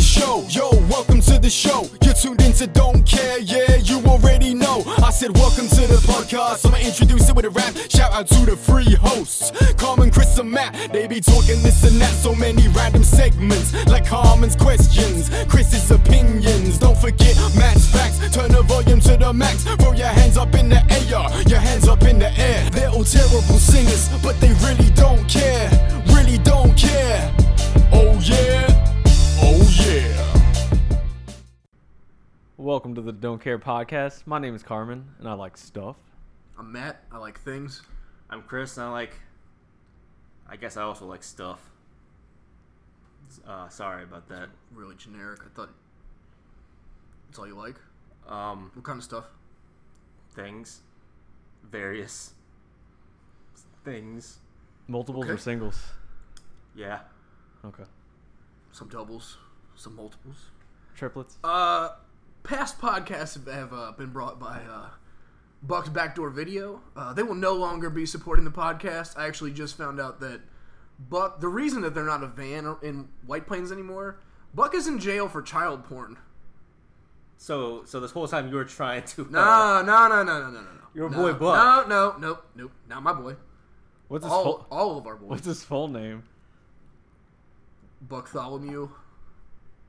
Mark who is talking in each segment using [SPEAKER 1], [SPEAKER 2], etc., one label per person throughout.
[SPEAKER 1] show. Yo, welcome to the show. You're tuned into Don't Care, yeah, you already know. I said, welcome to the podcast. I'ma introduce it with a rap. Shout out to the free hosts, Carmen, Chris, and Matt. They be talking this and that, so many random segments. Like Carmen's questions, Chris's opinions. Don't forget Matt's facts. Turn the volume to the max. Throw your hands up in the air, your hands up in the air. They're all terrible singers, but they really don't care. Really don't care. Oh yeah. Oh yeah.
[SPEAKER 2] Welcome to the Don't Care podcast. My name is Carmen, and I like stuff.
[SPEAKER 3] I'm Matt. I like things.
[SPEAKER 4] I'm Chris, and I like. I guess I also like stuff. S- Uh, sorry about that.
[SPEAKER 3] Really generic. I thought that's all you like.
[SPEAKER 4] Um,
[SPEAKER 3] What kind of stuff?
[SPEAKER 4] things, various things.
[SPEAKER 2] Multiples or
[SPEAKER 3] Okay.
[SPEAKER 2] singles?
[SPEAKER 4] Yeah,
[SPEAKER 2] Okay.
[SPEAKER 3] Some doubles, some multiples.
[SPEAKER 2] Triplets?
[SPEAKER 3] Uh, past podcasts have, have uh, been brought by uh, Buck's Backdoor Video. Uh, they will no longer be supporting the podcast. I actually just found out that Buck. The reason that they're not a van or- in White Plains anymore, Buck is in jail for child porn.
[SPEAKER 4] So, so this whole time you were trying to. uh,
[SPEAKER 3] No, no, no, no, no, no, no.
[SPEAKER 4] Your
[SPEAKER 3] no,
[SPEAKER 4] boy
[SPEAKER 3] No,
[SPEAKER 4] Buck.
[SPEAKER 3] no, nope, nope. Not my boy.
[SPEAKER 2] What's his,
[SPEAKER 3] All,
[SPEAKER 2] full,
[SPEAKER 3] all of our boys.
[SPEAKER 2] what's his full name?
[SPEAKER 3] Bartholomew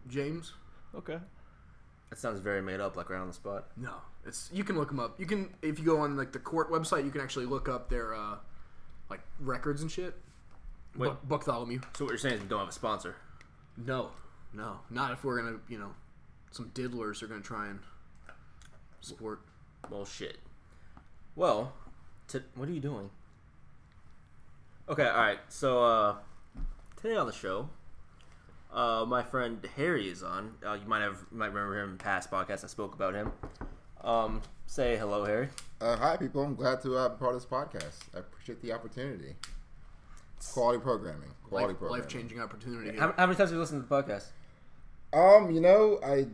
[SPEAKER 3] James?
[SPEAKER 2] Okay.
[SPEAKER 4] That sounds very made up, like right on the spot.
[SPEAKER 3] No, it's you can look him up. You can if you go on like the court website, you can actually look up their uh, like records and shit.
[SPEAKER 4] Wait.
[SPEAKER 3] Bu- Bartholomew.
[SPEAKER 4] So what you're saying is we don't have a sponsor.
[SPEAKER 3] No, no, not if we're gonna you know some diddlers are gonna try and support.
[SPEAKER 4] Well, shit. Well, to, what are you doing? Okay, all right. So uh, today on the show, uh, my friend Harry is on. Uh, you might have you might remember him in past podcasts. I spoke about him. Um, say hello, Harry.
[SPEAKER 5] Uh, hi, people. I'm glad to uh, be part of this podcast. I appreciate the opportunity. Quality programming. Quality
[SPEAKER 3] Life,
[SPEAKER 5] programming.
[SPEAKER 3] life-changing opportunity.
[SPEAKER 4] How,
[SPEAKER 3] here.
[SPEAKER 4] how many times have you listened to the podcast?
[SPEAKER 5] Um, you know, I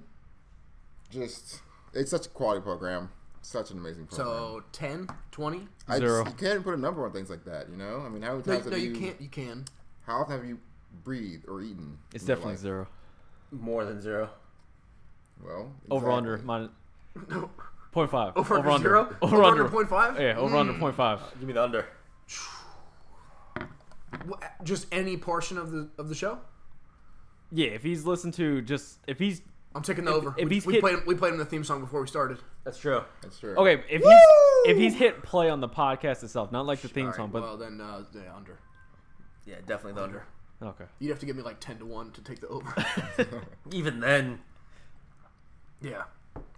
[SPEAKER 5] just it's such a quality program. Such an amazing program.
[SPEAKER 3] So 10, 20?
[SPEAKER 5] I
[SPEAKER 2] Zero.
[SPEAKER 5] Just, you can't put a number on things like that. You know, I mean, how many
[SPEAKER 3] No,
[SPEAKER 5] times
[SPEAKER 3] no,
[SPEAKER 5] have
[SPEAKER 3] you can't. You can.
[SPEAKER 5] How often have you breathed or eaten?
[SPEAKER 2] It's
[SPEAKER 5] in your
[SPEAKER 2] definitely
[SPEAKER 5] life?
[SPEAKER 2] zero.
[SPEAKER 4] More than zero.
[SPEAKER 5] Well,
[SPEAKER 2] Over under.
[SPEAKER 5] exactly.
[SPEAKER 2] Min-
[SPEAKER 3] No,
[SPEAKER 2] point 0.5.
[SPEAKER 3] over under zero.
[SPEAKER 2] Over under.
[SPEAKER 3] point five. Mm.
[SPEAKER 2] Yeah, over under point 0.5.
[SPEAKER 4] Give me the under.
[SPEAKER 3] Wh- Just any portion of the of the show.
[SPEAKER 2] Yeah, if he's listened to just. If he's.
[SPEAKER 3] I'm taking the over.
[SPEAKER 2] if
[SPEAKER 3] we,
[SPEAKER 2] he's
[SPEAKER 3] we
[SPEAKER 2] hit-
[SPEAKER 3] played we played him the theme song before we started.
[SPEAKER 4] That's true.
[SPEAKER 5] That's true.
[SPEAKER 2] Okay, if he's if he's hit play on the podcast itself, not like the theme
[SPEAKER 3] All right,
[SPEAKER 2] song, but
[SPEAKER 3] well then uh, yeah, under
[SPEAKER 4] Yeah, definitely the under.
[SPEAKER 3] under.
[SPEAKER 2] okay.
[SPEAKER 3] You'd have to give me like ten to one to take the over.
[SPEAKER 4] Even then,
[SPEAKER 3] yeah.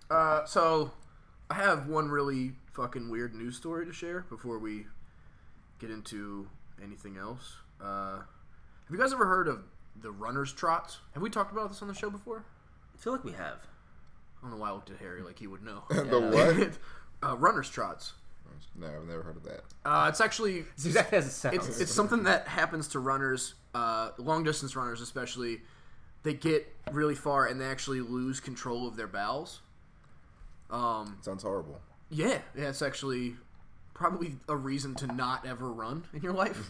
[SPEAKER 3] Uh, so I have one really fucking weird news story to share before we get into anything else. Uh, have you guys ever heard of the runner's trots? Have we talked about this on the show before?
[SPEAKER 4] I feel like we have.
[SPEAKER 3] I don't know why I looked at Harry like he would know.
[SPEAKER 5] the what?
[SPEAKER 3] uh, runner's trots.
[SPEAKER 5] no, I've never heard of that.
[SPEAKER 3] Uh, it's actually
[SPEAKER 4] It's exactly as it sounds.
[SPEAKER 3] it's, it's something that happens to runners, uh, long distance runners especially. They get really far and they actually lose control of their bowels. Um,
[SPEAKER 5] sounds horrible.
[SPEAKER 3] yeah, that's actually probably a reason to not ever run in your life.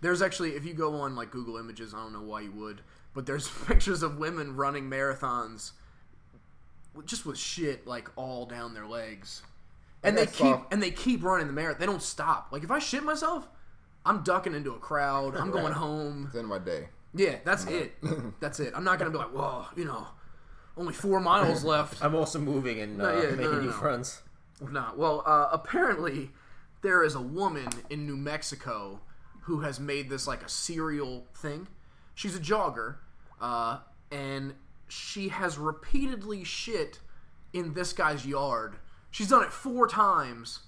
[SPEAKER 3] There's actually, if you go on like Google Images, I don't know why you would, but there's pictures of women running marathons, with- just with shit like all down their legs, and they
[SPEAKER 5] I saw-
[SPEAKER 3] keep and they keep running the marathon. They don't stop. Like if I shit myself, I'm ducking into a crowd. I'm going home.
[SPEAKER 5] It's the end of my day.
[SPEAKER 3] Yeah, that's it. That's it. I'm not gonna be like, whoa, you know, only four miles left.
[SPEAKER 4] I'm also moving and uh,
[SPEAKER 3] yeah, no,
[SPEAKER 4] making
[SPEAKER 3] no,
[SPEAKER 4] new
[SPEAKER 3] no.
[SPEAKER 4] friends.
[SPEAKER 3] Nah. Well, uh, apparently there is a woman in New Mexico who has made this like a serial thing. She's a jogger, uh, and she has repeatedly shit in this guy's yard. She's done it four times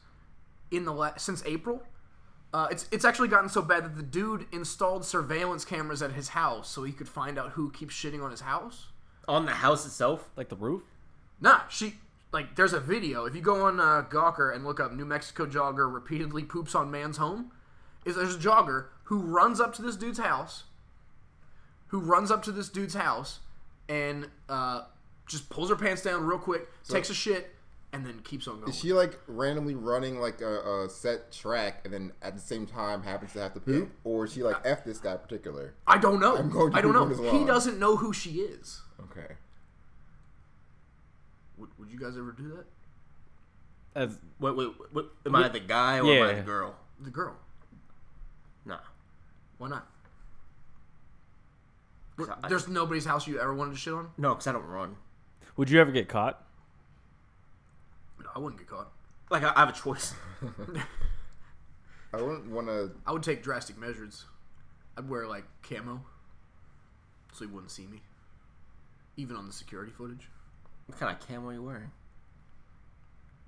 [SPEAKER 3] in the la- since April. Uh, it's it's actually gotten so bad that the dude installed surveillance cameras at his house so he could find out who keeps shitting on his house.
[SPEAKER 4] On the house itself,
[SPEAKER 2] Like the roof?
[SPEAKER 3] Nah, she like there's a video. If you go on uh, Gawker and look up New Mexico jogger repeatedly poops on man's home, is there's a jogger who runs up to this dude's house, who runs up to this dude's house, and uh, just pulls her pants down real quick, takes a shit, and then keeps on going.
[SPEAKER 5] Is she like randomly running like a, a set track and then at the same time happens to have to poop, or is she like f this guy in particular?
[SPEAKER 3] I don't know.
[SPEAKER 5] I'm going to
[SPEAKER 3] I don't
[SPEAKER 5] Google
[SPEAKER 3] know.
[SPEAKER 5] this
[SPEAKER 3] He
[SPEAKER 5] law.
[SPEAKER 3] doesn't know who she is.
[SPEAKER 5] Okay.
[SPEAKER 3] Would, would you guys ever do that?
[SPEAKER 2] As
[SPEAKER 4] Wait, wait, wait am I the guy or am I
[SPEAKER 2] Yeah.
[SPEAKER 4] the girl?
[SPEAKER 3] The girl.
[SPEAKER 4] Nah.
[SPEAKER 3] Why not?
[SPEAKER 4] 'Cause I-
[SPEAKER 3] There's nobody's house you ever wanted to shit on.
[SPEAKER 4] no, because I don't run.
[SPEAKER 2] would you ever get caught?
[SPEAKER 3] No, I wouldn't get caught.
[SPEAKER 4] Like, I, I have a choice.
[SPEAKER 5] I wouldn't want to.
[SPEAKER 3] I would take drastic measures. I'd wear like camo, so he wouldn't see me, even on the security footage.
[SPEAKER 4] what kind of camo are you wearing?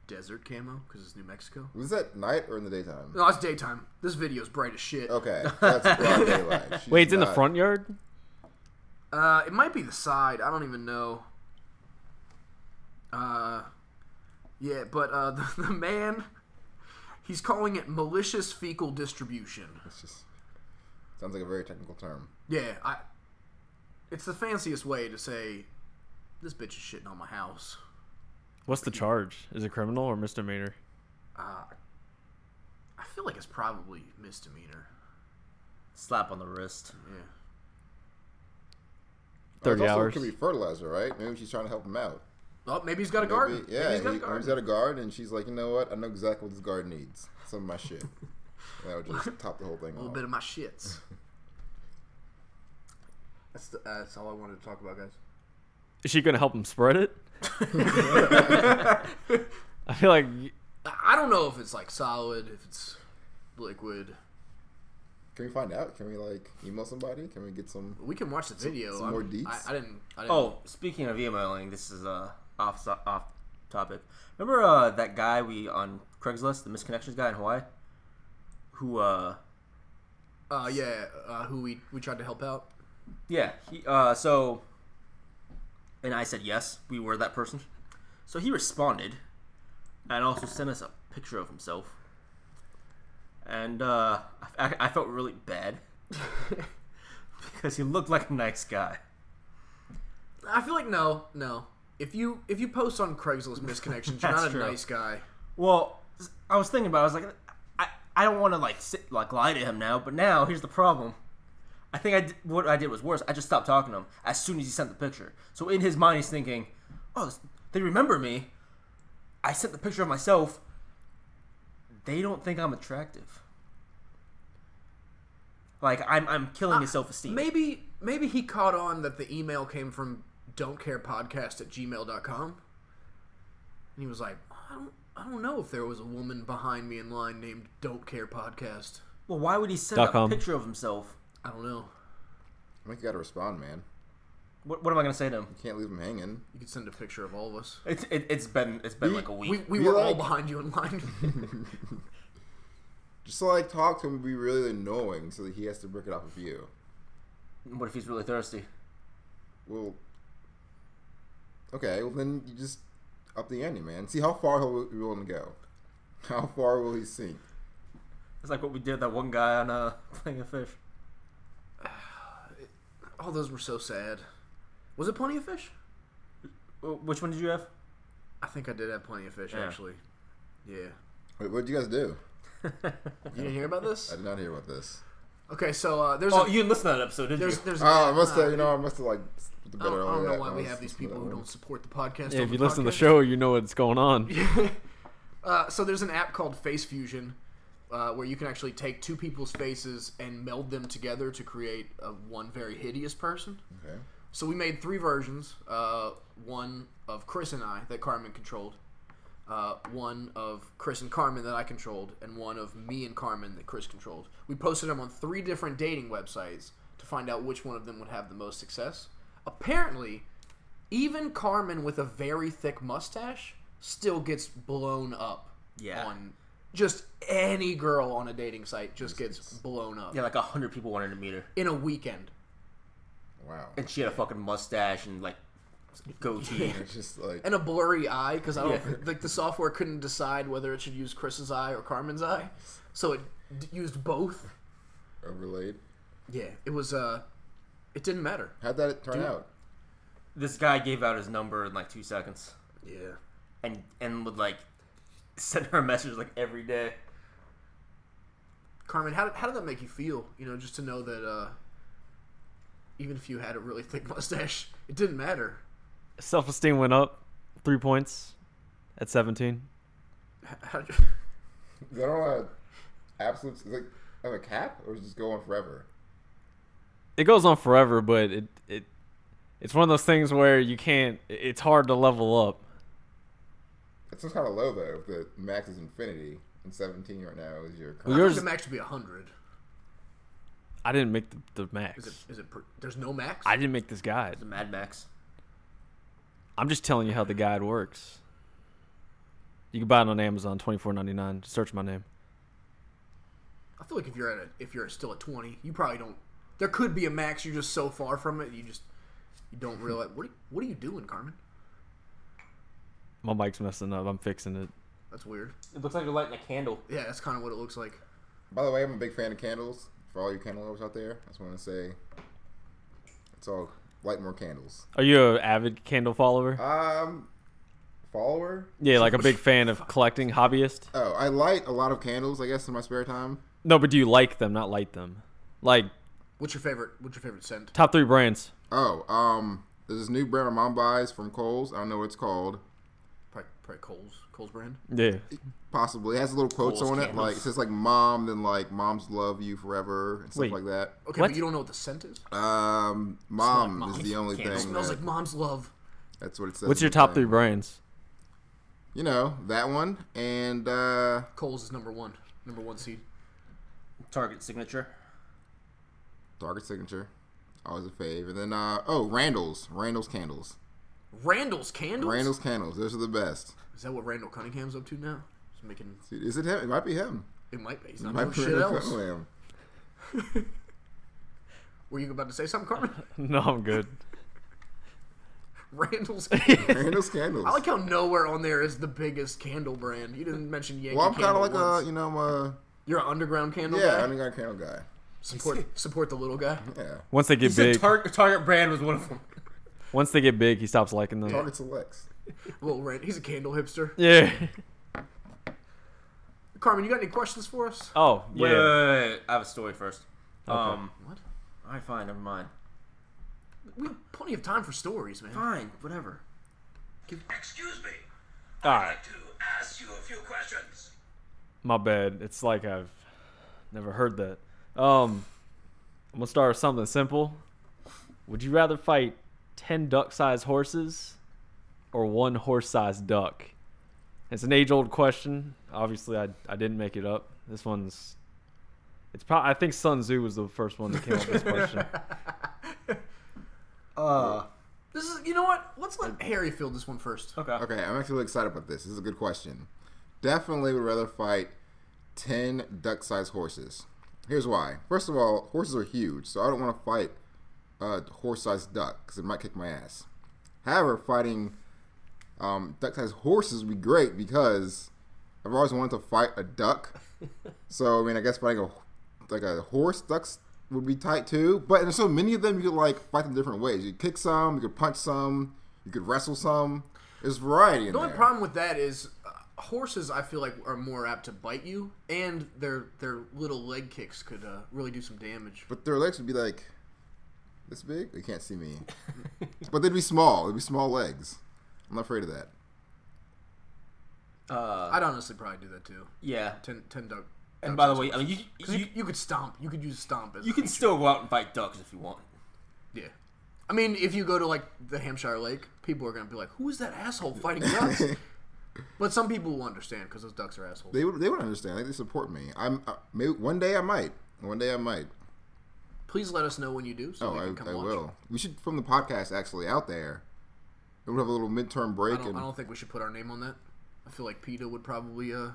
[SPEAKER 3] Desert camo, because it's New Mexico.
[SPEAKER 5] Was that night or in the daytime?
[SPEAKER 3] No, it's daytime. This video's bright as shit.
[SPEAKER 5] Okay, that's broad daylight. She's
[SPEAKER 2] Wait, it's in the
[SPEAKER 5] not-
[SPEAKER 2] front yard.
[SPEAKER 3] Uh, it might be the side. I don't even know. Uh, yeah, but uh, the, the man, he's calling it malicious fecal distribution.
[SPEAKER 5] It's just sounds like a very technical term.
[SPEAKER 3] Yeah, I. It's the fanciest way to say, this bitch is shitting on my house.
[SPEAKER 2] What's the charge? Is it criminal or misdemeanor?
[SPEAKER 3] I feel like it's probably misdemeanor.
[SPEAKER 4] Slap on the wrist.
[SPEAKER 3] Yeah.
[SPEAKER 5] It's
[SPEAKER 2] 30
[SPEAKER 5] also-
[SPEAKER 2] hours.
[SPEAKER 5] It could be fertilizer, right? Maybe she's trying to help him out.
[SPEAKER 3] Well, maybe he's got a garden.
[SPEAKER 5] Maybe- yeah,
[SPEAKER 3] maybe he's got
[SPEAKER 5] he-
[SPEAKER 3] a garden.
[SPEAKER 5] he's got a guard, and she's like, you know what? I know exactly what this guard needs. Some of my shit. And that would just top the whole thing
[SPEAKER 3] a little
[SPEAKER 5] off.
[SPEAKER 3] bit of my shits. that's, the, uh, that's all I wanted to talk about, guys.
[SPEAKER 2] Is she going to help him spread it? I feel like
[SPEAKER 3] I- I don't know if it's like solid, if it's liquid.
[SPEAKER 5] Can we find out? Can we like email somebody? Can we get some?
[SPEAKER 3] We can watch the video.
[SPEAKER 5] some
[SPEAKER 3] I'm-
[SPEAKER 5] more deets?
[SPEAKER 3] I, I didn't. I didn't
[SPEAKER 4] Oh, speaking of emailing, this is uh, off so- off topic. Remember uh, that guy we on Craigslist, the misconnections guy in Hawaii, who uh,
[SPEAKER 3] Uh, yeah. Uh, who we we tried to help out?
[SPEAKER 4] yeah, he uh, so, and I said yes, we were that person. So he responded, and also sent us a picture of himself. And uh, I, I felt really bad because he looked like a nice guy.
[SPEAKER 3] I feel like no, no. If you if you post on Craigslist misconnections, you're not a
[SPEAKER 4] That's true.
[SPEAKER 3] nice guy.
[SPEAKER 4] Well, I was thinking about. It, I was like, I, I don't want to like sit like lie to him now. But now here's the problem. I think I did, what I did was worse. I just stopped talking to him as soon as he sent the picture. So in his mind, he's thinking, "Oh, they remember me. I sent the picture of myself. They don't think I'm attractive. Like I'm, I'm killing his self esteem.
[SPEAKER 3] Maybe maybe he caught on that the email came from don't care podcast at gmail.com. And he was like, I don't I don't know if there was a woman behind me in line named Don't Care Podcast.
[SPEAKER 4] Well, why would he send
[SPEAKER 2] Dot
[SPEAKER 4] a
[SPEAKER 2] com.
[SPEAKER 4] picture of himself?
[SPEAKER 3] I don't know.
[SPEAKER 5] I think you gotta respond, man.
[SPEAKER 4] What, what am I gonna say to him?
[SPEAKER 5] You can't leave him hanging.
[SPEAKER 3] You could send a picture of all of us.
[SPEAKER 4] It's, it, it's been it's been
[SPEAKER 5] We-
[SPEAKER 4] like a week.
[SPEAKER 3] We, we
[SPEAKER 5] Be
[SPEAKER 3] were all
[SPEAKER 5] like-
[SPEAKER 3] behind you in line.
[SPEAKER 5] Just like talk to him would be really annoying, so that he has to break it off of you.
[SPEAKER 4] what if he's really thirsty?
[SPEAKER 5] Well, okay. Well, then you just up the ante, man. See how far he'll be willing to go. How far will he sink?
[SPEAKER 4] It's like what we did with that one guy on uh, playing a fish.
[SPEAKER 3] all those were so sad. Was it Plenty of Fish?
[SPEAKER 4] Wh- Which one did you have?
[SPEAKER 3] I think I did have Plenty of Fish,
[SPEAKER 4] Yeah.
[SPEAKER 3] actually. Yeah.
[SPEAKER 5] Wait, what did you guys do?
[SPEAKER 3] You didn't hear about this?
[SPEAKER 5] I did not hear about this.
[SPEAKER 3] Okay, so uh, there's
[SPEAKER 4] Oh,
[SPEAKER 3] a,
[SPEAKER 4] you didn't listen to that episode, did
[SPEAKER 3] there's
[SPEAKER 4] you?
[SPEAKER 3] there's
[SPEAKER 5] Oh, I must
[SPEAKER 3] uh,
[SPEAKER 5] have. You know, I must have like. The
[SPEAKER 3] I don't,
[SPEAKER 5] better
[SPEAKER 3] I don't
[SPEAKER 5] over
[SPEAKER 3] know
[SPEAKER 5] that.
[SPEAKER 3] why
[SPEAKER 5] I
[SPEAKER 3] we
[SPEAKER 5] was
[SPEAKER 3] have these
[SPEAKER 5] listening to
[SPEAKER 3] people
[SPEAKER 5] that
[SPEAKER 3] who
[SPEAKER 5] one.
[SPEAKER 3] don't support the podcast.
[SPEAKER 2] if
[SPEAKER 3] on
[SPEAKER 2] you listen to the
[SPEAKER 3] podcast.
[SPEAKER 2] show, you know what's going on.
[SPEAKER 3] Uh, so there's an app called Face Fusion, uh, where you can actually take two people's faces and meld them together to create a, one very hideous person.
[SPEAKER 5] Okay.
[SPEAKER 3] So we made three versions. Uh, one of Chris and I that Carmen controlled. Uh, one of Chris and Carmen that I controlled, and one of me and Carmen that Chris controlled. We posted them on three different dating websites to find out which one of them would have the most success. Apparently, even Carmen with a very thick mustache still gets blown up
[SPEAKER 4] Yeah.
[SPEAKER 3] on just any girl on a dating site just gets blown up
[SPEAKER 4] Yeah, like a hundred people wanted to meet her,
[SPEAKER 3] in a weekend.
[SPEAKER 5] Wow.
[SPEAKER 4] and she had a fucking mustache and like goatee.
[SPEAKER 5] It's just like
[SPEAKER 3] and a blurry eye because I don't
[SPEAKER 4] Yeah.
[SPEAKER 3] like the software couldn't decide whether it should use Chris's eye or Carmen's eye, so it d- used both.
[SPEAKER 5] overlaid.
[SPEAKER 3] Yeah, it was uh, it didn't matter.
[SPEAKER 5] How'd that turn out?
[SPEAKER 4] this guy gave out his number in like two seconds,
[SPEAKER 3] Yeah,
[SPEAKER 4] and and would like send her a message like every day.
[SPEAKER 3] Carmen, how did, how did that make you feel? You know, just to know that uh, even if you had a really thick mustache, it didn't matter.
[SPEAKER 2] Self esteem went up three points at 17.
[SPEAKER 5] Is that all a absolute? Is like have a cap, or is it just go on forever?
[SPEAKER 2] It goes on forever, but it it it's one of those things where you can't. it- It's hard to level up.
[SPEAKER 5] It's some kind of low though. If the max is infinity, and seventeen right now is your.
[SPEAKER 2] Well,
[SPEAKER 5] Current.
[SPEAKER 3] Yours
[SPEAKER 2] yours,
[SPEAKER 3] the max should be hundred.
[SPEAKER 2] I didn't make the, the max.
[SPEAKER 3] Is it? Is it? Per, there's no max.
[SPEAKER 2] I didn't make this guide.
[SPEAKER 4] The Mad Max.
[SPEAKER 2] I'm just telling you how the guide works. You can buy it on Amazon, twenty four ninety nine. Search my name.
[SPEAKER 3] I feel like if you're at a, if you're still at twenty, you probably don't. There could be a max. You're just so far from it, you just you don't realize. What are, What are you doing, Carmen?
[SPEAKER 2] My mic's messing up. I'm fixing it.
[SPEAKER 3] That's weird.
[SPEAKER 4] It looks like you're lighting a candle.
[SPEAKER 3] Yeah, that's kind of what it looks like.
[SPEAKER 5] By the way, I'm a big fan of candles. For all you candle lovers out there, I just want to say, it's all light more candles.
[SPEAKER 2] Are you an avid candle follower?
[SPEAKER 5] Um, follower.
[SPEAKER 2] Yeah, like a big fan of collecting, hobbyist.
[SPEAKER 5] Oh, I light a lot of candles. I guess in my spare time.
[SPEAKER 2] No, but do you like them, not light them? Like
[SPEAKER 3] What's your favorite? What's your favorite scent?
[SPEAKER 2] top three brands.
[SPEAKER 5] Oh, um, there's this new brand my mom buys from Kohl's. I don't know what it's called.
[SPEAKER 3] Probably, probably Cole's. Cole's brand.
[SPEAKER 2] Yeah.
[SPEAKER 5] Possibly. It has little quotes
[SPEAKER 4] Kohl's
[SPEAKER 5] on it.
[SPEAKER 4] candles.
[SPEAKER 5] Like it says like mom, then like moms love you forever and stuff
[SPEAKER 2] Wait.
[SPEAKER 5] like that.
[SPEAKER 3] Okay,
[SPEAKER 2] What?
[SPEAKER 3] but you don't know what the scent is.
[SPEAKER 5] Um, mom
[SPEAKER 4] Mom.
[SPEAKER 5] is the only
[SPEAKER 4] Candles.
[SPEAKER 5] thing.
[SPEAKER 3] smells
[SPEAKER 5] that-
[SPEAKER 3] like mom's love.
[SPEAKER 5] that's what it says.
[SPEAKER 2] What's
[SPEAKER 5] on
[SPEAKER 2] your
[SPEAKER 5] the
[SPEAKER 2] top
[SPEAKER 5] thing.
[SPEAKER 2] three brands?
[SPEAKER 5] You know that one and uh,
[SPEAKER 3] Cole's is number one. Number one seed.
[SPEAKER 4] Target signature.
[SPEAKER 5] Target signature, always a fave. And then uh, oh Randall's, Randall's candles,
[SPEAKER 3] Randall's candles.
[SPEAKER 5] Randall's candles. Those are the best.
[SPEAKER 3] Is that what Randall Cunningham's up to now? He's making.
[SPEAKER 5] Dude, Is it him? It might be him.
[SPEAKER 3] It might be. He's
[SPEAKER 5] It
[SPEAKER 3] not
[SPEAKER 5] might
[SPEAKER 3] doing
[SPEAKER 5] be
[SPEAKER 3] shit
[SPEAKER 5] Randall
[SPEAKER 3] else.
[SPEAKER 5] Cunningham.
[SPEAKER 3] Were you about to say something, Carmen?
[SPEAKER 2] No, I'm good.
[SPEAKER 3] Randall's. Candles.
[SPEAKER 5] Randall's candles.
[SPEAKER 3] I like how nowhere on there is the biggest candle brand. You didn't mention Yankee
[SPEAKER 5] well, I'm kind
[SPEAKER 3] Candle
[SPEAKER 5] of like
[SPEAKER 3] once.
[SPEAKER 5] a you know uh,
[SPEAKER 3] You're an underground candle
[SPEAKER 5] yeah,
[SPEAKER 3] guy.
[SPEAKER 5] I got a candle guy.
[SPEAKER 3] support support the little guy.
[SPEAKER 5] Yeah,
[SPEAKER 2] Once they
[SPEAKER 4] He
[SPEAKER 2] get
[SPEAKER 4] said
[SPEAKER 2] big,
[SPEAKER 4] tar- Target brand was one of them.
[SPEAKER 2] once they get big, he stops liking them.
[SPEAKER 5] Target selects.
[SPEAKER 3] Little Rand, he's a candle hipster.
[SPEAKER 2] Yeah.
[SPEAKER 3] Carmen, you got any questions for us?
[SPEAKER 2] Oh,
[SPEAKER 4] Wait, wait,
[SPEAKER 2] yeah.
[SPEAKER 4] wait, wait. I have a story first. Um,
[SPEAKER 3] What?
[SPEAKER 4] all right, fine, never mind.
[SPEAKER 3] We have plenty of time for stories, man.
[SPEAKER 4] Fine, whatever.
[SPEAKER 6] Excuse me.
[SPEAKER 2] All
[SPEAKER 6] I'd
[SPEAKER 2] right.
[SPEAKER 6] like to ask you a few questions.
[SPEAKER 2] My bad. It's like I've never heard that. Um, I'm gonna start with something simple. Would you rather fight ten duck-sized horses or one horse-sized duck? It's an age-old question. Obviously, I I didn't make it up. This one's it's probably I think Sun Tzu was the first one that came up with this question.
[SPEAKER 4] Uh,
[SPEAKER 3] This is, you know what? Let's let Harry field this one first.
[SPEAKER 4] okay.
[SPEAKER 5] Okay, I'm actually really excited about this. This is a good question. Definitely would rather fight 10 duck sized horses. Here's why. First of all, horses are huge, so I don't want to fight a horse sized duck because it might kick my ass. However, fighting um, duck sized horses would be great because I've always wanted to fight a duck. so, I mean, I guess fighting a like a horse ducks would be tight too. But there's so many of them, you could like fight them different ways. You could kick some, you could punch some, you could wrestle some. There's variety in
[SPEAKER 3] The only
[SPEAKER 5] there.
[SPEAKER 3] problem with that is uh, horses. I feel like are more apt to bite you, and their their little leg kicks could uh, really do some damage.
[SPEAKER 5] But their legs would be like this big. They can't see me, but they'd be small. They'd be small legs. I'm not afraid of that.
[SPEAKER 4] Uh,
[SPEAKER 3] I'd honestly probably do that too.
[SPEAKER 4] yeah.
[SPEAKER 3] Ten ten duck.
[SPEAKER 4] And by the way, I mean you,
[SPEAKER 3] 'Cause
[SPEAKER 4] you,
[SPEAKER 3] you, you could stomp. You could use stomp as
[SPEAKER 4] you
[SPEAKER 3] a
[SPEAKER 4] can
[SPEAKER 3] feature.
[SPEAKER 4] still go out and fight ducks if you want.
[SPEAKER 3] Yeah. I mean, if you go to like the Hampshire Lake, people are gonna be like, "Who is that asshole fighting ducks?" but some people will understand because those ducks are assholes.
[SPEAKER 5] They would. They would understand. Like they support me. I'm uh, maybe one day I might. One day I might.
[SPEAKER 3] Please let us know when you do, so
[SPEAKER 5] Oh,
[SPEAKER 3] we
[SPEAKER 5] I,
[SPEAKER 3] can come
[SPEAKER 5] I
[SPEAKER 3] watch.
[SPEAKER 5] will. We should film the podcast actually out there. And we'll have a little midterm break.
[SPEAKER 3] I don't,
[SPEAKER 5] and
[SPEAKER 3] I don't think we should put our name on that. I feel like PETA would probably uh,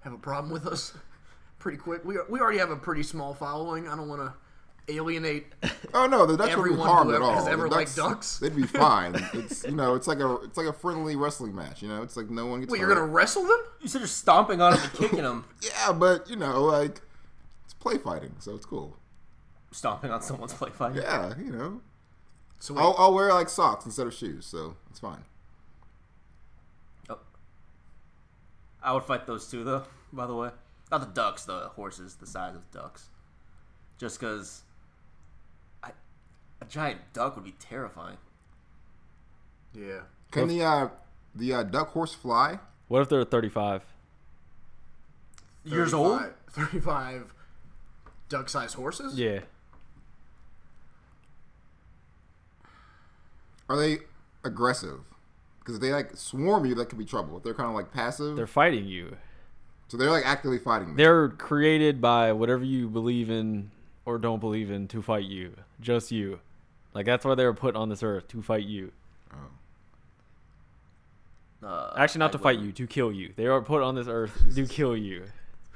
[SPEAKER 3] have a problem with us pretty quick. We we already have a pretty small following. I don't want to alienate.
[SPEAKER 5] oh no, the ducks wouldn't be
[SPEAKER 3] Everyone
[SPEAKER 5] harmed
[SPEAKER 3] who
[SPEAKER 5] at all.
[SPEAKER 3] has
[SPEAKER 5] The
[SPEAKER 3] ever liked ducks.
[SPEAKER 5] They'd be fine. it's you know, it's like a it's like a friendly wrestling match. You know, it's like no one gets.
[SPEAKER 3] Wait, you're
[SPEAKER 5] hurt.
[SPEAKER 3] gonna wrestle them?
[SPEAKER 4] You said you're stomping on them and kicking them.
[SPEAKER 5] Yeah, but you know, like it's play fighting, so it's cool.
[SPEAKER 4] Stomping on someone's play fight.
[SPEAKER 5] Yeah, you know.
[SPEAKER 3] So wait,
[SPEAKER 5] I'll, I'll wear like socks instead of shoes, so it's fine.
[SPEAKER 4] Oh. I would fight those two though. By the way, not the ducks, the horses, the size of ducks. Just because, a giant duck would be terrifying.
[SPEAKER 3] Yeah.
[SPEAKER 5] Can the uh, the uh, duck horse fly?
[SPEAKER 2] What if they're 35?
[SPEAKER 3] Years old? 35 duck sized horses?
[SPEAKER 2] Yeah.
[SPEAKER 5] Are they aggressive? Because if they like swarm you, that could be trouble. If they're kind of like passive,
[SPEAKER 2] They're fighting you.
[SPEAKER 5] so they're like actively fighting. me.
[SPEAKER 2] They're created by whatever you believe in or don't believe in to fight you. Just you. Like that's why they were put on this earth to fight you.
[SPEAKER 4] Uh,
[SPEAKER 2] Actually, not
[SPEAKER 4] I
[SPEAKER 2] to fight
[SPEAKER 4] wouldn't.
[SPEAKER 2] you, to kill you. They are put on this earth to kill you.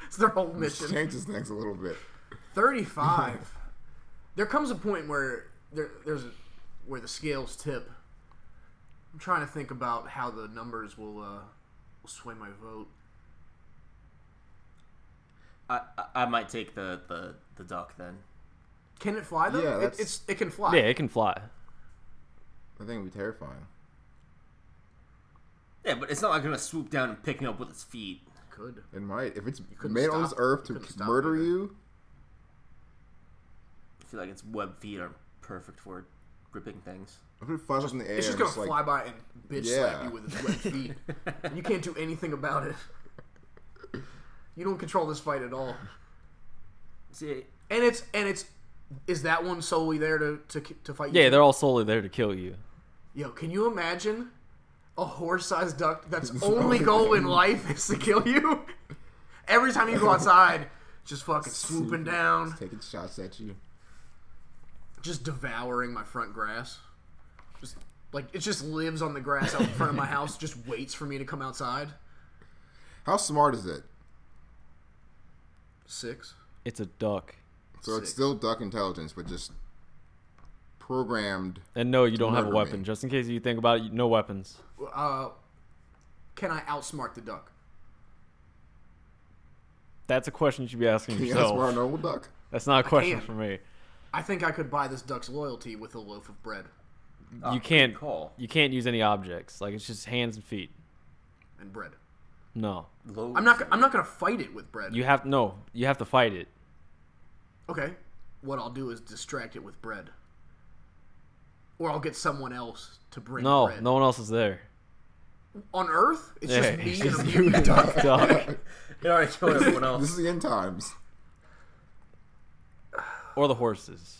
[SPEAKER 3] It's their whole
[SPEAKER 5] This
[SPEAKER 3] mission.
[SPEAKER 5] changes things a little bit.
[SPEAKER 3] 35. there comes a point where there, there's a, where the scales tip. I'm trying to think about how the numbers will, uh, will sway my vote.
[SPEAKER 4] I, I- I might take the, the, the duck then.
[SPEAKER 3] Can it fly though?
[SPEAKER 5] Yeah,
[SPEAKER 3] It-
[SPEAKER 5] that's-
[SPEAKER 3] it's it can fly.
[SPEAKER 2] Yeah, it can fly.
[SPEAKER 5] I think it'd be terrifying.
[SPEAKER 4] Yeah, but it's not like gonna swoop down and pick me up with its feet.
[SPEAKER 3] Could.
[SPEAKER 5] It might. If it's
[SPEAKER 3] couldn't
[SPEAKER 5] made on this
[SPEAKER 3] stop-
[SPEAKER 5] earth
[SPEAKER 3] you
[SPEAKER 5] to
[SPEAKER 3] couldn't
[SPEAKER 5] k-
[SPEAKER 3] stop
[SPEAKER 5] murder
[SPEAKER 3] either.
[SPEAKER 5] you,
[SPEAKER 4] I feel like its web feet are perfect for gripping things.
[SPEAKER 5] if it flies up in the air,
[SPEAKER 3] It's just
[SPEAKER 5] and
[SPEAKER 3] gonna
[SPEAKER 5] like,
[SPEAKER 3] fly by and bitch slap
[SPEAKER 5] Yeah.
[SPEAKER 3] you with its wet feet. And you can't do anything about it. You don't control this fight at all.
[SPEAKER 4] See,
[SPEAKER 3] And it's and it's is that one solely there to to, to fight? you?
[SPEAKER 2] Yeah, they're all solely there to kill you.
[SPEAKER 3] Yo, can you imagine a horse-sized duck that's only goal in life is to kill you? Every time you go outside, just fucking swooping down,
[SPEAKER 5] taking shots at you.
[SPEAKER 3] just devouring my front grass. Just like it just lives on the grass out in front of my house, just waits for me to come outside.
[SPEAKER 5] How smart is it?
[SPEAKER 3] Six.
[SPEAKER 2] It's a duck.
[SPEAKER 5] So it's
[SPEAKER 3] Six.
[SPEAKER 5] still duck intelligence, but just programmed.
[SPEAKER 2] And no, you don't have a
[SPEAKER 5] murder me.
[SPEAKER 2] weapon. Just in case you think about it, you- no weapons.
[SPEAKER 3] Uh, can I outsmart the duck?
[SPEAKER 2] That's a question you should be asking
[SPEAKER 5] Yes, we're a
[SPEAKER 2] yourself.
[SPEAKER 5] normal duck.
[SPEAKER 2] That's not a question
[SPEAKER 3] can't.
[SPEAKER 2] for me.
[SPEAKER 3] I think I could buy this duck's loyalty with a loaf of bread
[SPEAKER 4] ah,
[SPEAKER 2] you can't
[SPEAKER 4] call.
[SPEAKER 2] you can't use any objects. Like it's just hands and feet.
[SPEAKER 3] and bread.
[SPEAKER 2] No.
[SPEAKER 4] Low
[SPEAKER 3] I'm not. I'm not gonna fight it with bread.
[SPEAKER 2] You have no, you have to fight it.
[SPEAKER 3] Okay. What I'll do is distract it with bread. Or I'll get someone else to bring
[SPEAKER 2] No,
[SPEAKER 3] bread.
[SPEAKER 2] no one else is there.
[SPEAKER 3] On Earth, it's
[SPEAKER 2] Yeah,
[SPEAKER 3] just me
[SPEAKER 2] it's
[SPEAKER 3] and a
[SPEAKER 2] just
[SPEAKER 3] mutant duck.
[SPEAKER 2] Duck.
[SPEAKER 4] It already killed everyone else.
[SPEAKER 5] This is the end times.
[SPEAKER 2] or the horses.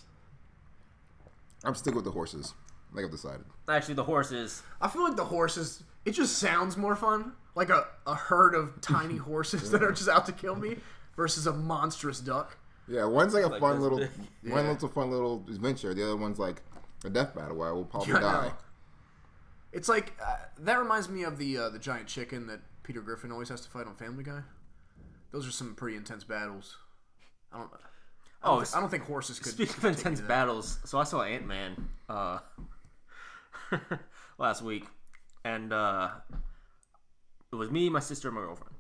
[SPEAKER 5] I'm sticking with the horses. Like I've decided.
[SPEAKER 4] Actually, the horses.
[SPEAKER 3] I feel like the horses, it just sounds more fun. Like a, a herd of tiny horses that are just out to kill me versus a monstrous duck.
[SPEAKER 5] Yeah, one's like a
[SPEAKER 4] Like
[SPEAKER 5] fun
[SPEAKER 4] this
[SPEAKER 5] little,
[SPEAKER 4] big.
[SPEAKER 5] one little fun little adventure. The other one's like a death battle where I will probably
[SPEAKER 3] Yeah, I
[SPEAKER 5] die.
[SPEAKER 3] know. It's like, uh, that reminds me of the, uh, the giant chicken that Peter Griffin always has to fight on Family Guy. Those are some pretty intense battles. I don't, I
[SPEAKER 4] Oh,
[SPEAKER 3] don't, thi- I don't think horses could.
[SPEAKER 4] Speaking of
[SPEAKER 3] could take
[SPEAKER 4] intense
[SPEAKER 3] that.
[SPEAKER 4] battles, so I saw Ant Man uh, last week, and uh, it was me, my sister, and my girlfriend.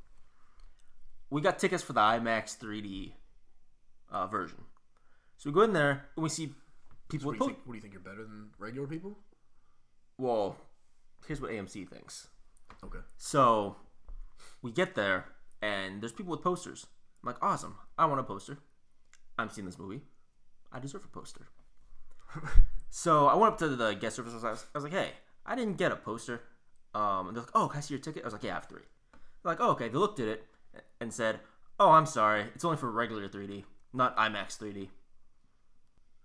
[SPEAKER 4] We got tickets for the IMAX 3D uh, version. So we go in there and we see people.
[SPEAKER 3] What do, you think, what do you think? You're better than regular people?
[SPEAKER 4] well, here's what AMC thinks.
[SPEAKER 3] Okay.
[SPEAKER 4] So we get there, and there's people with posters. I'm like, awesome. I want a poster. I'm seeing this movie. I deserve a poster. so I went up to the guest service. I was, I was like, hey, I didn't get a poster. Um, and they're like, oh, can I see your ticket? I was like, yeah, I have 3 They're like, oh, okay. They looked at it and said, oh, I'm sorry. It's only for regular 3D, not IMAX 3D.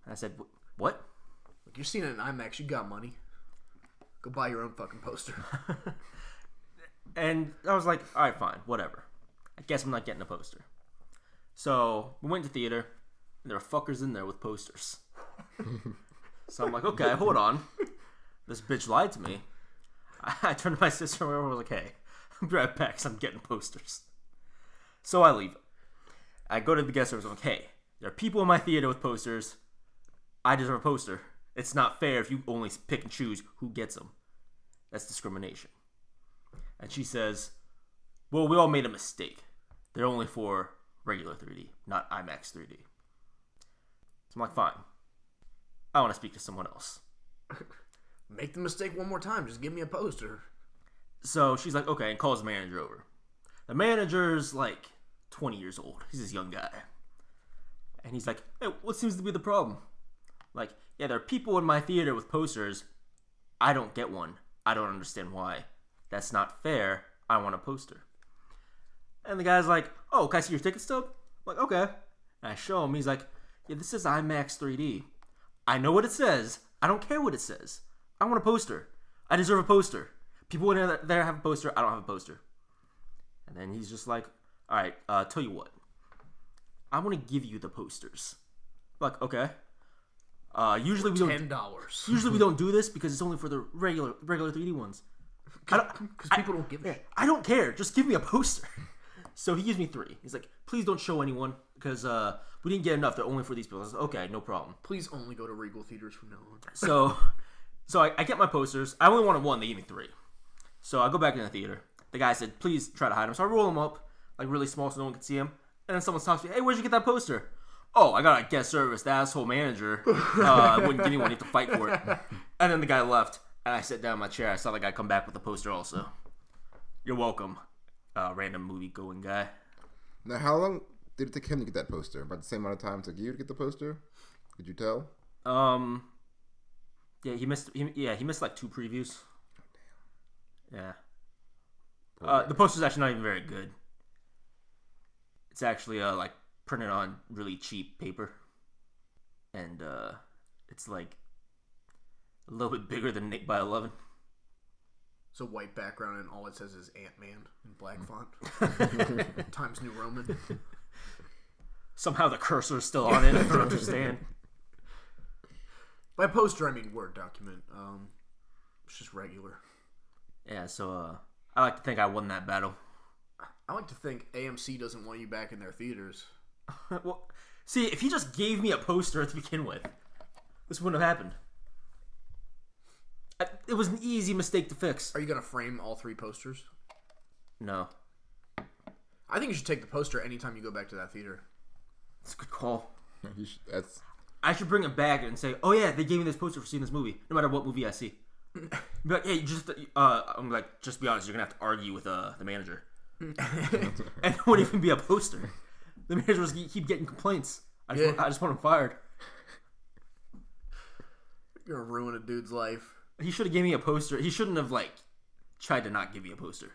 [SPEAKER 4] And I said, "Wh- what?
[SPEAKER 3] Look, you're seeing it in IMAX. You got money. Go buy your own fucking poster.
[SPEAKER 4] And I was like, all right, fine, whatever. I guess I'm not getting a poster. So we went to theater, and there were fuckers in there with posters. so I'm like, okay, hold on. This bitch lied to me. I, I turned to my sister and I was like, hey, I'll be right back 'cause I'm getting posters. So I leave. I go to the guest service. I'm like, hey, there are people in my theater with posters. I deserve a poster. It's not fair if you only pick and choose who gets them. That's discrimination and she says, "Well, we all made a mistake. They're only for regular 3D, not IMAX 3D." So I'm like, "Fine. I want to speak to someone else."
[SPEAKER 3] Make the mistake one more time. Just give me a poster.
[SPEAKER 4] So she's like, "Okay," and calls the manager over. The manager's like 20 years old. He's this young guy, and he's like, "Hey, what seems to be the problem?" Like, "Yeah, there are people in my theater with posters. I don't get one. I don't understand why. That's not fair. I want a poster. And the guy's like, Oh, can I see your ticket stub? I'm like, okay. And I show him. He's like, Yeah, this is IMAX 3D. I know what it says. I don't care what it says. I want a poster. I deserve a poster. People in there have a poster. I don't have a poster. And then he's just like, All right, uh, tell you what. I want to give you the posters. I'm like, okay. Uh, usually we don't
[SPEAKER 3] Ten dollars.
[SPEAKER 4] usually we don't do this because it's only for the regular regular 3D ones. I don't,
[SPEAKER 3] Because people don't give a shit.
[SPEAKER 4] I don't care. Just give me a poster. So he gives me three. He's like, please don't show anyone because uh, we didn't get enough. They're only for these people. I was like, okay, no problem.
[SPEAKER 3] Please only go to Regal theaters from now on.
[SPEAKER 4] So, so I, I get my posters. I only wanted one. They gave me three. So I go back in the theater. The guy said, please try to hide them. So I roll them up like really small so no one can see them. And then someone stops me. Hey, where'd you get that poster? Oh, I got a guest service. The asshole manager uh, wouldn't give me one. You have to fight for it. And then the guy left. And I sat down in my chair. I saw the guy come back with the poster also. You're welcome, uh, random movie going guy.
[SPEAKER 5] Now, how long did it take him to get that poster? About the same amount of time it took you to get the poster? Could you tell?
[SPEAKER 4] Um, yeah, he missed. He, yeah, he missed like two previews. Yeah. Uh, the poster's actually not even very good. It's actually uh like printed on really cheap paper, and uh, it's like a little bit bigger than eight by eleven.
[SPEAKER 3] It's a white background, and all it says is Ant Man in black font.
[SPEAKER 4] Mm.
[SPEAKER 3] Times New Roman.
[SPEAKER 4] Somehow the cursor's still on it. I don't understand.
[SPEAKER 3] By poster, I mean Word document. Um, it's just regular.
[SPEAKER 4] Yeah, so uh, I like to think I won that battle.
[SPEAKER 3] I like to think AMC doesn't want you back in their theaters.
[SPEAKER 4] well, see, if he just gave me a poster to begin with, this wouldn't have happened. I, it was an easy mistake to fix.
[SPEAKER 3] Are you gonna frame all three posters?
[SPEAKER 4] No,
[SPEAKER 3] I think you should take the poster anytime you go back to that theater.
[SPEAKER 4] it's a good call.
[SPEAKER 5] You should, that's
[SPEAKER 4] I should bring it back and say, "Oh yeah, they gave me this poster for seeing this movie, no matter what movie I see." Be like, hey, just uh, I'm like, just be honest, you're gonna have to argue with uh the manager, and it wouldn't even be a poster. The manager was keep getting complaints. I just,
[SPEAKER 3] Yeah.
[SPEAKER 4] want, I just want him fired.
[SPEAKER 3] You're gonna ruin a dude's life.
[SPEAKER 4] He should have gave me a poster. He shouldn't have like tried to not give me a poster.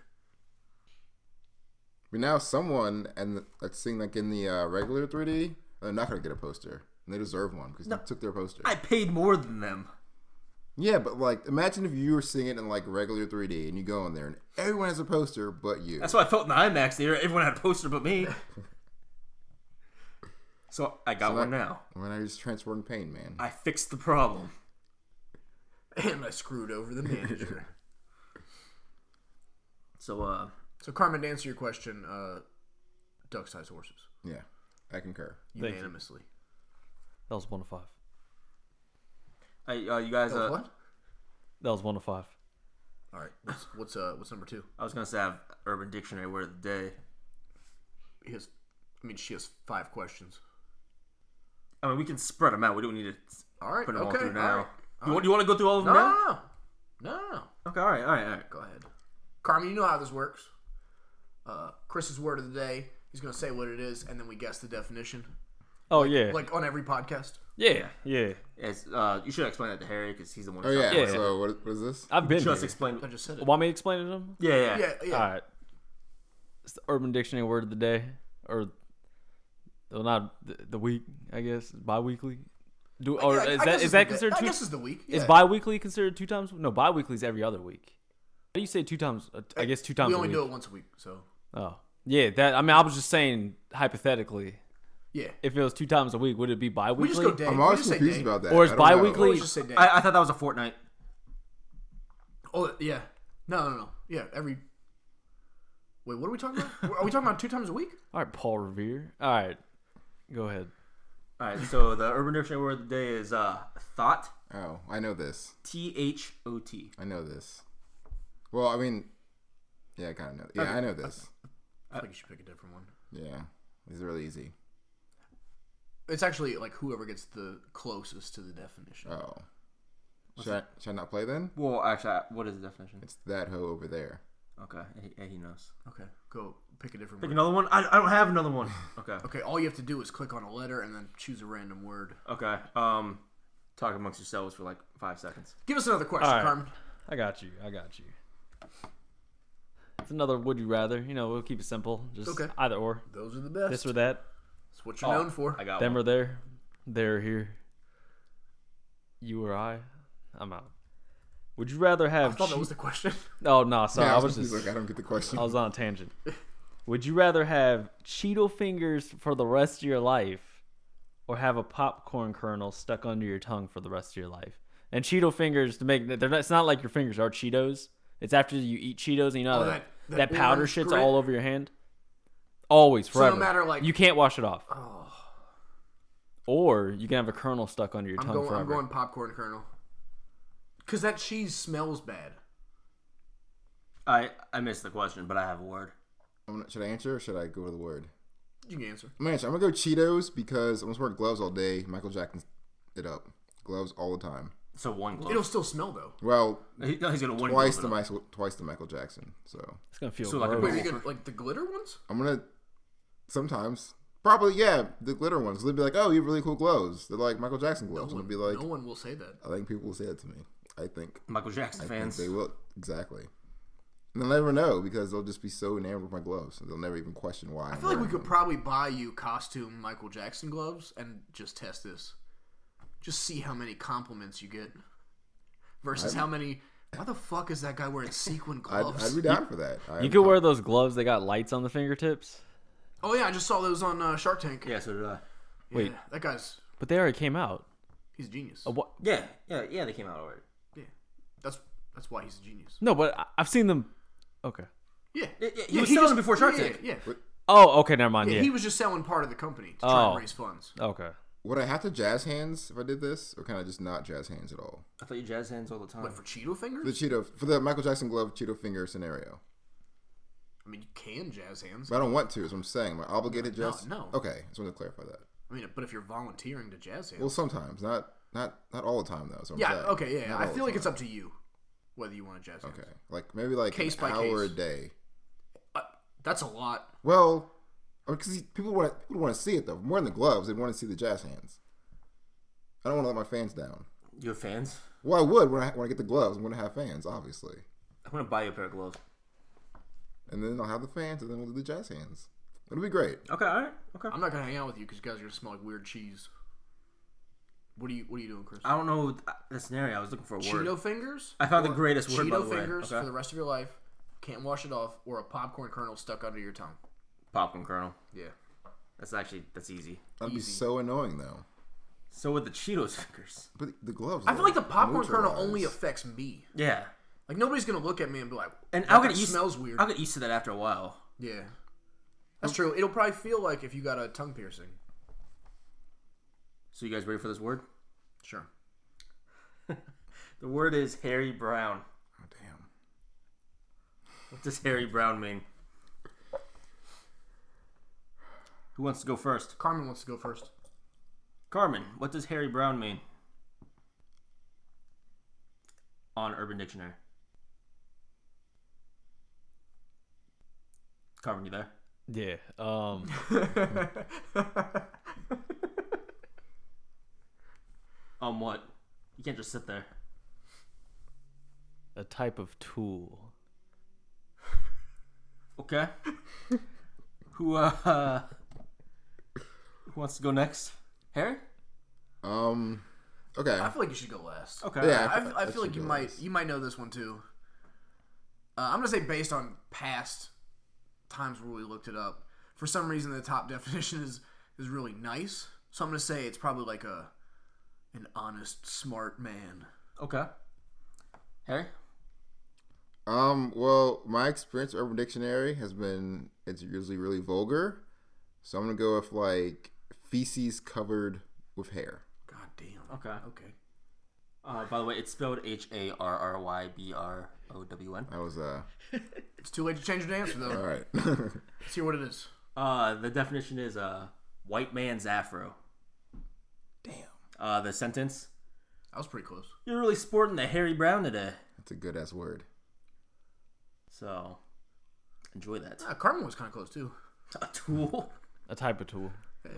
[SPEAKER 5] But now someone and that's seeing like in the uh, regular 3D, they're not gonna get a poster. And they deserve one because they took their poster.
[SPEAKER 4] I paid more than them.
[SPEAKER 5] yeah, but like imagine if you were seeing it in like regular 3D and you go in there and everyone has a poster but you.
[SPEAKER 4] That's what I felt in the IMAX theater. Everyone had a poster but me. so I got one now.
[SPEAKER 5] when I just transferring pain, man.
[SPEAKER 4] I fixed the problem.
[SPEAKER 3] And I screwed over the manager.
[SPEAKER 4] So uh,
[SPEAKER 3] so, Carmen, to answer your question, uh, duck size horses.
[SPEAKER 5] yeah, I concur.
[SPEAKER 2] Thank you.
[SPEAKER 3] Unanimously.
[SPEAKER 2] That was one of five.
[SPEAKER 4] I, uh you guys,
[SPEAKER 3] Oh,
[SPEAKER 4] uh,
[SPEAKER 3] what?
[SPEAKER 2] That was one of five.
[SPEAKER 3] All right. What's, what's uh what's number two?
[SPEAKER 4] I was gonna say I have Urban Dictionary word of the day.
[SPEAKER 3] He has, I mean, she has five questions.
[SPEAKER 4] I mean, we can spread them out. We don't need to
[SPEAKER 3] All right.
[SPEAKER 4] put them
[SPEAKER 3] okay.
[SPEAKER 4] all through
[SPEAKER 3] all
[SPEAKER 4] now.
[SPEAKER 3] right.
[SPEAKER 4] you, want, you want to go through all of
[SPEAKER 3] No,
[SPEAKER 4] them
[SPEAKER 3] no,
[SPEAKER 4] now?
[SPEAKER 3] no, no, no, no.
[SPEAKER 4] Okay, all right, all right, all right.
[SPEAKER 3] Go ahead, Carmen. You know how this works. Uh, Chris's word of the day. He's gonna say what it is, and then we guess the definition.
[SPEAKER 2] Oh yeah,
[SPEAKER 3] Like on every podcast.
[SPEAKER 2] yeah, yeah.
[SPEAKER 4] It's, uh, you should explain that to Harry because he's the one.
[SPEAKER 5] Oh
[SPEAKER 4] who
[SPEAKER 5] yeah.
[SPEAKER 4] stopped.
[SPEAKER 2] Yeah.
[SPEAKER 5] So what, what is this?
[SPEAKER 2] I've been.
[SPEAKER 4] just
[SPEAKER 2] here.
[SPEAKER 4] explain.
[SPEAKER 3] I just said it.
[SPEAKER 2] Want me to explain it to them?
[SPEAKER 4] Yeah, yeah.
[SPEAKER 3] Yeah, yeah.
[SPEAKER 2] All right. It's the Urban Dictionary word of the day, or well, not the, the week, I guess, bi-weekly. Do or
[SPEAKER 3] Yeah, I-
[SPEAKER 2] is
[SPEAKER 3] I guess
[SPEAKER 2] that
[SPEAKER 3] it's
[SPEAKER 2] is
[SPEAKER 3] the
[SPEAKER 2] that
[SPEAKER 3] day.
[SPEAKER 2] considered
[SPEAKER 3] I
[SPEAKER 2] two?
[SPEAKER 3] guess it's the week.
[SPEAKER 2] Is
[SPEAKER 3] yeah.
[SPEAKER 2] bi-weekly considered two times? No, bi-weekly is every other week. How do you say two times? uh, I guess two times
[SPEAKER 3] we
[SPEAKER 2] a
[SPEAKER 3] only
[SPEAKER 2] week.
[SPEAKER 3] do it once a week, so
[SPEAKER 2] Oh, yeah. That I mean, I was just saying hypothetically,
[SPEAKER 3] yeah.
[SPEAKER 2] if it was two times a week, would it be bi-weekly?
[SPEAKER 3] We just go day.
[SPEAKER 5] I'm
[SPEAKER 3] we
[SPEAKER 5] always
[SPEAKER 3] just say
[SPEAKER 5] confused
[SPEAKER 3] day.
[SPEAKER 5] about that.
[SPEAKER 2] Or is
[SPEAKER 5] I don't know.
[SPEAKER 2] bi-weekly-
[SPEAKER 3] We always just say day.
[SPEAKER 4] I, I thought that was a fortnight.
[SPEAKER 3] oh yeah. No, no, no. Yeah, every. Wait, what are we talking about? Are we talking about two times a week?
[SPEAKER 2] All right, Paul Revere. All right, go ahead.
[SPEAKER 4] All right, so the Urban Dictionary word of the day is uh, thought.
[SPEAKER 5] Oh, I know this.
[SPEAKER 4] T H O T.
[SPEAKER 5] I know this. Well, I mean, yeah, I kind of know. Yeah, I know this.
[SPEAKER 3] I think you should pick a different one.
[SPEAKER 5] Yeah, this is really easy.
[SPEAKER 3] It's actually like whoever gets the closest to the definition.
[SPEAKER 5] Oh, should I, should I not play then?
[SPEAKER 4] Well, actually, I- what is the definition?
[SPEAKER 5] It's that hoe over there.
[SPEAKER 4] Okay, he, yeah, he knows.
[SPEAKER 3] Okay, go pick a different
[SPEAKER 4] Pick
[SPEAKER 3] word.
[SPEAKER 4] another one. I, I don't have another one. Okay.
[SPEAKER 3] Okay, all you have to do is click on a letter and then choose a random word.
[SPEAKER 4] Okay. Um, talk amongst yourselves for like five seconds.
[SPEAKER 3] Give us another question,
[SPEAKER 2] All right.
[SPEAKER 3] Carmen.
[SPEAKER 2] I got you. I got you. It's another would you rather. You know, we'll keep it simple. Just
[SPEAKER 3] Okay.
[SPEAKER 2] either or.
[SPEAKER 3] Those are the best.
[SPEAKER 2] This or that.
[SPEAKER 3] That's what you're known for.
[SPEAKER 4] I got
[SPEAKER 2] Them
[SPEAKER 4] one.
[SPEAKER 2] or there. There or here. You or I. I'm out. Would you rather have?
[SPEAKER 3] I thought that
[SPEAKER 2] cheap-
[SPEAKER 3] was the question.
[SPEAKER 2] oh no, sorry.
[SPEAKER 5] Yeah,
[SPEAKER 2] I was just.
[SPEAKER 5] like, I don't get the question.
[SPEAKER 2] I was on a tangent. Would you rather have Cheeto fingers for the rest of your life or have a popcorn kernel stuck under your tongue for the rest of your life? And Cheeto fingers to make they're not, it's not like your fingers are Cheetos. It's after you eat Cheetos and you know
[SPEAKER 3] Oh,
[SPEAKER 2] that, that,
[SPEAKER 3] that- that
[SPEAKER 2] powder
[SPEAKER 3] orange
[SPEAKER 2] shit's
[SPEAKER 3] grit?
[SPEAKER 2] all over your hand. Always,
[SPEAKER 3] no
[SPEAKER 2] forever.
[SPEAKER 3] matter, like- Oh.
[SPEAKER 2] you can't wash it off. Or you can have a kernel stuck under your
[SPEAKER 3] I'm
[SPEAKER 2] tongue
[SPEAKER 3] going.
[SPEAKER 2] forever.
[SPEAKER 3] I'm going popcorn kernel. Cause that cheese smells bad.
[SPEAKER 4] I I missed the question, but I have a word.
[SPEAKER 5] I'm not- should I answer or should I go to the word?
[SPEAKER 3] You can answer.
[SPEAKER 5] I'm gonna answer. I'm gonna go Cheetos because I'm just wearing gloves all day. Michael Jackson it up. Gloves all the time.
[SPEAKER 4] So one glove.
[SPEAKER 3] It'll still smell though.
[SPEAKER 5] Well,
[SPEAKER 4] He- no, he's gonna one
[SPEAKER 5] twice
[SPEAKER 4] glove
[SPEAKER 5] the
[SPEAKER 4] it up.
[SPEAKER 5] Michael, twice the Michael Jackson. So
[SPEAKER 2] It's gonna feel
[SPEAKER 4] So, like, a
[SPEAKER 2] gross.
[SPEAKER 3] Wait, are you gonna like the glitter ones?
[SPEAKER 5] I'm gonna sometimes probably yeah the glitter ones. They'll be like, oh, you have really cool gloves. They're like Michael Jackson gloves. and I'll be like,
[SPEAKER 3] Oh, no one will say that.
[SPEAKER 5] I think people will say that to me. I think
[SPEAKER 4] Michael Jackson
[SPEAKER 5] I
[SPEAKER 4] fans.
[SPEAKER 5] think they will exactly. And they'll never know because they'll just be so enamored with my gloves, and they'll never even question why.
[SPEAKER 3] I feel like we could probably buy you costume Michael Jackson gloves and just test this. Just see how many compliments you get versus how many. Why the fuck is that guy wearing sequin
[SPEAKER 5] I'd,
[SPEAKER 3] gloves?
[SPEAKER 5] I'd be down for that. I,
[SPEAKER 2] you could wear those gloves that got lights on the fingertips.
[SPEAKER 3] Oh yeah, I just saw those on uh, Shark Tank.
[SPEAKER 4] Yeah, so did I.
[SPEAKER 3] Yeah,
[SPEAKER 2] wait.
[SPEAKER 3] that guy's
[SPEAKER 2] But they already came out.
[SPEAKER 3] he's a genius.
[SPEAKER 2] What
[SPEAKER 4] Yeah, yeah, yeah. They came out already.
[SPEAKER 3] Yeah, that's that's why he's a genius.
[SPEAKER 2] No, but I- I've seen them. Okay.
[SPEAKER 3] Yeah,
[SPEAKER 4] Yeah, yeah, he was selling them before Shark
[SPEAKER 3] yeah,
[SPEAKER 4] Tank.
[SPEAKER 3] Yeah, yeah.
[SPEAKER 2] Oh, okay, never mind.
[SPEAKER 3] Yeah,
[SPEAKER 2] Yeah.
[SPEAKER 3] he was just selling part of the company to try
[SPEAKER 2] Oh.
[SPEAKER 3] and raise funds.
[SPEAKER 2] okay.
[SPEAKER 5] Would I have to jazz hands if I did this, or can I just not jazz hands at all?
[SPEAKER 4] I thought you jazz hands all the time.
[SPEAKER 3] But for Cheeto fingers,
[SPEAKER 5] The Cheeto for the Michael Jackson glove Cheeto finger scenario.
[SPEAKER 3] I mean, you can jazz hands.
[SPEAKER 5] But I don't want to. Is what I'm saying. Am I obligated?
[SPEAKER 3] No,
[SPEAKER 5] Just
[SPEAKER 3] no.
[SPEAKER 5] Okay, I just want to clarify that.
[SPEAKER 3] I mean, but if you're volunteering to jazz hands,
[SPEAKER 5] Well, sometimes, not not not all the time though. is what I'm
[SPEAKER 3] yeah,
[SPEAKER 5] saying.
[SPEAKER 3] okay, yeah.
[SPEAKER 5] Not
[SPEAKER 3] I
[SPEAKER 5] all
[SPEAKER 3] feel
[SPEAKER 5] the
[SPEAKER 3] like it's
[SPEAKER 5] time.
[SPEAKER 3] up to you whether you want to jazz hands.
[SPEAKER 5] Okay, like maybe like
[SPEAKER 3] Case
[SPEAKER 5] an
[SPEAKER 3] by
[SPEAKER 5] hour
[SPEAKER 3] case.
[SPEAKER 5] a day.
[SPEAKER 3] Uh, that's a lot.
[SPEAKER 5] Well, because people want people want to see it though. More than the gloves, they want to see the jazz hands. I don't want to let my fans down.
[SPEAKER 4] you have fans?
[SPEAKER 5] Well, I would when I when I get the gloves. I'm going to have fans, obviously,
[SPEAKER 4] I'm gonna buy you a pair of gloves.
[SPEAKER 5] and then I'll have the fans, and then we'll do the jazz hands. It'll be great.
[SPEAKER 4] Okay, all right, okay.
[SPEAKER 3] I'm not gonna hang out with you because you guys are gonna smell like weird cheese. What are you What are you doing, Chris?
[SPEAKER 4] I don't know th- uh, the scenario. I was looking for a word.
[SPEAKER 3] Cheeto fingers.
[SPEAKER 4] I found the
[SPEAKER 3] Or
[SPEAKER 4] greatest word,
[SPEAKER 3] Cheeto
[SPEAKER 4] by the way.
[SPEAKER 3] fingers
[SPEAKER 4] Okay.
[SPEAKER 3] for the rest of your life. Can't wash it off, or a popcorn kernel stuck under your tongue.
[SPEAKER 4] Popcorn kernel.
[SPEAKER 3] Yeah.
[SPEAKER 4] That's actually that's easy.
[SPEAKER 5] That'd be
[SPEAKER 3] Easy.
[SPEAKER 5] so annoying though.
[SPEAKER 4] So with the Cheetos fingers.
[SPEAKER 5] But the gloves.
[SPEAKER 3] I feel like the popcorn kernel
[SPEAKER 5] neutralize.
[SPEAKER 3] only affects me.
[SPEAKER 4] Yeah,
[SPEAKER 3] Like nobody's gonna look at me and be like,
[SPEAKER 4] and
[SPEAKER 3] "That
[SPEAKER 4] I'll get
[SPEAKER 3] guy
[SPEAKER 4] used.
[SPEAKER 3] Smells weird."
[SPEAKER 4] I'll get used to that after a while.
[SPEAKER 3] yeah, that's true. It'll probably feel like if you got a tongue piercing.
[SPEAKER 4] So you guys ready for this word?
[SPEAKER 3] Sure.
[SPEAKER 4] The word is Harry Brown.
[SPEAKER 5] Oh, damn.
[SPEAKER 4] What does Harry Brown mean? Who wants to go first?
[SPEAKER 3] Carmen wants to go first.
[SPEAKER 4] Carmen, what does Harry Brown mean? On Urban Dictionary. Carmen, you there?
[SPEAKER 2] Yeah. Um.
[SPEAKER 4] On Um, what? You can't just sit there.
[SPEAKER 2] a type of tool.
[SPEAKER 4] Okay. who uh who wants to go next? Harry?
[SPEAKER 5] Um. Okay.
[SPEAKER 3] I feel like you should go last.
[SPEAKER 4] Okay.
[SPEAKER 5] yeah.
[SPEAKER 3] I, I feel
[SPEAKER 5] should
[SPEAKER 3] like you
[SPEAKER 5] go
[SPEAKER 3] might
[SPEAKER 5] last.
[SPEAKER 3] you might know this one too. Uh, I'm gonna say based on past times where we looked it up. For some reason, the top definition is is really nice. So I'm gonna say it's probably like a an honest, smart man.
[SPEAKER 4] Okay. Harry?
[SPEAKER 5] Um, well, my experience with Urban Dictionary has been it's usually really vulgar. So I'm gonna go with like feces covered with hair.
[SPEAKER 3] God damn.
[SPEAKER 4] Okay.
[SPEAKER 3] Okay.
[SPEAKER 4] Uh, by the way, it's spelled H A R R Y B R O W N.
[SPEAKER 5] I was uh
[SPEAKER 3] It's too late to change your answer though.
[SPEAKER 5] all right.
[SPEAKER 3] Let's hear what it is.
[SPEAKER 4] Uh, the definition is uh, white man's afro.
[SPEAKER 5] Damn.
[SPEAKER 4] Uh, the sentence:
[SPEAKER 3] I was pretty close.
[SPEAKER 4] You're really sporting the Harry Brown today.
[SPEAKER 5] That's a good ass word.
[SPEAKER 4] So, enjoy that.
[SPEAKER 3] Uh, Carmen was kind of close too.
[SPEAKER 4] A tool.
[SPEAKER 2] A type of tool.
[SPEAKER 3] Eh.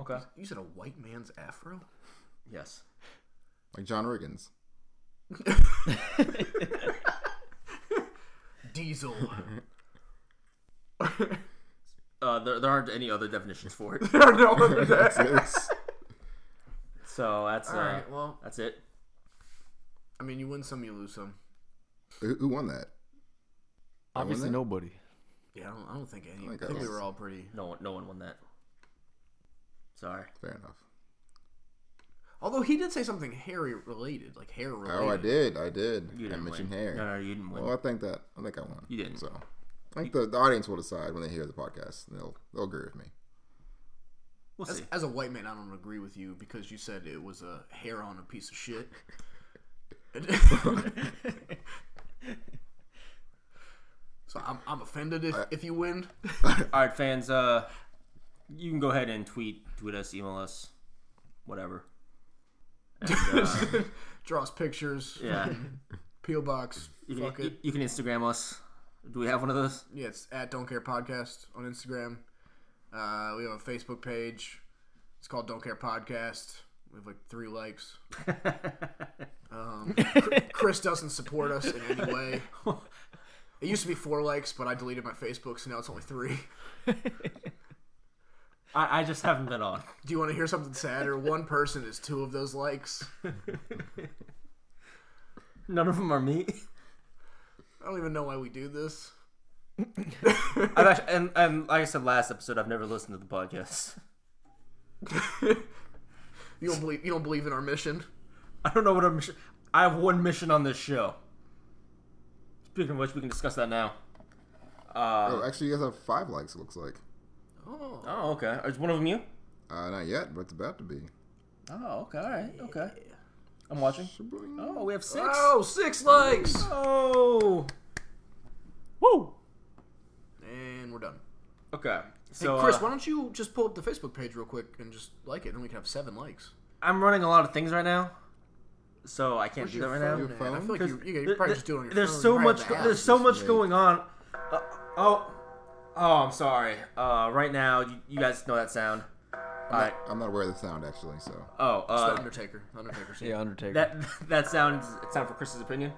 [SPEAKER 4] Okay.
[SPEAKER 3] You said a white man's afro.
[SPEAKER 4] Yes.
[SPEAKER 5] Like John Riggins.
[SPEAKER 3] Diesel.
[SPEAKER 4] Uh, there, there aren't any other definitions for it.
[SPEAKER 3] there are no other
[SPEAKER 5] That's
[SPEAKER 3] days.
[SPEAKER 5] it.
[SPEAKER 4] So that's uh,
[SPEAKER 3] All right. Well,
[SPEAKER 4] that's it.
[SPEAKER 3] I mean, you win some, you lose some.
[SPEAKER 5] Who who won that?
[SPEAKER 2] Obviously,
[SPEAKER 5] that?
[SPEAKER 2] nobody.
[SPEAKER 3] Yeah, I don't, I don't think any. I
[SPEAKER 5] think
[SPEAKER 3] think,
[SPEAKER 5] I
[SPEAKER 3] we
[SPEAKER 5] was-
[SPEAKER 3] were all pretty.
[SPEAKER 4] No one, no one won that. Sorry.
[SPEAKER 5] Fair enough.
[SPEAKER 3] Although he did say something hairy related, like hair related.
[SPEAKER 5] Oh, I did. I did.
[SPEAKER 4] You
[SPEAKER 5] I
[SPEAKER 4] didn't
[SPEAKER 5] mentioned
[SPEAKER 4] win.
[SPEAKER 5] hair.
[SPEAKER 4] No, no, you didn't win.
[SPEAKER 5] Well, I think that I think I won.
[SPEAKER 4] You didn't.
[SPEAKER 5] So I think the, the audience will decide when they hear the podcast. They'll they'll agree with me.
[SPEAKER 4] We'll
[SPEAKER 3] As,
[SPEAKER 4] see.
[SPEAKER 3] as a white man, I don't agree with you because you said it was a hair on a piece of shit. so I'm, I'm offended if, if you win.
[SPEAKER 4] All right, fans. Uh, you can go ahead and tweet, tweet us, email us, whatever. And, uh,
[SPEAKER 3] Draw us pictures.
[SPEAKER 4] yeah,
[SPEAKER 3] Peel box.
[SPEAKER 4] you
[SPEAKER 3] fuck
[SPEAKER 4] can,
[SPEAKER 3] it.
[SPEAKER 4] you, you can Instagram us. Do we have one of those?
[SPEAKER 3] Yeah, it's at Don't Care Podcast on Instagram. Uh, we have a Facebook page. It's called Don't Care Podcast. We have like three likes. um, Chr- Chris doesn't support us in any way. It used to be four likes, but I deleted my Facebook, so now it's only three.
[SPEAKER 4] I, I just haven't been on.
[SPEAKER 3] Do you want to hear something sadder? One person is two of those likes.
[SPEAKER 4] None of them are me.
[SPEAKER 3] I don't even know why we do this.
[SPEAKER 4] I've actually, and, and like I said last episode, I've never listened to the podcast.
[SPEAKER 3] You don't believe you don't believe in our mission.
[SPEAKER 4] I don't know what our mission. I have one mission on this show. Speaking of which, we can discuss that now. Uh,
[SPEAKER 5] Oh, actually, you guys have five likes. It looks like.
[SPEAKER 3] Oh,
[SPEAKER 4] oh, okay. Is one of them you?
[SPEAKER 5] Uh, not yet, but it's about to be.
[SPEAKER 4] Oh, okay. All right. Okay. I'm watching. Oh, we have six.
[SPEAKER 3] oh six likes,
[SPEAKER 4] Oh.
[SPEAKER 2] Woo!
[SPEAKER 3] and we're done.
[SPEAKER 4] Okay. So
[SPEAKER 3] hey, Chris,
[SPEAKER 4] uh,
[SPEAKER 3] why don't you just pull up the Facebook page real quick and just like it, and we can have seven likes.
[SPEAKER 4] I'm running a lot of things right now, so I can't
[SPEAKER 3] Where's
[SPEAKER 4] do that
[SPEAKER 3] your
[SPEAKER 4] right
[SPEAKER 3] phone
[SPEAKER 4] now.
[SPEAKER 3] at? I feel like
[SPEAKER 4] 'Cause
[SPEAKER 3] you, you,
[SPEAKER 4] there-
[SPEAKER 3] you probably
[SPEAKER 4] there-
[SPEAKER 3] just do it on your
[SPEAKER 4] there's
[SPEAKER 3] phone.
[SPEAKER 4] so
[SPEAKER 3] You're
[SPEAKER 4] much.
[SPEAKER 3] probably
[SPEAKER 4] go-
[SPEAKER 3] bad.
[SPEAKER 4] There's so
[SPEAKER 5] just
[SPEAKER 4] much
[SPEAKER 5] made.
[SPEAKER 4] going on. Uh, oh. Oh, I'm sorry. Uh, right now, you, you guys know that sound. All right.
[SPEAKER 5] I'm not aware of the sound actually, so
[SPEAKER 4] Oh,
[SPEAKER 3] It's the
[SPEAKER 4] uh,
[SPEAKER 3] Undertaker. Undertaker. scene.
[SPEAKER 2] Yeah, Undertaker.
[SPEAKER 4] that that sounds. It's time for Chris's opinion.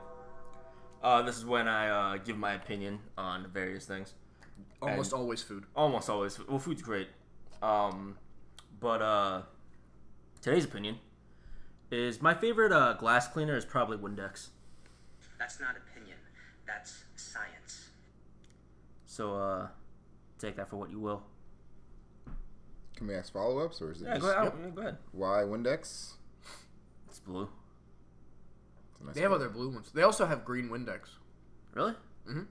[SPEAKER 4] Uh, this is when I uh, give my opinion on various things.
[SPEAKER 3] Almost always food.
[SPEAKER 4] almost always. Well, food's great. Um, but uh, today's opinion is my favorite uh, glass cleaner is probably Windex.
[SPEAKER 6] That's not opinion. That's science.
[SPEAKER 4] So uh, take that for what you will.
[SPEAKER 5] can we ask follow ups or is it
[SPEAKER 4] Yeah,
[SPEAKER 5] just
[SPEAKER 4] go, out, yeah, go ahead.
[SPEAKER 5] why Windex?
[SPEAKER 4] It's blue.
[SPEAKER 5] It's a nice
[SPEAKER 3] They have
[SPEAKER 5] one.
[SPEAKER 3] other blue ones. They also have green Windex,
[SPEAKER 4] Really?
[SPEAKER 3] Mhm.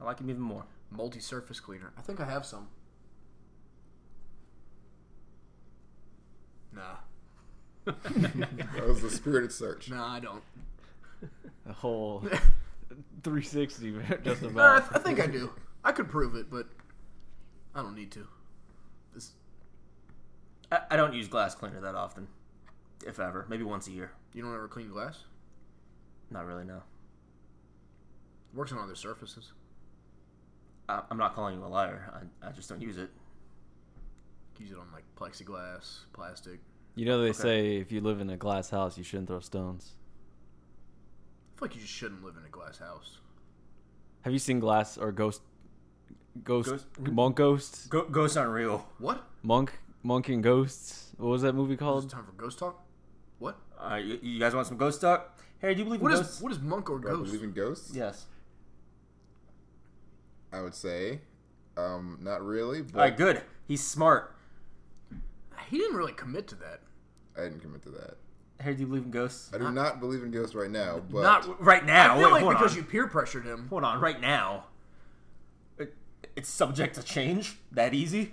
[SPEAKER 4] I like him even more.
[SPEAKER 3] multi-surface cleaner. I think I have some. Nah,
[SPEAKER 5] That was the spirited search.
[SPEAKER 3] nah, I don't.
[SPEAKER 2] A whole 360, just
[SPEAKER 3] Nah, I,
[SPEAKER 4] Uh,
[SPEAKER 2] about.
[SPEAKER 3] th- I think I do. I could prove it, but I don't need to. This,
[SPEAKER 4] I, I don't use glass cleaner that often, if ever. Maybe once a year.
[SPEAKER 3] you don't ever clean glass.
[SPEAKER 4] Not really. No.
[SPEAKER 3] Works on other surfaces.
[SPEAKER 4] I, I'm not calling you a liar. I, I just don't use it.
[SPEAKER 3] Use it on like plexiglass, plastic.
[SPEAKER 2] You know they say if you live in a glass house, you shouldn't throw stones.
[SPEAKER 3] I feel like you just shouldn't live in a glass house.
[SPEAKER 2] Have you seen glass or ghost, ghost,
[SPEAKER 4] Ghost-
[SPEAKER 2] monk ghosts,
[SPEAKER 4] Go, ghosts aren't real.
[SPEAKER 3] What?
[SPEAKER 2] monk, monk and ghosts? What was that movie
[SPEAKER 3] Is it
[SPEAKER 2] called?
[SPEAKER 3] time for ghost talk? What?
[SPEAKER 4] Uh, you, you guys want some ghost talk? Harry, do you believe in
[SPEAKER 3] What
[SPEAKER 4] ghosts?
[SPEAKER 3] is what is monk or
[SPEAKER 5] Do I
[SPEAKER 3] ghost?
[SPEAKER 5] believe in ghosts?
[SPEAKER 4] Yes.
[SPEAKER 5] I would say, um, not really, but
[SPEAKER 4] All right, good. He's smart.
[SPEAKER 3] He didn't really commit to that.
[SPEAKER 5] I didn't commit to that.
[SPEAKER 4] Harry, do you believe in ghosts?
[SPEAKER 5] I do not believe in ghosts right now, but
[SPEAKER 3] Not.
[SPEAKER 4] Right now.
[SPEAKER 3] I feel
[SPEAKER 4] Oh, wait,
[SPEAKER 3] like
[SPEAKER 4] hold
[SPEAKER 3] because
[SPEAKER 4] on.
[SPEAKER 3] you peer pressured him.
[SPEAKER 4] Hold on. Right now. It, it's subject to change. That easy?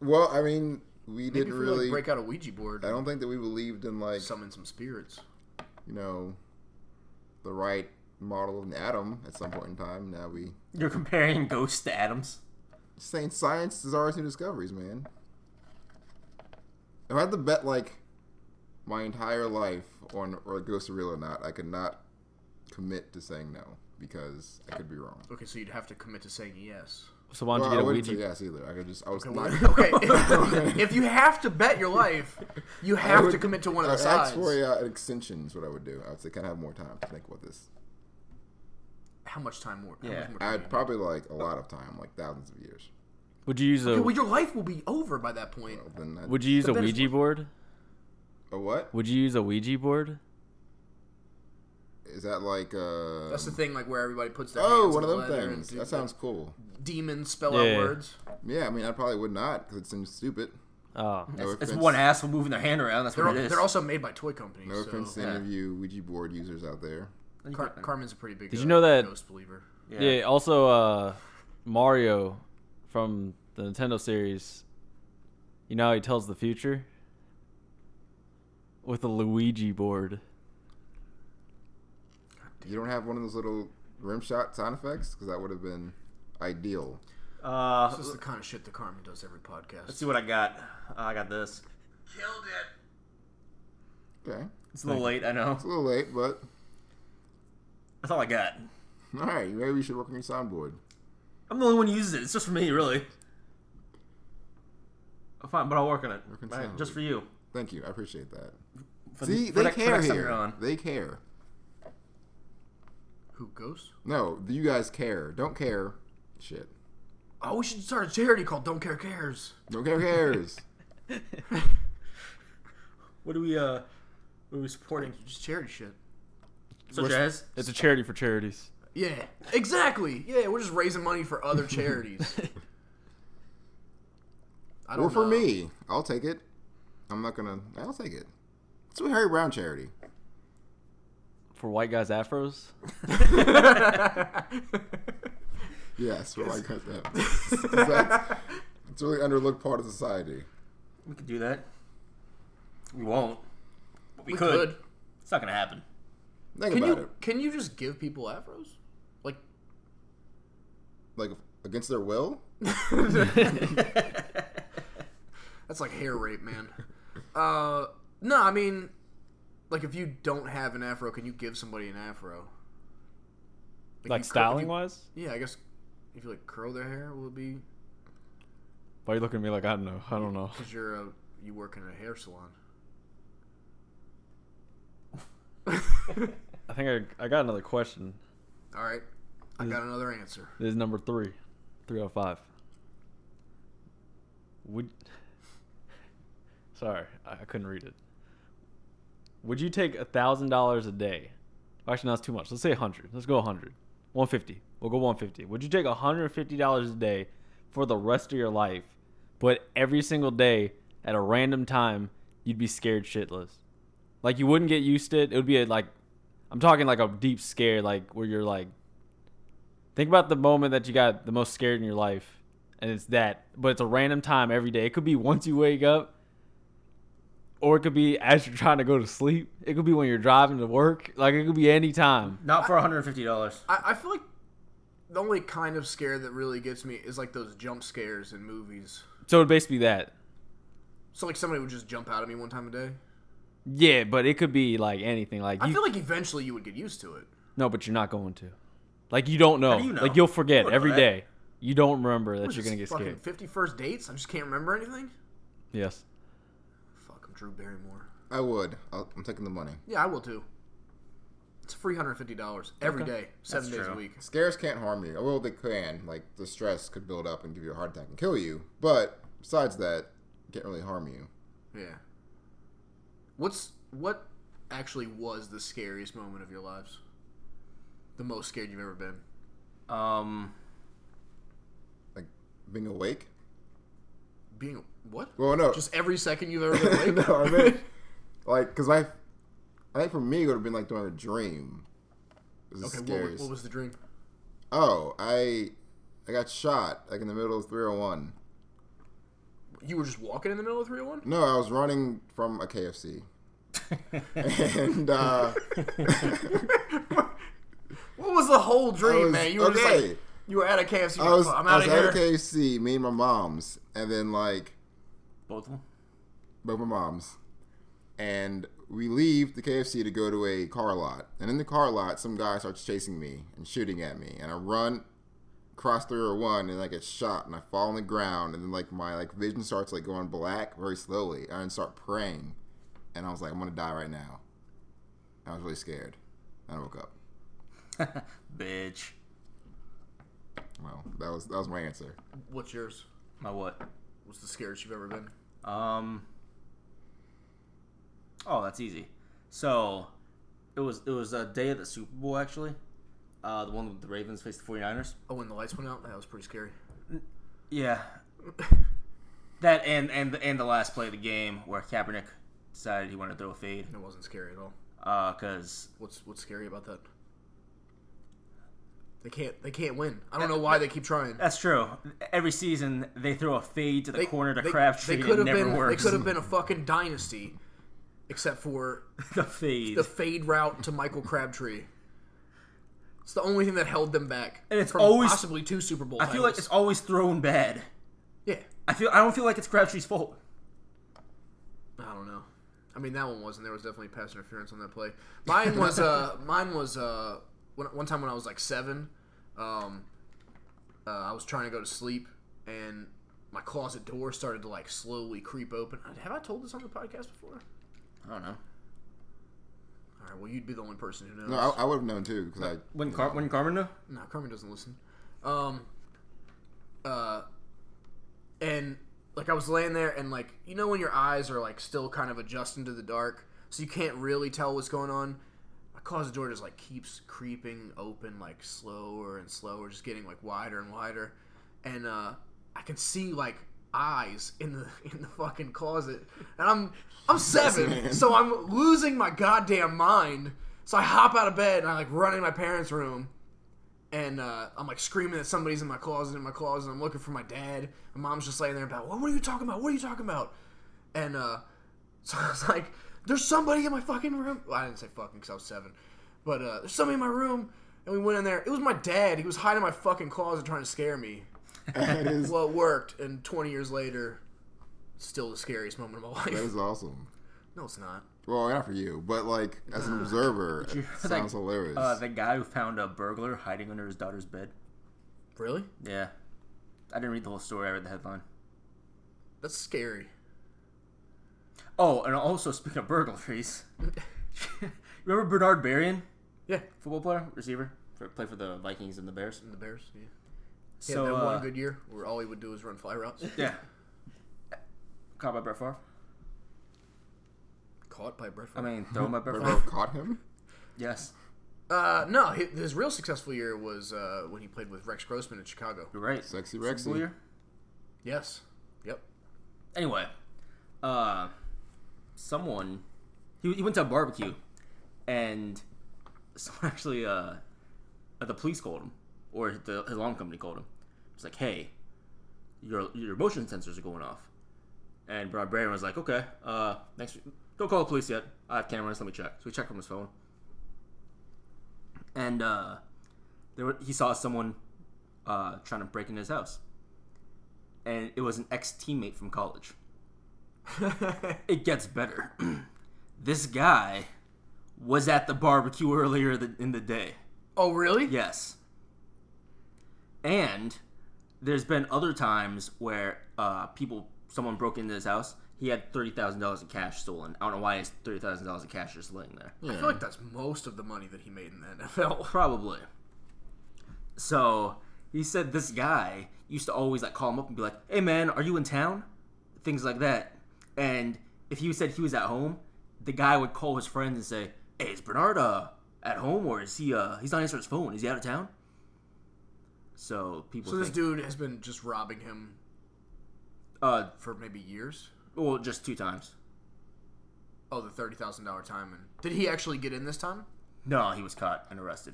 [SPEAKER 5] well, I mean, we
[SPEAKER 3] Maybe
[SPEAKER 5] didn't
[SPEAKER 3] if we, like,
[SPEAKER 5] really.
[SPEAKER 3] break out a Ouija board,
[SPEAKER 5] I don't think that we believed in like
[SPEAKER 3] summon some spirits.
[SPEAKER 5] you know the right model of an atom at some point in time. Now we
[SPEAKER 4] You're comparing ghosts to atoms.
[SPEAKER 5] saying science is our new discoveries, man. If I had to bet like my entire life on or ghosts are real or not, I could not commit to saying no because I could be wrong.
[SPEAKER 3] Okay, so you'd have to commit to saying yes.
[SPEAKER 2] So why don't
[SPEAKER 5] Well,
[SPEAKER 2] you
[SPEAKER 5] I
[SPEAKER 2] get a
[SPEAKER 5] wouldn't
[SPEAKER 2] Ouija?
[SPEAKER 5] say yes either. I could just I was
[SPEAKER 3] Well,
[SPEAKER 5] not-
[SPEAKER 3] okay, if, if you have to bet your life, you
[SPEAKER 5] I
[SPEAKER 3] have to
[SPEAKER 5] would-
[SPEAKER 3] commit to one of
[SPEAKER 5] I
[SPEAKER 3] the
[SPEAKER 5] would
[SPEAKER 3] sides.
[SPEAKER 5] Ask for a, uh, an extension is what I would do. I would say, can I have more time to think about this?
[SPEAKER 3] How much time more? How
[SPEAKER 4] Yeah.
[SPEAKER 3] much more time
[SPEAKER 5] I'd probably like a lot of time, like thousands of years.
[SPEAKER 2] Would you use a
[SPEAKER 3] you- well, your life will be over by that point.
[SPEAKER 5] Well, then I'd-
[SPEAKER 2] Would you use a
[SPEAKER 3] But there's-
[SPEAKER 2] Ouija board?
[SPEAKER 5] a what?
[SPEAKER 2] Would you use a Ouija board?
[SPEAKER 5] Is that like uh?
[SPEAKER 3] That's the thing, like where everybody puts their
[SPEAKER 5] Oh,
[SPEAKER 3] hands
[SPEAKER 5] one
[SPEAKER 3] on
[SPEAKER 5] of
[SPEAKER 3] the
[SPEAKER 5] them
[SPEAKER 3] leather and
[SPEAKER 5] things.
[SPEAKER 3] do-
[SPEAKER 5] That sounds cool.
[SPEAKER 3] demons spell
[SPEAKER 2] Yeah.
[SPEAKER 3] out words.
[SPEAKER 5] Yeah, I mean, I probably would not because it seems stupid.
[SPEAKER 2] Oh,
[SPEAKER 5] No
[SPEAKER 4] It's
[SPEAKER 5] offense-
[SPEAKER 4] one asshole moving their hand around. That's
[SPEAKER 3] They're,
[SPEAKER 4] what it is.
[SPEAKER 3] they're also made by toy companies.
[SPEAKER 5] No offense
[SPEAKER 3] so
[SPEAKER 5] to any
[SPEAKER 4] yeah.
[SPEAKER 5] of you Ouija board users out there.
[SPEAKER 3] Car- Carmen's a pretty big.
[SPEAKER 2] Did you
[SPEAKER 3] uh,
[SPEAKER 2] know that-
[SPEAKER 3] ghost believer?
[SPEAKER 2] yeah. Also, uh, Mario from the Nintendo series. You know how he tells the future with a Luigi board.
[SPEAKER 5] You don't have one of those little rim shot sound effects because that would have been ideal.
[SPEAKER 4] Uh,
[SPEAKER 3] This is the kind of shit that Carmen does every podcast.
[SPEAKER 4] let's see what I got. Uh, I got this.
[SPEAKER 6] Killed it.
[SPEAKER 5] Okay,
[SPEAKER 4] It's a little late, I know.
[SPEAKER 5] it's a little late, but
[SPEAKER 4] That's all I got.
[SPEAKER 5] all right. Maybe we should work on your soundboard.
[SPEAKER 4] I'm the only one who uses it. It's just for me, really. Oh, fine, but I'll work on it.
[SPEAKER 5] Working
[SPEAKER 4] Right,
[SPEAKER 5] sound.
[SPEAKER 4] Just for you.
[SPEAKER 5] Thank you, I appreciate that.
[SPEAKER 4] For
[SPEAKER 5] See,
[SPEAKER 4] for
[SPEAKER 5] they
[SPEAKER 4] next- for
[SPEAKER 5] care
[SPEAKER 4] next time you're
[SPEAKER 5] here.
[SPEAKER 4] on.
[SPEAKER 5] They care.
[SPEAKER 3] Who ghosts?
[SPEAKER 5] No, you guys care. Don't care. Shit.
[SPEAKER 3] Oh, we should start a charity called Don't Care Cares.
[SPEAKER 5] Don't care cares.
[SPEAKER 4] What do we uh? What are we supporting?
[SPEAKER 3] Just charity shit.
[SPEAKER 4] Such as
[SPEAKER 2] It's a charity for charities.
[SPEAKER 3] Yeah, exactly. Yeah, we're just raising money for other charities. I don't
[SPEAKER 5] or for
[SPEAKER 3] know.
[SPEAKER 5] me, I'll take it. I'm not gonna. I'll take it. It's a Harry Brown charity.
[SPEAKER 2] For white guys' afros?
[SPEAKER 5] Yes, for like that. That's- It's a really underlooked part of society.
[SPEAKER 4] we could do that. We won't. But we,
[SPEAKER 3] We
[SPEAKER 4] could.
[SPEAKER 3] could.
[SPEAKER 4] It's not gonna happen.
[SPEAKER 5] Think
[SPEAKER 3] Can
[SPEAKER 5] about
[SPEAKER 3] you
[SPEAKER 5] it.
[SPEAKER 3] can you just give people afros? Like
[SPEAKER 5] Like against their will.
[SPEAKER 3] that's like hair rape, man. Uh, no, I mean, like if you don't have an afro, can you give somebody an afro?
[SPEAKER 2] Like
[SPEAKER 3] you cur-
[SPEAKER 2] styling
[SPEAKER 3] if you-
[SPEAKER 2] wise?
[SPEAKER 3] Yeah, I guess if you like curl their hair, will it be
[SPEAKER 2] Why are you looking at me like I don't know? I don't know.
[SPEAKER 3] because you're a, you work in a hair salon.
[SPEAKER 2] I think I, I got another question.
[SPEAKER 3] All right, I got another answer.
[SPEAKER 2] This is number three, 305. Would. Sorry, I I couldn't read it. Would you take $1,000 a day? Actually, no, that's too much. Let's say 100. Let's go 100. 150. We'll go 150. Would you take $150 a day for the rest of your life, but every single day at a random time, you'd be scared shitless? Like, you wouldn't get used to it. It would be a, like, I'm talking like a deep scare, like where you're like, Think about the moment that you got the most scared in your life, and it's that. But it's a random time every day. It could be once you wake up, or it could be as you're trying to go to sleep. It could be when you're driving to work. Like it could be any time.
[SPEAKER 4] Not for 150 dollars.
[SPEAKER 3] I, I feel like the only kind of scare that really gets me is like those jump scares in movies.
[SPEAKER 2] So it'd basically be that.
[SPEAKER 3] So like somebody would just jump out at me one time a day.
[SPEAKER 2] Yeah, but it could be like anything. Like
[SPEAKER 3] I
[SPEAKER 2] you,
[SPEAKER 3] feel like eventually you would get used to it.
[SPEAKER 2] no, but you're not going to. Like you don't know.
[SPEAKER 4] do you know?
[SPEAKER 2] Like you'll forget
[SPEAKER 4] You don't know
[SPEAKER 2] every
[SPEAKER 4] that.
[SPEAKER 2] day. You don't remember that
[SPEAKER 3] What is
[SPEAKER 2] you're gonna get
[SPEAKER 3] this,
[SPEAKER 2] scared.
[SPEAKER 3] Fucking 51st dates? I just can't remember anything?
[SPEAKER 2] Yes.
[SPEAKER 3] Fuck, I'm Drew Barrymore.
[SPEAKER 5] I would. I'll, I'm taking the money.
[SPEAKER 3] Yeah, I will too. It's $350 every day, seven
[SPEAKER 4] That's
[SPEAKER 3] days a
[SPEAKER 4] true.
[SPEAKER 3] week.
[SPEAKER 5] Scares can't harm you. Well, they can. Like the stress could build up and give you a heart attack and kill you. But besides that, it can't really harm you.
[SPEAKER 3] Yeah. What's what actually was the scariest moment of your lives? The most scared you've ever been?
[SPEAKER 4] Um,
[SPEAKER 5] Like being awake.
[SPEAKER 3] Being what?
[SPEAKER 5] Well, no.
[SPEAKER 3] Just every second you've ever been awake?
[SPEAKER 5] no, I mean, like, cause I, I think for me it would have been like during a dream. It was the
[SPEAKER 3] Okay, what, wa-
[SPEAKER 5] scariest.
[SPEAKER 3] what was the dream?
[SPEAKER 5] Oh, I, I got shot like in the middle of 301.
[SPEAKER 3] You were just walking in the middle of 301?
[SPEAKER 5] No, I was running from a KFC. and uh,
[SPEAKER 3] What was the whole
[SPEAKER 5] I
[SPEAKER 3] dream,
[SPEAKER 5] was-
[SPEAKER 3] man? You were just
[SPEAKER 5] okay.
[SPEAKER 3] like, you were at a KFC.
[SPEAKER 5] I was,
[SPEAKER 3] like, I'm
[SPEAKER 5] I
[SPEAKER 3] out
[SPEAKER 5] was
[SPEAKER 3] of
[SPEAKER 5] at a
[SPEAKER 3] here.
[SPEAKER 5] KFC, me and my mom's, and then like
[SPEAKER 4] both of them.
[SPEAKER 5] both my moms, and we leave the KFC to go to a car lot. And in the car lot, some guy starts chasing me and shooting at me, and I run cross through or one, and I get shot, and I fall on the ground, and then like my like vision starts like going black very slowly, and I start praying, and I was like, I'm gonna die right now. I was really scared. And I woke up.
[SPEAKER 4] Bitch.
[SPEAKER 5] Well, that was that was my answer.
[SPEAKER 3] What's yours?
[SPEAKER 4] My what?
[SPEAKER 3] What's the scariest you've ever been?
[SPEAKER 4] Um. Oh, that's easy. So, it was it was a day of the Super Bowl actually. Uh, the one with the Ravens faced the 49ers.
[SPEAKER 3] Oh, when the lights went out, that was pretty scary.
[SPEAKER 4] Yeah. that and and and the last play of the game where Kaepernick decided he wanted to throw a fade Uh,
[SPEAKER 3] It wasn't scary at all.
[SPEAKER 4] because
[SPEAKER 3] What's what's scary about that? They can't they can't win. I
[SPEAKER 5] Uh,
[SPEAKER 3] don't know why they keep trying.
[SPEAKER 4] that's true. Every season they throw a fade to the
[SPEAKER 3] They,
[SPEAKER 4] corner to
[SPEAKER 3] they-
[SPEAKER 4] Crabtree
[SPEAKER 3] They
[SPEAKER 4] and
[SPEAKER 3] could
[SPEAKER 4] it
[SPEAKER 3] have
[SPEAKER 4] never
[SPEAKER 3] been they
[SPEAKER 4] works.
[SPEAKER 3] could have been a fucking dynasty, except for
[SPEAKER 4] the fade.
[SPEAKER 3] the fade route to Michael Crabtree. It's the only thing that held them back.
[SPEAKER 4] And it's
[SPEAKER 3] from
[SPEAKER 4] always-
[SPEAKER 3] possibly two Super Bowl.
[SPEAKER 4] I feel like it's
[SPEAKER 3] titles.
[SPEAKER 4] always thrown bad.
[SPEAKER 3] yeah.
[SPEAKER 4] I feel I don't feel like it's Crabtree's fault.
[SPEAKER 3] I don't know. I mean that one wasn't. There was definitely pass interference on that play. Mine was uh mine was uh when, one time when I was like seven, um, uh, I was trying to go to sleep and my closet door started to like slowly creep open. Have I told this on the podcast before?
[SPEAKER 4] I don't know.
[SPEAKER 3] All right. Well, you'd be the only person who knows.
[SPEAKER 5] No, I, I would have known too because I
[SPEAKER 4] When Car- when Carmen though?
[SPEAKER 3] No, Carmen doesn't listen. Um, uh, and like I was laying there, and like you know when your eyes are like still kind of adjusting to the dark, so you can't really tell what's going on. My closet door just like keeps creeping open, like slower and slower, just getting like wider and wider, and uh, I can see like eyes in the in the fucking closet, and I'm I'm seven,
[SPEAKER 5] man.
[SPEAKER 3] so I'm losing my goddamn mind. So I hop out of bed and I like run in my parents' room and uh, I'm like screaming that somebody's in my closet, in my closet. I'm looking for my dad. My mom's just laying there about, what, what are you talking about? What are you talking about? And uh, so I was like, there's somebody in my fucking room. Well, I didn't say fucking because I was seven, but uh, there's somebody in my room. And we went in there. It was my dad. He was hiding in my fucking closet trying to scare me.
[SPEAKER 5] that is
[SPEAKER 3] Well, it worked. And 20 years later, still the scariest moment of my
[SPEAKER 5] that
[SPEAKER 3] life.
[SPEAKER 5] is awesome.
[SPEAKER 3] No, it's not.
[SPEAKER 5] Well, not for you, but like as an observer, it
[SPEAKER 4] Like,
[SPEAKER 5] sounds hilarious.
[SPEAKER 4] Uh, the guy who found a burglar hiding under his daughter's bed.
[SPEAKER 3] Really?
[SPEAKER 4] Yeah. I didn't read the whole story. I read the headline.
[SPEAKER 3] That's scary.
[SPEAKER 4] Oh, and also speaking of burglaries, remember Bernard Berrien,
[SPEAKER 3] Yeah.
[SPEAKER 4] football player, receiver, for, play for the Vikings and the Bears.
[SPEAKER 3] And the Bears. Yeah. He
[SPEAKER 4] So
[SPEAKER 3] had that
[SPEAKER 4] uh,
[SPEAKER 3] one good year where all he would do is run fly routes.
[SPEAKER 4] yeah, caught by Brett Favre.
[SPEAKER 3] Caught by Brett.
[SPEAKER 4] I
[SPEAKER 3] Favre.
[SPEAKER 4] mean, thrown by Brett
[SPEAKER 5] Bro
[SPEAKER 4] Favre.
[SPEAKER 5] caught him.
[SPEAKER 4] yes,
[SPEAKER 3] Uh, no, hi- his real successful year was uh, when he played with Rex Grossman in Chicago.
[SPEAKER 4] you're right.
[SPEAKER 5] Sexy
[SPEAKER 4] Super Bowl
[SPEAKER 5] Rexy.
[SPEAKER 4] year.
[SPEAKER 3] Yes. Yep.
[SPEAKER 4] Anyway, uh, someone he, he went to a barbecue, and someone actually uh, the police called him, or the his alarm company called him. It's like, hey, your your motion sensors are going off, and Brad Brandon was like, okay, uh, next don't call the police yet. I have cameras. Let me check. So he checked from his phone, and uh, there were, he saw someone uh, trying to break into his house and it was an ex teammate from college. it gets better. this guy was at the barbecue earlier th- in the day.
[SPEAKER 3] Oh, really? Yeah.
[SPEAKER 4] Yes. And there's been other times where uh, people, someone broke into his house. He had thirty thousand dollars in cash stolen. I don't know why his thirty thousand dollars in cash is laying there.
[SPEAKER 3] I feel like that's most of the money that he made in the NFL.
[SPEAKER 4] Probably. So he said this guy used to always like call him up and be like, "Hey man, are you in town?" Things like that. And if he said he was at home, the guy would call his friends and say, "Hey, is Bernard uh, at home or is he uh he's not answering his phone? Is he out of town?" So people
[SPEAKER 3] So this
[SPEAKER 4] think,
[SPEAKER 3] dude has been just robbing him
[SPEAKER 4] uh
[SPEAKER 3] for maybe years.
[SPEAKER 4] well just two times.
[SPEAKER 3] Oh, the thirty thousand dollar time. And did he actually get in this time?
[SPEAKER 4] No, he was caught and arrested.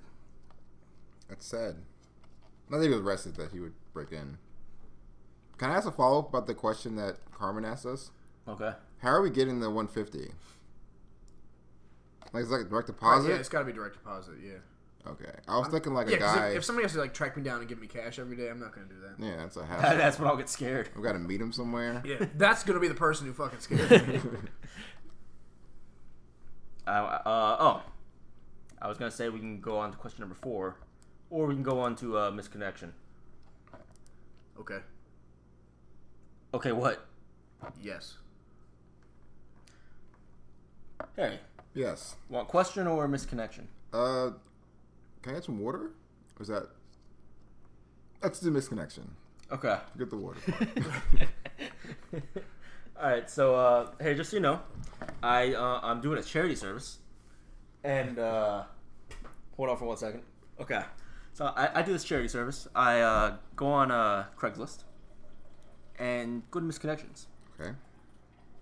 [SPEAKER 5] That's sad. Not that he was arrested, that he would break in. Can I ask a follow up about the question that Carmen asked us?
[SPEAKER 4] Okay.
[SPEAKER 5] How are we getting the 150? Like, it's like direct deposit?
[SPEAKER 3] Yeah, it's got to be direct deposit. Yeah.
[SPEAKER 5] Okay. I was thinking like
[SPEAKER 3] Yeah,
[SPEAKER 5] a
[SPEAKER 3] 'cause
[SPEAKER 5] guy.
[SPEAKER 3] if, if somebody has to like track me down and give me cash every day, I'm not gonna do that.
[SPEAKER 5] yeah, that's a hassle.
[SPEAKER 4] That's when I'll get scared.
[SPEAKER 5] We've got to meet him somewhere.
[SPEAKER 3] Yeah, that's gonna be the person who fucking scares me.
[SPEAKER 4] I, uh, oh, I was gonna say we can go on to question number four, or we can go on to uh, misconnection.
[SPEAKER 3] Okay.
[SPEAKER 4] Okay, what?
[SPEAKER 3] Yes.
[SPEAKER 4] Harry,
[SPEAKER 5] Yes.
[SPEAKER 4] want question or misconnection?
[SPEAKER 5] Uh, can I get some water? Or is that? Let's do misconnection.
[SPEAKER 4] Okay.
[SPEAKER 5] Get the water. part.
[SPEAKER 4] All right, so uh, hey, just so you know, I uh, I'm doing a charity service, and uh, hold on for one second. Okay, so I, I do this charity service. I uh, go on uh, Craigslist and go to misconnections,
[SPEAKER 5] okay.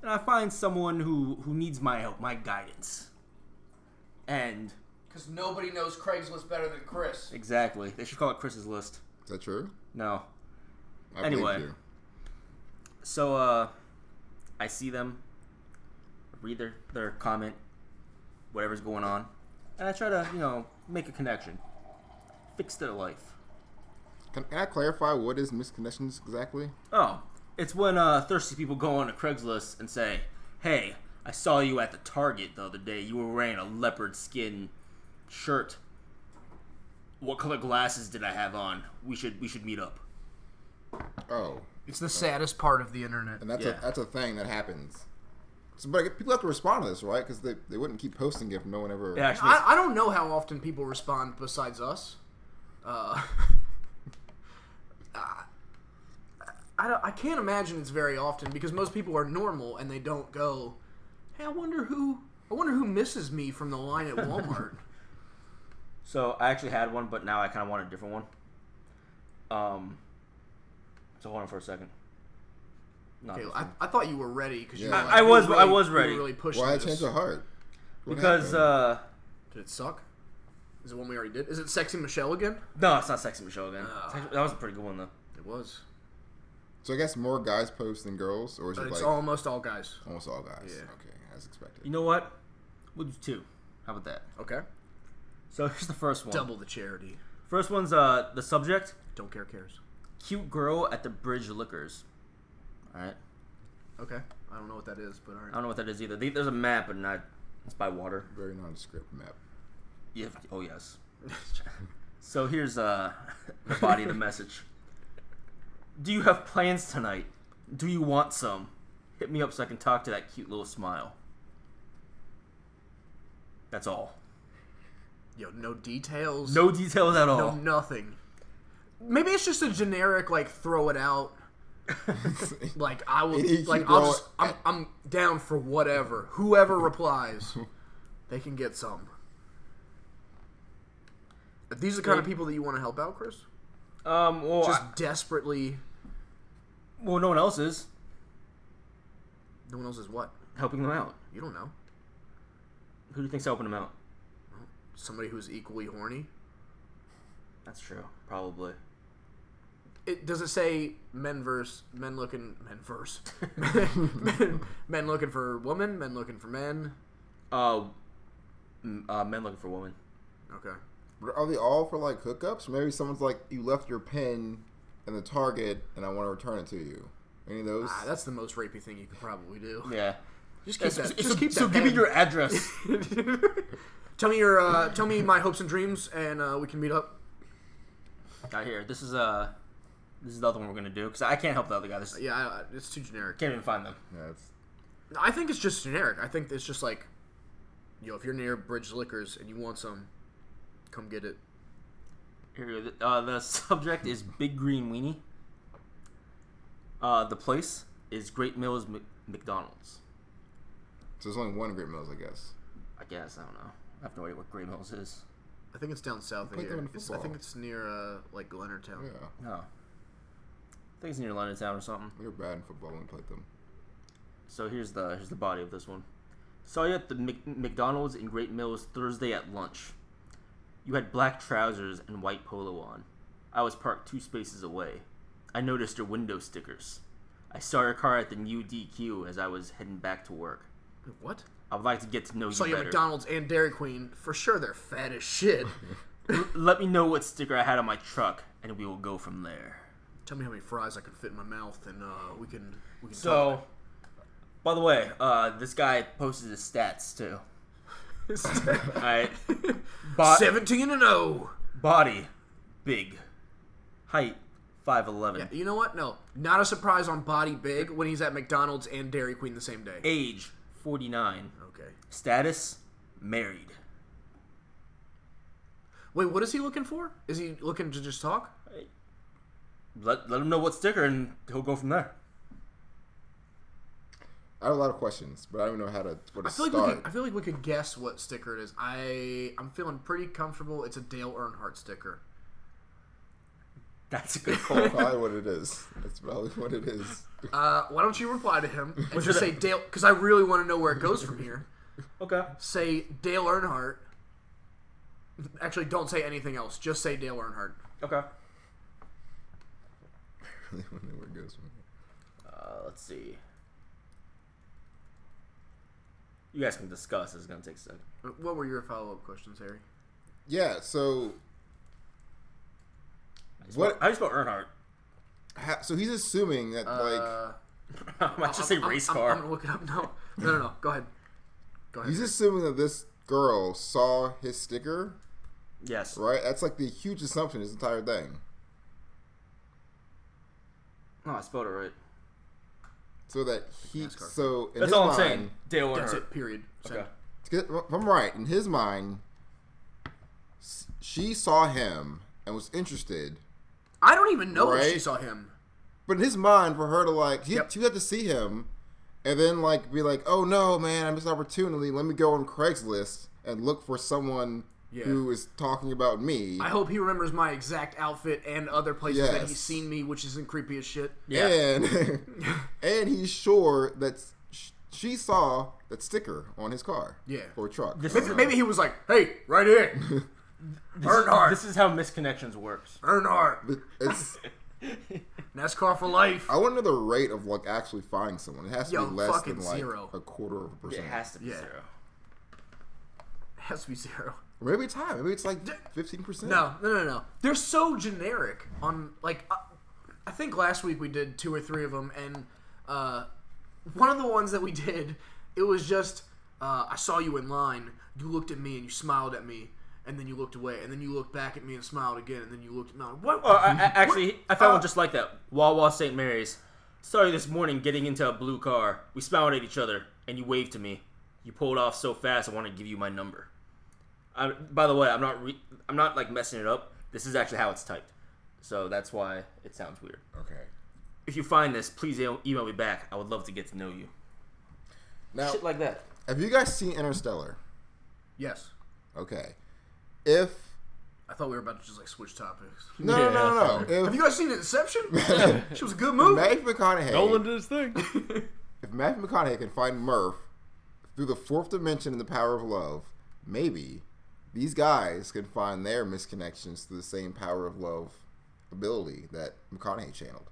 [SPEAKER 4] and I find someone who who needs my help, my guidance, and
[SPEAKER 3] Because nobody knows Craigslist better than Chris.
[SPEAKER 4] exactly they should call it Chris's list.
[SPEAKER 5] Is that true?
[SPEAKER 4] No,
[SPEAKER 5] I believe
[SPEAKER 4] Anyway.
[SPEAKER 5] you.
[SPEAKER 4] So uh I see them, read their, their comment, whatever's going on, and I try to, you know, make a connection. Fix their life.
[SPEAKER 5] Can, can I clarify what is misconnections exactly?
[SPEAKER 4] Oh, it's when uh thirsty people go on to Craigslist and say, Hey, I saw you at the Target the other day. You were wearing a leopard skin shirt. What color glasses did I have on? We should we should meet up.
[SPEAKER 5] Oh,
[SPEAKER 3] It's the saddest part of the internet.
[SPEAKER 5] and that's
[SPEAKER 4] Yeah.
[SPEAKER 5] a that's a thing that happens. So, but people have to respond to this, right? Because they, they wouldn't keep posting if no one ever.
[SPEAKER 4] It actually
[SPEAKER 3] I, I don't know how often people respond besides us. Uh, I- I, don't- I can't imagine it's very often because most people are normal and they don't go, "Hey, I wonder who I wonder who misses me from the line at Walmart."
[SPEAKER 4] So I actually had one, but now I kind of want a different one. Um. So hold on for a second. Not
[SPEAKER 3] Okay,
[SPEAKER 4] this
[SPEAKER 3] I,
[SPEAKER 4] one.
[SPEAKER 3] I thought you were ready because you
[SPEAKER 5] Yeah.
[SPEAKER 3] were
[SPEAKER 5] I- I
[SPEAKER 3] you were
[SPEAKER 4] was- I
[SPEAKER 3] really-
[SPEAKER 4] was
[SPEAKER 3] you were
[SPEAKER 4] ready.
[SPEAKER 3] Really pushing
[SPEAKER 5] Why
[SPEAKER 3] this.
[SPEAKER 5] change of heart? What
[SPEAKER 4] because
[SPEAKER 5] happened?
[SPEAKER 4] uh,
[SPEAKER 3] Did it suck? Is it one we already did? Is it sexy Michelle again?
[SPEAKER 4] no, it's not sexy Michelle again.
[SPEAKER 3] Ah.
[SPEAKER 4] It's actually- that was a pretty good one though.
[SPEAKER 3] It was.
[SPEAKER 5] so I guess more guys post than girls, or is
[SPEAKER 3] But
[SPEAKER 5] it
[SPEAKER 3] it's
[SPEAKER 5] like
[SPEAKER 3] almost all guys.
[SPEAKER 5] almost all guys?
[SPEAKER 3] Yeah.
[SPEAKER 5] Okay, as expected.
[SPEAKER 4] You know what? We'll do two. How about that?
[SPEAKER 5] Oh.
[SPEAKER 3] Okay.
[SPEAKER 4] So here's the first one.
[SPEAKER 3] Oh. Double the charity.
[SPEAKER 4] First one's uh the subject:
[SPEAKER 3] Don't care cares.
[SPEAKER 4] cute girl at the Bridge Liquors. All right.
[SPEAKER 3] Okay. I don't know what that is, but
[SPEAKER 4] I
[SPEAKER 3] all
[SPEAKER 4] don't know what that is either. They, there's a map, and I, it's by water.
[SPEAKER 5] Very nondescript map.
[SPEAKER 4] Yeah. Oh yes. So here's uh, the body of the message. Do you have plans tonight? Do you want some? Hit me up so I can talk to that cute little smile. That's all.
[SPEAKER 3] Yo, no details.
[SPEAKER 4] No details at
[SPEAKER 3] No
[SPEAKER 4] all.
[SPEAKER 3] nothing. Maybe it's just a generic like throw it out. Like I will.
[SPEAKER 5] Any
[SPEAKER 3] Like
[SPEAKER 5] cute
[SPEAKER 3] I'll
[SPEAKER 5] girl
[SPEAKER 3] just. I'm,
[SPEAKER 5] at-
[SPEAKER 3] I'm down for whatever. Whoever replies, they can get some. If These are the kind of people that you want to help out, Chris.
[SPEAKER 4] Um. Well,
[SPEAKER 3] Just
[SPEAKER 4] I-
[SPEAKER 3] desperately.
[SPEAKER 4] well, no one else is
[SPEAKER 3] No one else is what.
[SPEAKER 4] helping them out.
[SPEAKER 3] You don't know.
[SPEAKER 4] Who do you think's helping them out?
[SPEAKER 3] Somebody who's equally horny.
[SPEAKER 4] That's true. Probably.
[SPEAKER 3] It does it say men verse men looking men verse men, men looking for women men looking for men.
[SPEAKER 4] Uh, m- uh, men looking for women.
[SPEAKER 3] Okay.
[SPEAKER 5] But are they all for like hookups? Maybe someone's like, you left your pin in the Target, and I want to return it to you. Any of those?
[SPEAKER 3] Ah, that's the most rapey thing you could probably do.
[SPEAKER 4] Yeah.
[SPEAKER 3] Just keep
[SPEAKER 4] so
[SPEAKER 3] that. Just keep
[SPEAKER 4] so
[SPEAKER 3] that
[SPEAKER 4] give me
[SPEAKER 3] pen.
[SPEAKER 4] your address.
[SPEAKER 3] tell me your. Uh, tell me my hopes and dreams, and uh, we can meet up.
[SPEAKER 4] Right here. This is uh, this is the other one we're gonna do because I can't help the other guy. This
[SPEAKER 3] Yeah, I, I- it's too generic.
[SPEAKER 4] can't even find them.
[SPEAKER 5] yeah, that's-
[SPEAKER 3] I think it's just generic. I think it's just like, yo, if you're near Bridge Liquors and you want some, come get it.
[SPEAKER 4] Here we go. Uh, the subject is Big Green Weenie. Uh, the place is Great Mills Mc- McDonald's.
[SPEAKER 5] So there's only one Great Mills, I guess.
[SPEAKER 4] I guess I don't know. I have no idea what Great Mills is.
[SPEAKER 3] I think it's down south of
[SPEAKER 5] played them
[SPEAKER 3] here.
[SPEAKER 5] in
[SPEAKER 3] It's- I
[SPEAKER 5] football.
[SPEAKER 3] think it's near uh, like Leonardtown.
[SPEAKER 5] Yeah,
[SPEAKER 4] No, I think it's near London Town or something.
[SPEAKER 5] we were bad in football when we played them.
[SPEAKER 4] So here's the here's the body of this one. Saw you at the Mc- McDonald's in Great Mills Thursday at lunch. You had black trousers and white polo on. I was parked two spaces away. I noticed your window stickers. I saw your car at the new DQ as I was heading back to work.
[SPEAKER 3] What?
[SPEAKER 4] I would like to get to know you
[SPEAKER 3] So you have
[SPEAKER 4] better.
[SPEAKER 3] McDonald's and Dairy Queen. For sure, they're fat as shit.
[SPEAKER 4] Let me know what sticker I had on my truck, and we will go from there.
[SPEAKER 3] Tell me how many fries I can fit in my mouth, and uh, we can we can
[SPEAKER 4] So, by the way, uh, this guy posted his stats too. All
[SPEAKER 3] talk. oh.
[SPEAKER 4] right, Bo-
[SPEAKER 3] Seventeen and zero.
[SPEAKER 4] body big, height five eleven.
[SPEAKER 3] Yeah, you know what? No, not a surprise on body big when he's at McDonald's and Dairy Queen the same day.
[SPEAKER 4] Age forty nine.
[SPEAKER 3] Okay.
[SPEAKER 4] Status married.
[SPEAKER 3] Wait, what is he looking for? Is he looking to just talk?
[SPEAKER 4] Let let him know what sticker, and he'll go from there.
[SPEAKER 5] I have a lot of questions, but I don't know how to where to
[SPEAKER 3] I feel like we
[SPEAKER 5] start.
[SPEAKER 3] could, I feel like we could guess what sticker it is. I I'm feeling pretty comfortable. It's a Dale Earnhardt sticker.
[SPEAKER 4] That's a good call.
[SPEAKER 5] probably what it is. That's probably what it is.
[SPEAKER 3] Uh, why don't you reply to him and just say Dale? Because I really want to know where it goes from here.
[SPEAKER 4] okay.
[SPEAKER 3] Say Dale Earnhardt. Actually, don't say anything else. Just say Dale Earnhardt.
[SPEAKER 4] Okay.
[SPEAKER 5] I don't know where it goes from here.
[SPEAKER 4] Uh, let's see. You guys can discuss. It's gonna take a second.
[SPEAKER 3] What were your follow up questions, Harry?
[SPEAKER 5] Yeah. So
[SPEAKER 4] What?
[SPEAKER 5] what?
[SPEAKER 4] How do you spell Earnhardt?
[SPEAKER 5] Ha, so he's assuming that like
[SPEAKER 3] Uh,
[SPEAKER 4] I might just say
[SPEAKER 3] I'm-
[SPEAKER 4] race
[SPEAKER 3] I'm,
[SPEAKER 4] car.
[SPEAKER 3] I'm, gonna look it up. No, no, no, no. Go ahead. Go ahead.
[SPEAKER 5] he's assuming that this girl saw his sticker,
[SPEAKER 4] yes.
[SPEAKER 5] right? That's like the huge assumption. This entire thing.
[SPEAKER 4] No, I spelled it right.
[SPEAKER 5] So that he.
[SPEAKER 3] NASCAR.
[SPEAKER 5] So in
[SPEAKER 4] That's
[SPEAKER 5] his
[SPEAKER 4] all I'm
[SPEAKER 5] mind,
[SPEAKER 4] saying. Dale Earnhardt.
[SPEAKER 3] That's it. Period. Send.
[SPEAKER 4] Okay.
[SPEAKER 5] to get- If I'm right, in his mind, s- she saw him and was interested.
[SPEAKER 3] I don't even know if she
[SPEAKER 5] Right?
[SPEAKER 3] saw him.
[SPEAKER 5] But in his mind, for her to like, he,
[SPEAKER 3] Yep.
[SPEAKER 5] she had to see him, and then like be like, "Oh no, man, I missed an opportunity. Let me go on Craigslist and look for someone
[SPEAKER 3] Yeah.
[SPEAKER 5] who is talking about me."
[SPEAKER 3] I hope he remembers my exact outfit and other places that
[SPEAKER 5] Yes.
[SPEAKER 3] he's seen me, which isn't creepy as shit.
[SPEAKER 4] Yeah.
[SPEAKER 5] And and he's sure that s- sh- she saw that sticker on his car,
[SPEAKER 3] Yeah.
[SPEAKER 5] or truck.
[SPEAKER 4] This
[SPEAKER 5] I
[SPEAKER 4] is-
[SPEAKER 5] don't know.
[SPEAKER 3] Maybe he was like, "Hey, right here, Earnhardt,
[SPEAKER 4] This is how misconnections works.
[SPEAKER 3] Earnhardt,
[SPEAKER 5] But it's.
[SPEAKER 3] NASCAR for life."
[SPEAKER 5] I want to know the rate of like actually finding someone. It has to
[SPEAKER 3] Yo,
[SPEAKER 5] be less than
[SPEAKER 3] fucking
[SPEAKER 5] like
[SPEAKER 3] zero.
[SPEAKER 5] a quarter of a
[SPEAKER 4] It
[SPEAKER 5] percent.
[SPEAKER 4] has to be
[SPEAKER 3] Yeah.
[SPEAKER 4] zero.
[SPEAKER 3] Has to be zero.
[SPEAKER 5] Maybe it's high. Maybe it's like fifteen percent.
[SPEAKER 3] No, no, no, no. They're so generic on like. Uh, I think last week we did two or three of them, and uh, one of the ones that we did, it was just uh, I saw you in line. You looked at me and you smiled at me, and then you looked away, and then you looked back at me and smiled again, and then you looked at me. What?
[SPEAKER 4] Oh, I, I, actually, I found
[SPEAKER 3] Uh,
[SPEAKER 4] one just like that. Wawa St. Mary's. Sorry, this morning getting into a blue car. We smiled at each other, and you waved to me. You pulled off so fast. I want to give you my number. I, by the way, I'm not. Re- I'm not like messing it up. This is actually how it's typed, so that's why it sounds weird.
[SPEAKER 5] Okay.
[SPEAKER 4] If you find this, please e- email me back. I would love to get to know you.
[SPEAKER 5] Now,
[SPEAKER 4] Shit like that.
[SPEAKER 5] have you guys seen Interstellar?
[SPEAKER 3] yes,
[SPEAKER 5] Okay. If
[SPEAKER 3] I thought we were about to just like switch topics.
[SPEAKER 5] no, no, no, no, no.
[SPEAKER 3] Have
[SPEAKER 5] If
[SPEAKER 3] you guys seen Inception? she was a good movie.
[SPEAKER 5] Matthew McConaughey,
[SPEAKER 2] Nolan did his thing.
[SPEAKER 5] if Matthew McConaughey can find Murph through the fourth dimension and the power of love, maybe these guys can find their misconnections to the same power of love ability that McConaughey channeled.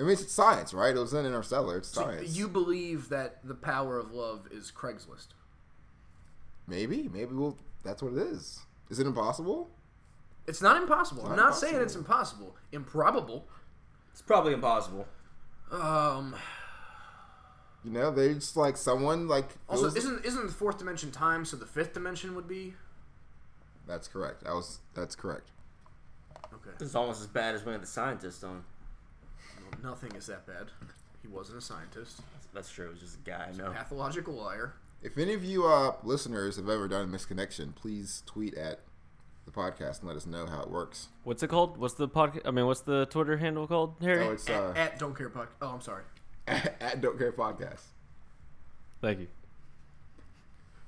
[SPEAKER 5] I mean, it's science, right? It was in Interstellar. It's
[SPEAKER 3] So
[SPEAKER 5] science.
[SPEAKER 3] you believe that the power of love is Craigslist?
[SPEAKER 5] maybe, maybe we'll. That's what it is. Is it impossible?
[SPEAKER 3] It's not impossible. I'm
[SPEAKER 5] Not
[SPEAKER 3] not saying it's
[SPEAKER 5] impossible.
[SPEAKER 3] impossible. Improbable.
[SPEAKER 4] It's probably impossible.
[SPEAKER 3] Um,
[SPEAKER 5] You know, they just like someone like.
[SPEAKER 3] also,
[SPEAKER 5] feels-
[SPEAKER 3] isn't isn't the fourth dimension time? So the fifth dimension would be
[SPEAKER 5] That's correct. I was. That's correct.
[SPEAKER 3] okay.
[SPEAKER 4] This is almost as bad as when the scientist on.
[SPEAKER 3] Well, nothing is that bad. He wasn't a scientist.
[SPEAKER 4] That's true. It was just a guy. I know.
[SPEAKER 3] Pathological liar.
[SPEAKER 5] If any of you uh, listeners have ever done a misconnection, please tweet at the podcast and let us know how it works.
[SPEAKER 2] What's it called? What's the podcast? I mean, what's the Twitter handle called, Harry?
[SPEAKER 5] Oh, it's
[SPEAKER 3] At,
[SPEAKER 5] uh,
[SPEAKER 3] at don't care podcast. Oh, I'm sorry.
[SPEAKER 5] at, Don't Care Podcast.
[SPEAKER 2] Thank you.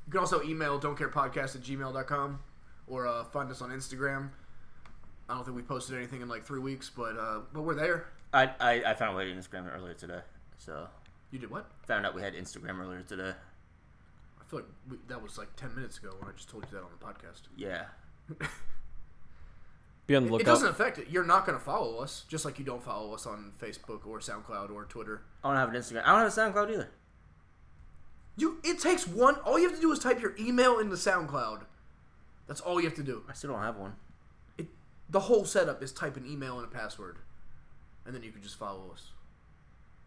[SPEAKER 3] You can also email don't care podcast at gmail.com or uh, find us on Instagram. I don't think we posted anything in like three weeks, but uh, but we're there.
[SPEAKER 4] I, I, I found out we had Instagram earlier today. So
[SPEAKER 3] You did what?
[SPEAKER 4] found out we had Instagram earlier today.
[SPEAKER 3] I feel like we, that was like ten minutes ago when I just told you that on the podcast.
[SPEAKER 4] Yeah.
[SPEAKER 2] Be on the
[SPEAKER 3] it
[SPEAKER 2] lookout.
[SPEAKER 3] doesn't affect it. You're not going to follow us, just like you don't follow us on Facebook or SoundCloud or Twitter.
[SPEAKER 4] I don't have an Instagram. I don't have a SoundCloud either.
[SPEAKER 3] You, it takes one. All you have to do is type your email into SoundCloud. That's all you have to do.
[SPEAKER 4] I still don't have one.
[SPEAKER 3] It, the whole setup is type an email and a password, and then you can just follow us.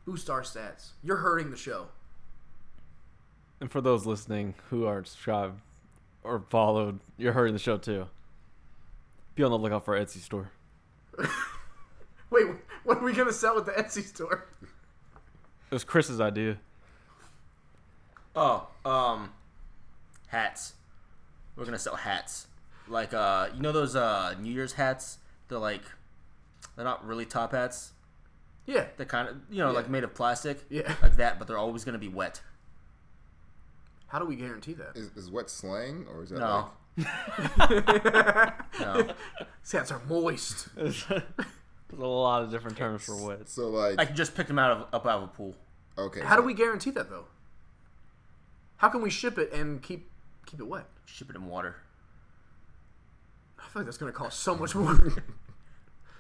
[SPEAKER 3] Boost our stats. You're hurting the show.
[SPEAKER 2] And for those listening who aren't subscribed or followed, you're hurting the show too. Be on the lookout for our Etsy store.
[SPEAKER 3] Wait, what are we gonna sell at the Etsy store?
[SPEAKER 2] It was Chris's idea.
[SPEAKER 4] Oh, um, hats. We're gonna sell hats. Like, uh, you know those uh New Year's hats? They're like, they're not really top hats.
[SPEAKER 3] Yeah,
[SPEAKER 4] They're kind of, you know, like made of plastic.
[SPEAKER 3] Yeah.
[SPEAKER 4] Like that, but they're always gonna be wet.
[SPEAKER 3] how do we guarantee that?
[SPEAKER 5] Is, is wet slang or is that like
[SPEAKER 4] No. no.
[SPEAKER 3] These hats are moist.
[SPEAKER 2] There's a lot of different terms for wet.
[SPEAKER 5] so like
[SPEAKER 4] I can just pick them out of up out of a pool.
[SPEAKER 5] okay?
[SPEAKER 3] How do
[SPEAKER 5] so-
[SPEAKER 3] we guarantee that though? How can we ship it and keep keep it wet?
[SPEAKER 4] Ship it in water.
[SPEAKER 3] I feel like that's gonna cost so much more.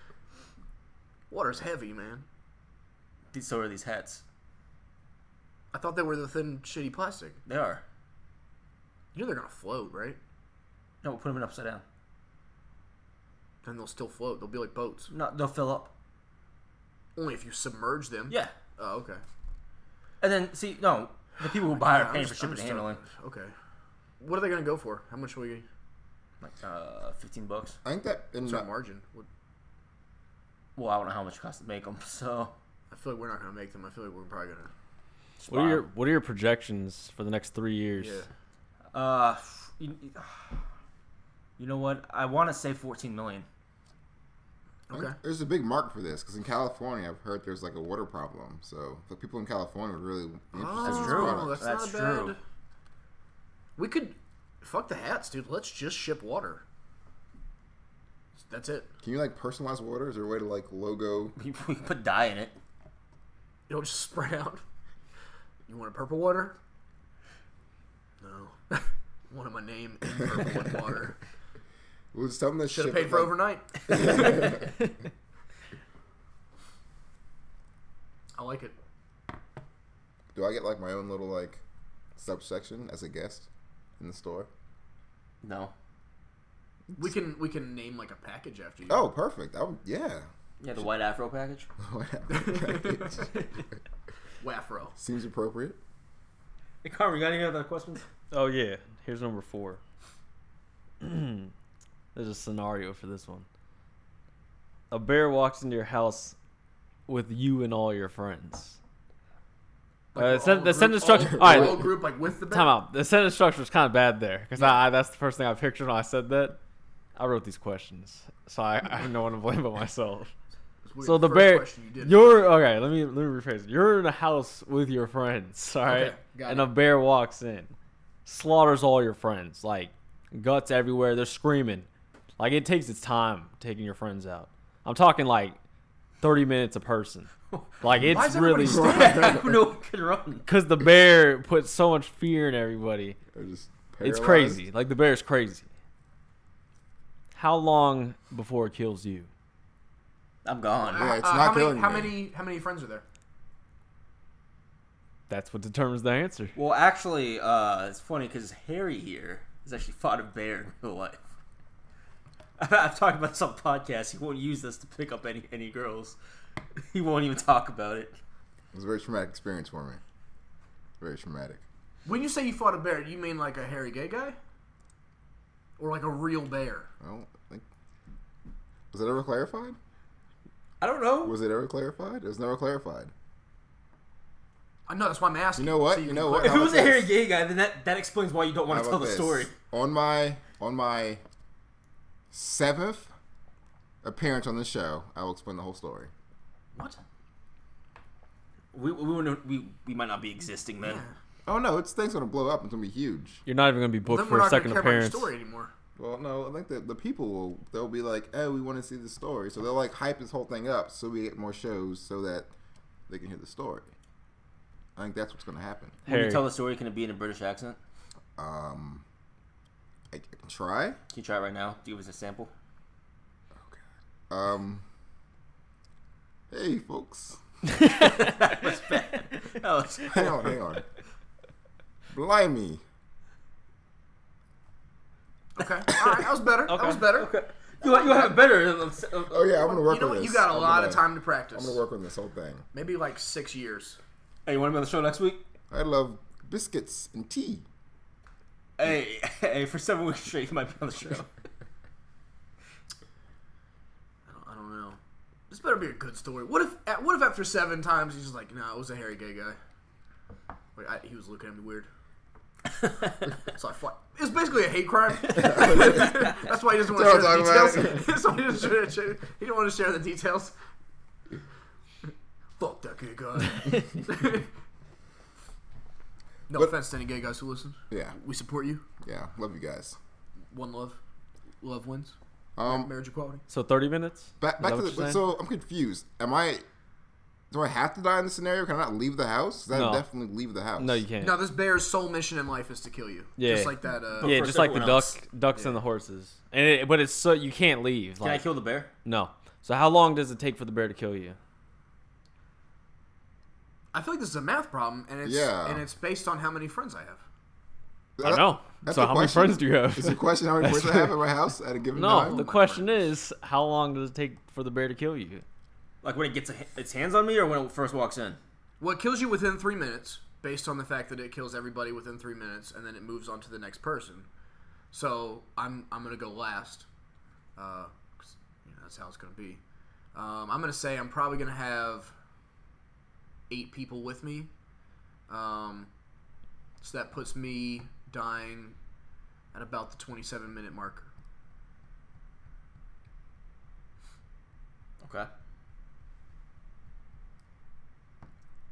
[SPEAKER 3] Water's heavy, man.
[SPEAKER 4] These, so are these hats.
[SPEAKER 3] I thought they were the thin, shitty plastic.
[SPEAKER 4] They are.
[SPEAKER 3] You know they're gonna float, right?
[SPEAKER 4] No, we'll put them in upside down.
[SPEAKER 3] Then they'll still float. They'll be like boats.
[SPEAKER 4] No, they'll fill up.
[SPEAKER 3] Only if you submerge them.
[SPEAKER 4] Yeah.
[SPEAKER 3] Oh, okay.
[SPEAKER 4] And then see, no, the people who buy
[SPEAKER 3] Yeah,
[SPEAKER 4] are
[SPEAKER 3] I'm
[SPEAKER 4] paying for
[SPEAKER 3] just-
[SPEAKER 4] shipping
[SPEAKER 3] I'm
[SPEAKER 4] and
[SPEAKER 3] just
[SPEAKER 4] handling.
[SPEAKER 3] starting- Okay. What are they gonna go for? How much will we?
[SPEAKER 4] Like uh, fifteen bucks.
[SPEAKER 5] I think that in
[SPEAKER 3] What's
[SPEAKER 5] my,
[SPEAKER 3] our margin? What,
[SPEAKER 4] Well, I don't know how much it costs to make them. So
[SPEAKER 3] I feel like we're not gonna make them. I feel like we're probably gonna.
[SPEAKER 2] What are your What are your projections for the next three years?
[SPEAKER 3] Yeah.
[SPEAKER 4] Uh, you, you know what? I want to say 14 million.
[SPEAKER 5] I
[SPEAKER 4] Mm.
[SPEAKER 5] think
[SPEAKER 3] Okay.
[SPEAKER 5] there's a big market for this because in California, I've heard there's like a water problem. So the people in California would really be interested in
[SPEAKER 3] Oh,
[SPEAKER 5] this
[SPEAKER 4] true.
[SPEAKER 5] product.
[SPEAKER 3] That's,
[SPEAKER 4] That's
[SPEAKER 3] not
[SPEAKER 4] true.
[SPEAKER 3] bad. We could fuck the hats, dude. Let's just ship water. That's it.
[SPEAKER 5] Can you like personalize water? Is there a way to like logo?
[SPEAKER 4] We, we can put dye in it.
[SPEAKER 3] It'll just spread out. You want a purple water? No. One of my name in purple and water.
[SPEAKER 5] We'll just tell them to
[SPEAKER 3] Should have
[SPEAKER 5] ship
[SPEAKER 3] paid
[SPEAKER 5] it,
[SPEAKER 3] for
[SPEAKER 5] like-
[SPEAKER 3] overnight. I like it.
[SPEAKER 5] Do I get like my own little like subsection as a guest in the store?
[SPEAKER 4] No.
[SPEAKER 3] We can we can name like a package after you.
[SPEAKER 5] Oh, perfect. I would, yeah.
[SPEAKER 4] Yeah, the white afro package.
[SPEAKER 3] Wafro.
[SPEAKER 5] Seems appropriate.
[SPEAKER 4] Hey, Carmen, you got any other questions?
[SPEAKER 2] Oh yeah. Here's number four. There's a scenario for this one. A bear walks into your house with you and all your friends. Uh, the sen- the sentence structure.
[SPEAKER 3] All,
[SPEAKER 2] all
[SPEAKER 3] all
[SPEAKER 2] right,
[SPEAKER 3] group like with the
[SPEAKER 2] time out. The sentence structure is kind of bad there because I, that's the first thing I pictured when I said that. I wrote these questions, so I, I have no one to blame but myself. So the bear, you are okay. Let me let me rephrase. You're in a house with your friends, all right,
[SPEAKER 3] got
[SPEAKER 2] and
[SPEAKER 3] it.
[SPEAKER 2] a bear walks in, slaughters all your friends, like guts everywhere. They're screaming, like it takes its time taking your friends out. I'm talking like thirty minutes a person. Like it's
[SPEAKER 3] is
[SPEAKER 2] really
[SPEAKER 3] everybody
[SPEAKER 2] because
[SPEAKER 4] no one can run.
[SPEAKER 2] the bear puts so much fear in everybody.
[SPEAKER 5] They're just
[SPEAKER 2] It's
[SPEAKER 5] paralyzed.
[SPEAKER 2] crazy. Like the bear's crazy. How long before it kills you?
[SPEAKER 4] I'm gone.
[SPEAKER 5] Yeah, it's
[SPEAKER 3] Uh,
[SPEAKER 5] not
[SPEAKER 3] how many,
[SPEAKER 5] killing
[SPEAKER 3] how
[SPEAKER 5] me.
[SPEAKER 3] many how many friends are there?
[SPEAKER 2] That's what determines the answer.
[SPEAKER 4] Well, actually, uh, it's funny because Harry here has actually fought a bear in real life. I've, I've talked about this on podcasts. He won't use this to pick up any any girls. He won't even talk about it.
[SPEAKER 5] It was a very traumatic experience for me. Very traumatic.
[SPEAKER 3] When you say you fought a bear, you mean like a hairy gay guy, or like a real bear?
[SPEAKER 5] I don't think. Was it ever clarified?
[SPEAKER 4] I don't know.
[SPEAKER 5] Was it ever clarified? It was never clarified.
[SPEAKER 3] I know that's why I'm asking.
[SPEAKER 5] You know what?
[SPEAKER 3] So
[SPEAKER 5] You
[SPEAKER 3] can
[SPEAKER 5] know what?
[SPEAKER 3] clarify.
[SPEAKER 4] If it was a hairy gay guy, then that, that explains why you don't want
[SPEAKER 5] How
[SPEAKER 4] to tell
[SPEAKER 5] about
[SPEAKER 4] the
[SPEAKER 5] this?
[SPEAKER 4] story.
[SPEAKER 5] On my on my seventh appearance on the show, I will explain the whole story.
[SPEAKER 3] What?
[SPEAKER 4] We, we, wouldn't- we, we might not be existing then.
[SPEAKER 5] Oh no, it's thing's gonna blow up. It's gonna be huge.
[SPEAKER 2] You're not even going to be booked
[SPEAKER 3] Then
[SPEAKER 2] for
[SPEAKER 3] we're
[SPEAKER 2] a
[SPEAKER 3] not gonna
[SPEAKER 2] second
[SPEAKER 3] care
[SPEAKER 2] appearance.
[SPEAKER 3] about your story anymore.
[SPEAKER 5] Well, no, I think that the people will they'll be like, oh, we want to see the story, so they'll like hype this whole thing up so we get more shows so that they can hear the story. I think that's what's gonna happen.
[SPEAKER 4] When you
[SPEAKER 2] Harry.
[SPEAKER 4] tell the story, can it be in a British accent?
[SPEAKER 5] Um, I, I can try.
[SPEAKER 4] Can you try it right now? Give us a sample.
[SPEAKER 5] Um, hey folks,
[SPEAKER 4] Oh, it's-
[SPEAKER 5] hang on, hang on. Blimey.
[SPEAKER 3] Okay. All right. That was better. That was better.
[SPEAKER 4] you, you have it better. uh,
[SPEAKER 5] Oh yeah, I'm gonna work
[SPEAKER 3] You know
[SPEAKER 5] on
[SPEAKER 3] what?
[SPEAKER 5] this.
[SPEAKER 3] You got a
[SPEAKER 5] I'm
[SPEAKER 3] lot of
[SPEAKER 5] gonna-
[SPEAKER 3] time to practice.
[SPEAKER 5] I'm gonna work on this whole thing.
[SPEAKER 3] Maybe like six years.
[SPEAKER 4] Hey, you want to be on the show next week?
[SPEAKER 5] I love biscuits and tea.
[SPEAKER 4] Hey, hey, for seven weeks straight, you might be on the show.
[SPEAKER 3] I don't, I don't know. This better be a good story. What if? at- What if after seven times he's just like, "No, nah, it was a hairy gay guy." Like I, he was looking at me weird. so I fought. It's basically a hate crime. That's why he doesn't want
[SPEAKER 5] Don't
[SPEAKER 3] to share
[SPEAKER 5] talk
[SPEAKER 3] the
[SPEAKER 5] about
[SPEAKER 3] details. That's why he doesn't share- share- he didn't want to share the details. Fuck that gay guy. no
[SPEAKER 5] But-
[SPEAKER 3] offense to any gay guys who listen.
[SPEAKER 5] Yeah,
[SPEAKER 3] We support you.
[SPEAKER 5] yeah. Love you guys.
[SPEAKER 3] One love. Love wins.
[SPEAKER 5] Um,
[SPEAKER 3] Marriage equality.
[SPEAKER 2] So thirty minutes.
[SPEAKER 5] back,
[SPEAKER 2] Is that
[SPEAKER 5] back to
[SPEAKER 2] what you're
[SPEAKER 5] the,
[SPEAKER 2] saying?
[SPEAKER 5] so I'm confused. Am I? Do I have to die in this scenario? Can I not leave the house? 'Cause I
[SPEAKER 2] No.
[SPEAKER 5] definitely leave the house.
[SPEAKER 2] no, you can't.
[SPEAKER 3] No, this bear's sole mission in life is to kill you.
[SPEAKER 2] Yeah.
[SPEAKER 3] Just like that. Uh,
[SPEAKER 2] yeah,
[SPEAKER 4] first
[SPEAKER 2] just like the duck,
[SPEAKER 4] everyone else.
[SPEAKER 2] ducks and the horses, and it, but it's so you can't leave.
[SPEAKER 4] Can I
[SPEAKER 2] Like,
[SPEAKER 4] kill the bear?
[SPEAKER 2] no. So how long does it take for the bear to kill you?
[SPEAKER 3] I feel like this is a math problem, and it's
[SPEAKER 5] Yeah.
[SPEAKER 3] and it's based on how many friends I have.
[SPEAKER 2] I don't know.
[SPEAKER 5] that's
[SPEAKER 2] So
[SPEAKER 5] the
[SPEAKER 2] how many
[SPEAKER 5] question.
[SPEAKER 2] friends do you have?
[SPEAKER 5] Is the question how many person I have at my house at a given
[SPEAKER 2] no,
[SPEAKER 5] time?
[SPEAKER 2] the question is how long does it take for the bear to kill you?
[SPEAKER 4] Like when it gets a, its hands on me, or when it first walks in?
[SPEAKER 3] Well, it kills you within three minutes, based on the fact that it kills everybody within three minutes, and then it moves on to the next person. So I'm I'm gonna go last. Uh, 'cause, you know, that's how it's gonna be. Um, I'm gonna say I'm probably gonna have eight people with me. Um, so that puts me dying at about the 27 minute marker.
[SPEAKER 4] Okay.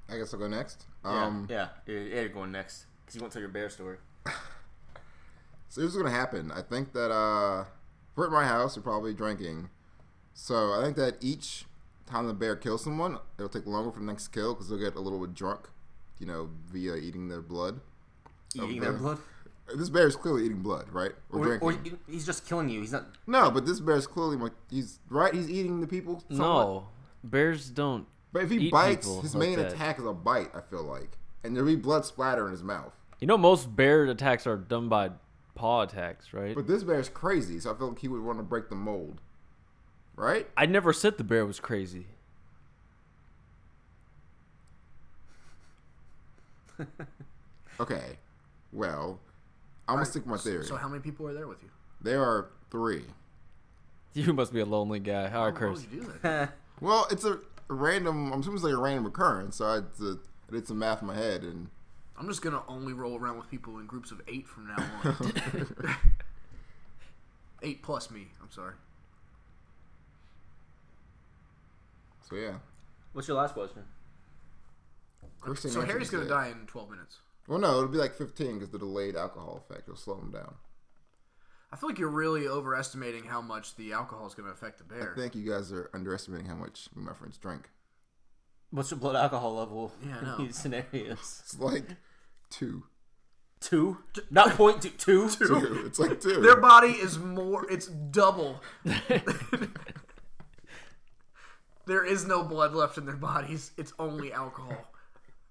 [SPEAKER 5] I guess I'll go next.
[SPEAKER 4] Yeah,
[SPEAKER 5] Um,
[SPEAKER 4] yeah, yeah, yeah, you're going next because you won't tell your bear story.
[SPEAKER 5] So here's what's gonna happen. I think that uh, we're at my house. We're probably drinking. So I think that each time the bear kills someone, it'll take longer for the next kill because they'll get a little bit drunk, you know, via eating their blood.
[SPEAKER 4] Eating
[SPEAKER 5] Okay.
[SPEAKER 4] their blood,
[SPEAKER 5] This bear is clearly eating blood, right? Or,
[SPEAKER 4] or,
[SPEAKER 5] drinking?
[SPEAKER 4] or he- he's just killing you. He's not.
[SPEAKER 5] no, but this bear is clearly like he's right. He's eating the people. somewhat.
[SPEAKER 2] No, bears don't.
[SPEAKER 5] but if he
[SPEAKER 2] eat
[SPEAKER 5] bites,
[SPEAKER 2] people
[SPEAKER 5] his
[SPEAKER 2] like
[SPEAKER 5] main
[SPEAKER 2] that.
[SPEAKER 5] attack is a bite. I feel like, and there'll be blood splatter in his mouth.
[SPEAKER 2] You know, most bear attacks are done by paw attacks, right?
[SPEAKER 5] But this bear is crazy, so I feel like he would want to break the mold, right?
[SPEAKER 2] I never said the bear was crazy.
[SPEAKER 5] Okay. Well, I'm gonna stick with my theory.
[SPEAKER 3] So how many people are there with you?
[SPEAKER 5] There are three.
[SPEAKER 2] You must be a lonely guy. All right,
[SPEAKER 3] How
[SPEAKER 2] Chris.
[SPEAKER 3] would you do that?
[SPEAKER 5] Well, it's a random. I'm assuming it's like a random occurrence. So I, had to- I did some math in my head, and
[SPEAKER 3] I'm just gonna only roll around with people in groups of eight from now on. eight plus me. I'm sorry.
[SPEAKER 5] so yeah.
[SPEAKER 4] What's your last question?
[SPEAKER 5] Christian
[SPEAKER 3] so
[SPEAKER 5] answered
[SPEAKER 3] Harry's gonna
[SPEAKER 5] it.
[SPEAKER 3] die in 12 minutes.
[SPEAKER 5] Well, no, it'll be like 15 because the delayed alcohol effect. It'll slow him down.
[SPEAKER 3] I feel like you're really overestimating how much the alcohol is gonna affect the bear.
[SPEAKER 5] I think you guys are underestimating how much me and my friends drink.
[SPEAKER 4] What's your blood alcohol level
[SPEAKER 3] Yeah, I know.
[SPEAKER 4] in these scenarios?
[SPEAKER 5] It's like two.
[SPEAKER 4] Two, not point two, two.
[SPEAKER 5] Two. It's like two.
[SPEAKER 3] Their body is more. It's double. there is no blood left in their bodies. It's only alcohol.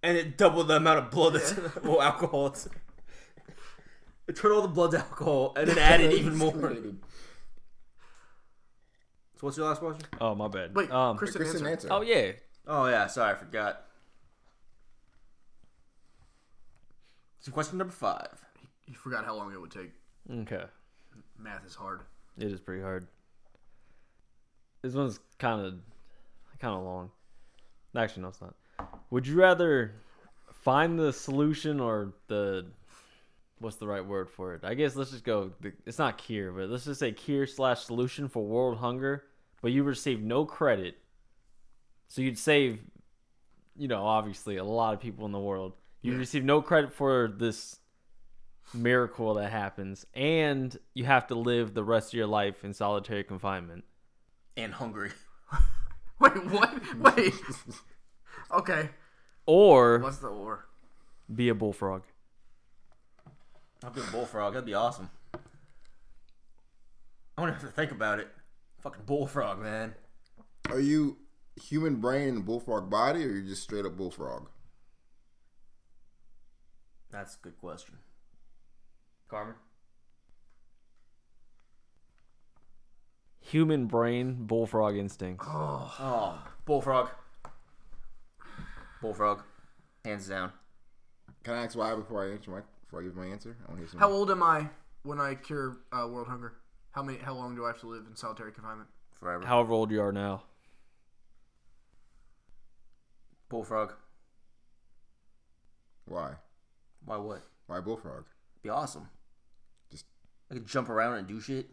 [SPEAKER 4] and it doubled the amount of blood that's well alcohol. It's, it turned all the blood to alcohol and then added even more. So what's your last question?
[SPEAKER 2] Oh, my bad.
[SPEAKER 3] Wait,
[SPEAKER 2] um,
[SPEAKER 3] Kristen,
[SPEAKER 5] Kristen
[SPEAKER 3] answer.
[SPEAKER 5] answered.
[SPEAKER 2] Oh yeah.
[SPEAKER 4] Oh yeah, sorry, I forgot. So question number five.
[SPEAKER 3] You forgot how long it would take.
[SPEAKER 2] Okay.
[SPEAKER 3] Math is hard.
[SPEAKER 2] It is pretty hard. This one's kind of, kind of long. Actually, no, it's not. Would you rather find the solution or the, what's the right word for it? I guess let's just go. the- It's not cure, but let's just say cure slash solution for world hunger. But you receive no credit, so you'd save, you know, obviously a lot of people in the world. You receive no credit for this miracle that happens, and you have to live the rest of your life in solitary confinement.
[SPEAKER 4] And hungry.
[SPEAKER 3] Wait, what? Wait. Okay.
[SPEAKER 2] Or
[SPEAKER 3] What's the or?
[SPEAKER 2] be a bullfrog.
[SPEAKER 4] I'll be a bullfrog. That'd be awesome. I don't have to think about it. Fucking bullfrog, man.
[SPEAKER 5] Are you human brain and bullfrog body, or are you just straight up bullfrog?
[SPEAKER 4] That's a good question. Carmen.
[SPEAKER 2] Human brain, bullfrog instincts.
[SPEAKER 4] Oh, bullfrog. Bullfrog, hands down.
[SPEAKER 5] Can I ask why before I answer my before I give my answer? I want to hear some.
[SPEAKER 3] How old am I when I cure uh, world hunger? How many? How long do I have to live in solitary confinement?
[SPEAKER 4] Forever.
[SPEAKER 2] However old you are now.
[SPEAKER 4] Bullfrog.
[SPEAKER 5] Why?
[SPEAKER 4] Why what?
[SPEAKER 5] Why bullfrog?
[SPEAKER 4] Be awesome.
[SPEAKER 5] Just-
[SPEAKER 4] I could jump around and do shit.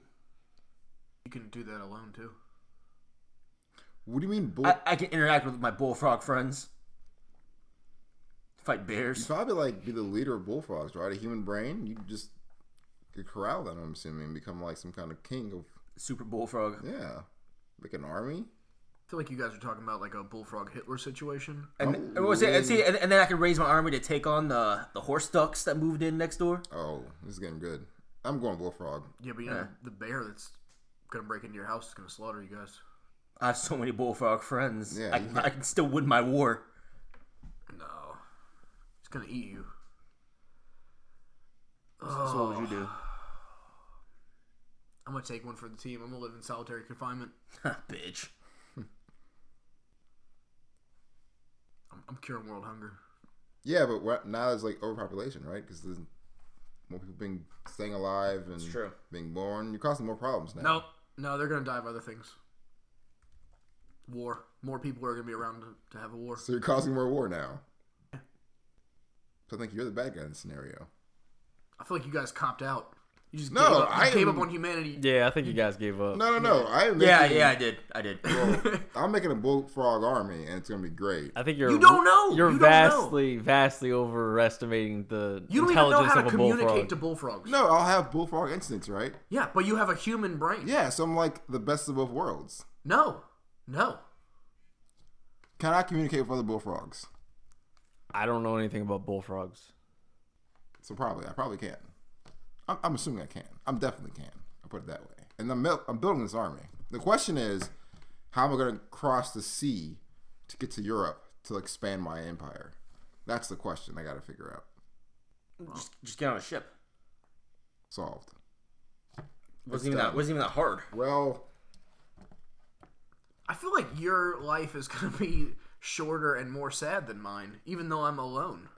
[SPEAKER 3] You can do that alone too.
[SPEAKER 5] What do you mean bull?
[SPEAKER 4] I, I can interact with my bullfrog friends. Fight
[SPEAKER 5] you
[SPEAKER 4] bears.
[SPEAKER 5] probably like be the leader of bullfrogs, right? A human brain. You just could corral them. I'm assuming and become like some kind of king of
[SPEAKER 4] Super bullfrog.
[SPEAKER 5] yeah, like an army.
[SPEAKER 3] I feel like you guys are talking about like a bullfrog Hitler situation.
[SPEAKER 4] And, and, what's it- and see, and, and then I can raise my army to take on the, the horse ducks that moved in next door.
[SPEAKER 5] Oh, this is getting good. I'm going bullfrog.
[SPEAKER 3] Yeah, but you know the bear that's gonna break into your house is gonna slaughter you guys.
[SPEAKER 4] I have so many bullfrog friends.
[SPEAKER 5] Yeah,
[SPEAKER 4] I,
[SPEAKER 5] you-
[SPEAKER 4] I can still win my war.
[SPEAKER 3] No, it's gonna eat you.
[SPEAKER 4] So what would you do?
[SPEAKER 3] I'm gonna take one for the team. I'm gonna live in solitary confinement.
[SPEAKER 4] Ha, Bitch.
[SPEAKER 3] I'm, I'm curing world hunger.
[SPEAKER 5] Yeah, but what, now there's like overpopulation, right? Because there's more people being staying alive and
[SPEAKER 4] true.
[SPEAKER 5] being born. You're causing more problems now.
[SPEAKER 3] No, no, they're gonna die of other things. War. More people are gonna be around to, to have a war.
[SPEAKER 5] So you're causing more war now. So I think you're the bad guy in the scenario.
[SPEAKER 3] I feel like you guys copped out. You just
[SPEAKER 5] No,
[SPEAKER 3] gave up, you
[SPEAKER 5] I
[SPEAKER 3] gave
[SPEAKER 5] am-
[SPEAKER 3] up on humanity.
[SPEAKER 2] Yeah, I think you guys gave up.
[SPEAKER 5] No, no, no. I am
[SPEAKER 4] Oh, Yeah,
[SPEAKER 5] making-
[SPEAKER 4] yeah, I did. I did.
[SPEAKER 5] I'm making a bullfrog army, and it's gonna be great.
[SPEAKER 2] I think you're.
[SPEAKER 3] You don't know!
[SPEAKER 2] You're
[SPEAKER 3] You don't know!
[SPEAKER 2] vastly, vastly overestimating the
[SPEAKER 3] You don't even
[SPEAKER 2] intelligence
[SPEAKER 3] know how to
[SPEAKER 2] of a
[SPEAKER 3] communicate
[SPEAKER 2] bullfrog.
[SPEAKER 3] to bullfrogs.
[SPEAKER 5] No, I'll have bullfrog instincts, right?
[SPEAKER 3] Yeah, but you have a human brain.
[SPEAKER 5] Yeah, so I'm like the best of both worlds.
[SPEAKER 3] No, no.
[SPEAKER 5] Can I communicate with other bullfrogs?
[SPEAKER 2] I don't know anything about bullfrogs.
[SPEAKER 5] So probably, I probably can. I'm, I'm assuming I can. I'm definitely can. I'll put it that way. And I'm, mil- I'm building this army. The question is, how am I going to cross the sea to get to Europe to expand my empire? That's the question I got to figure out.
[SPEAKER 4] just, just get on a ship.
[SPEAKER 5] Solved.
[SPEAKER 4] wasn't even that
[SPEAKER 5] done.
[SPEAKER 4] wasn't even that hard.
[SPEAKER 5] Well,
[SPEAKER 3] I feel like your life is gonna be shorter and more sad than mine, even though I'm alone.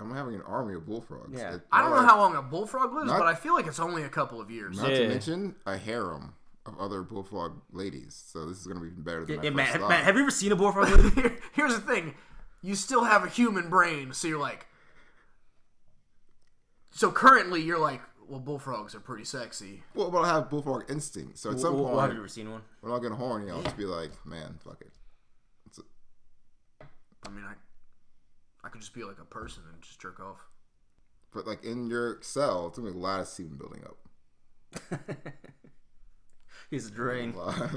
[SPEAKER 5] I'm having an army of bullfrogs.
[SPEAKER 4] Yeah.
[SPEAKER 5] It-
[SPEAKER 3] I don't know
[SPEAKER 5] not-
[SPEAKER 3] how long a bullfrog lives,
[SPEAKER 5] Not-
[SPEAKER 3] but I feel like it's only a couple of years.
[SPEAKER 5] Not
[SPEAKER 2] Yeah.
[SPEAKER 5] to mention a harem of other bullfrog ladies. So this is going to be even better than
[SPEAKER 4] Yeah,
[SPEAKER 5] I first
[SPEAKER 4] Matt,
[SPEAKER 5] thought.
[SPEAKER 4] Matt, have you ever seen a bullfrog? lady?
[SPEAKER 3] Here- Here's the thing: you still have a human brain, so you're like. So currently, you're like, well, bullfrogs are pretty sexy.
[SPEAKER 5] well, but I have bullfrog instinct. So at some
[SPEAKER 4] Well, well, have
[SPEAKER 5] point,
[SPEAKER 4] you ever seen one?
[SPEAKER 5] when I get horny, I'll just be like, man, fuck it.
[SPEAKER 3] I mean, I, I could just be like a person and just jerk off.
[SPEAKER 5] But like in your cell, it's gonna be a lot of semen building up.
[SPEAKER 4] He's a drain.
[SPEAKER 5] A lot.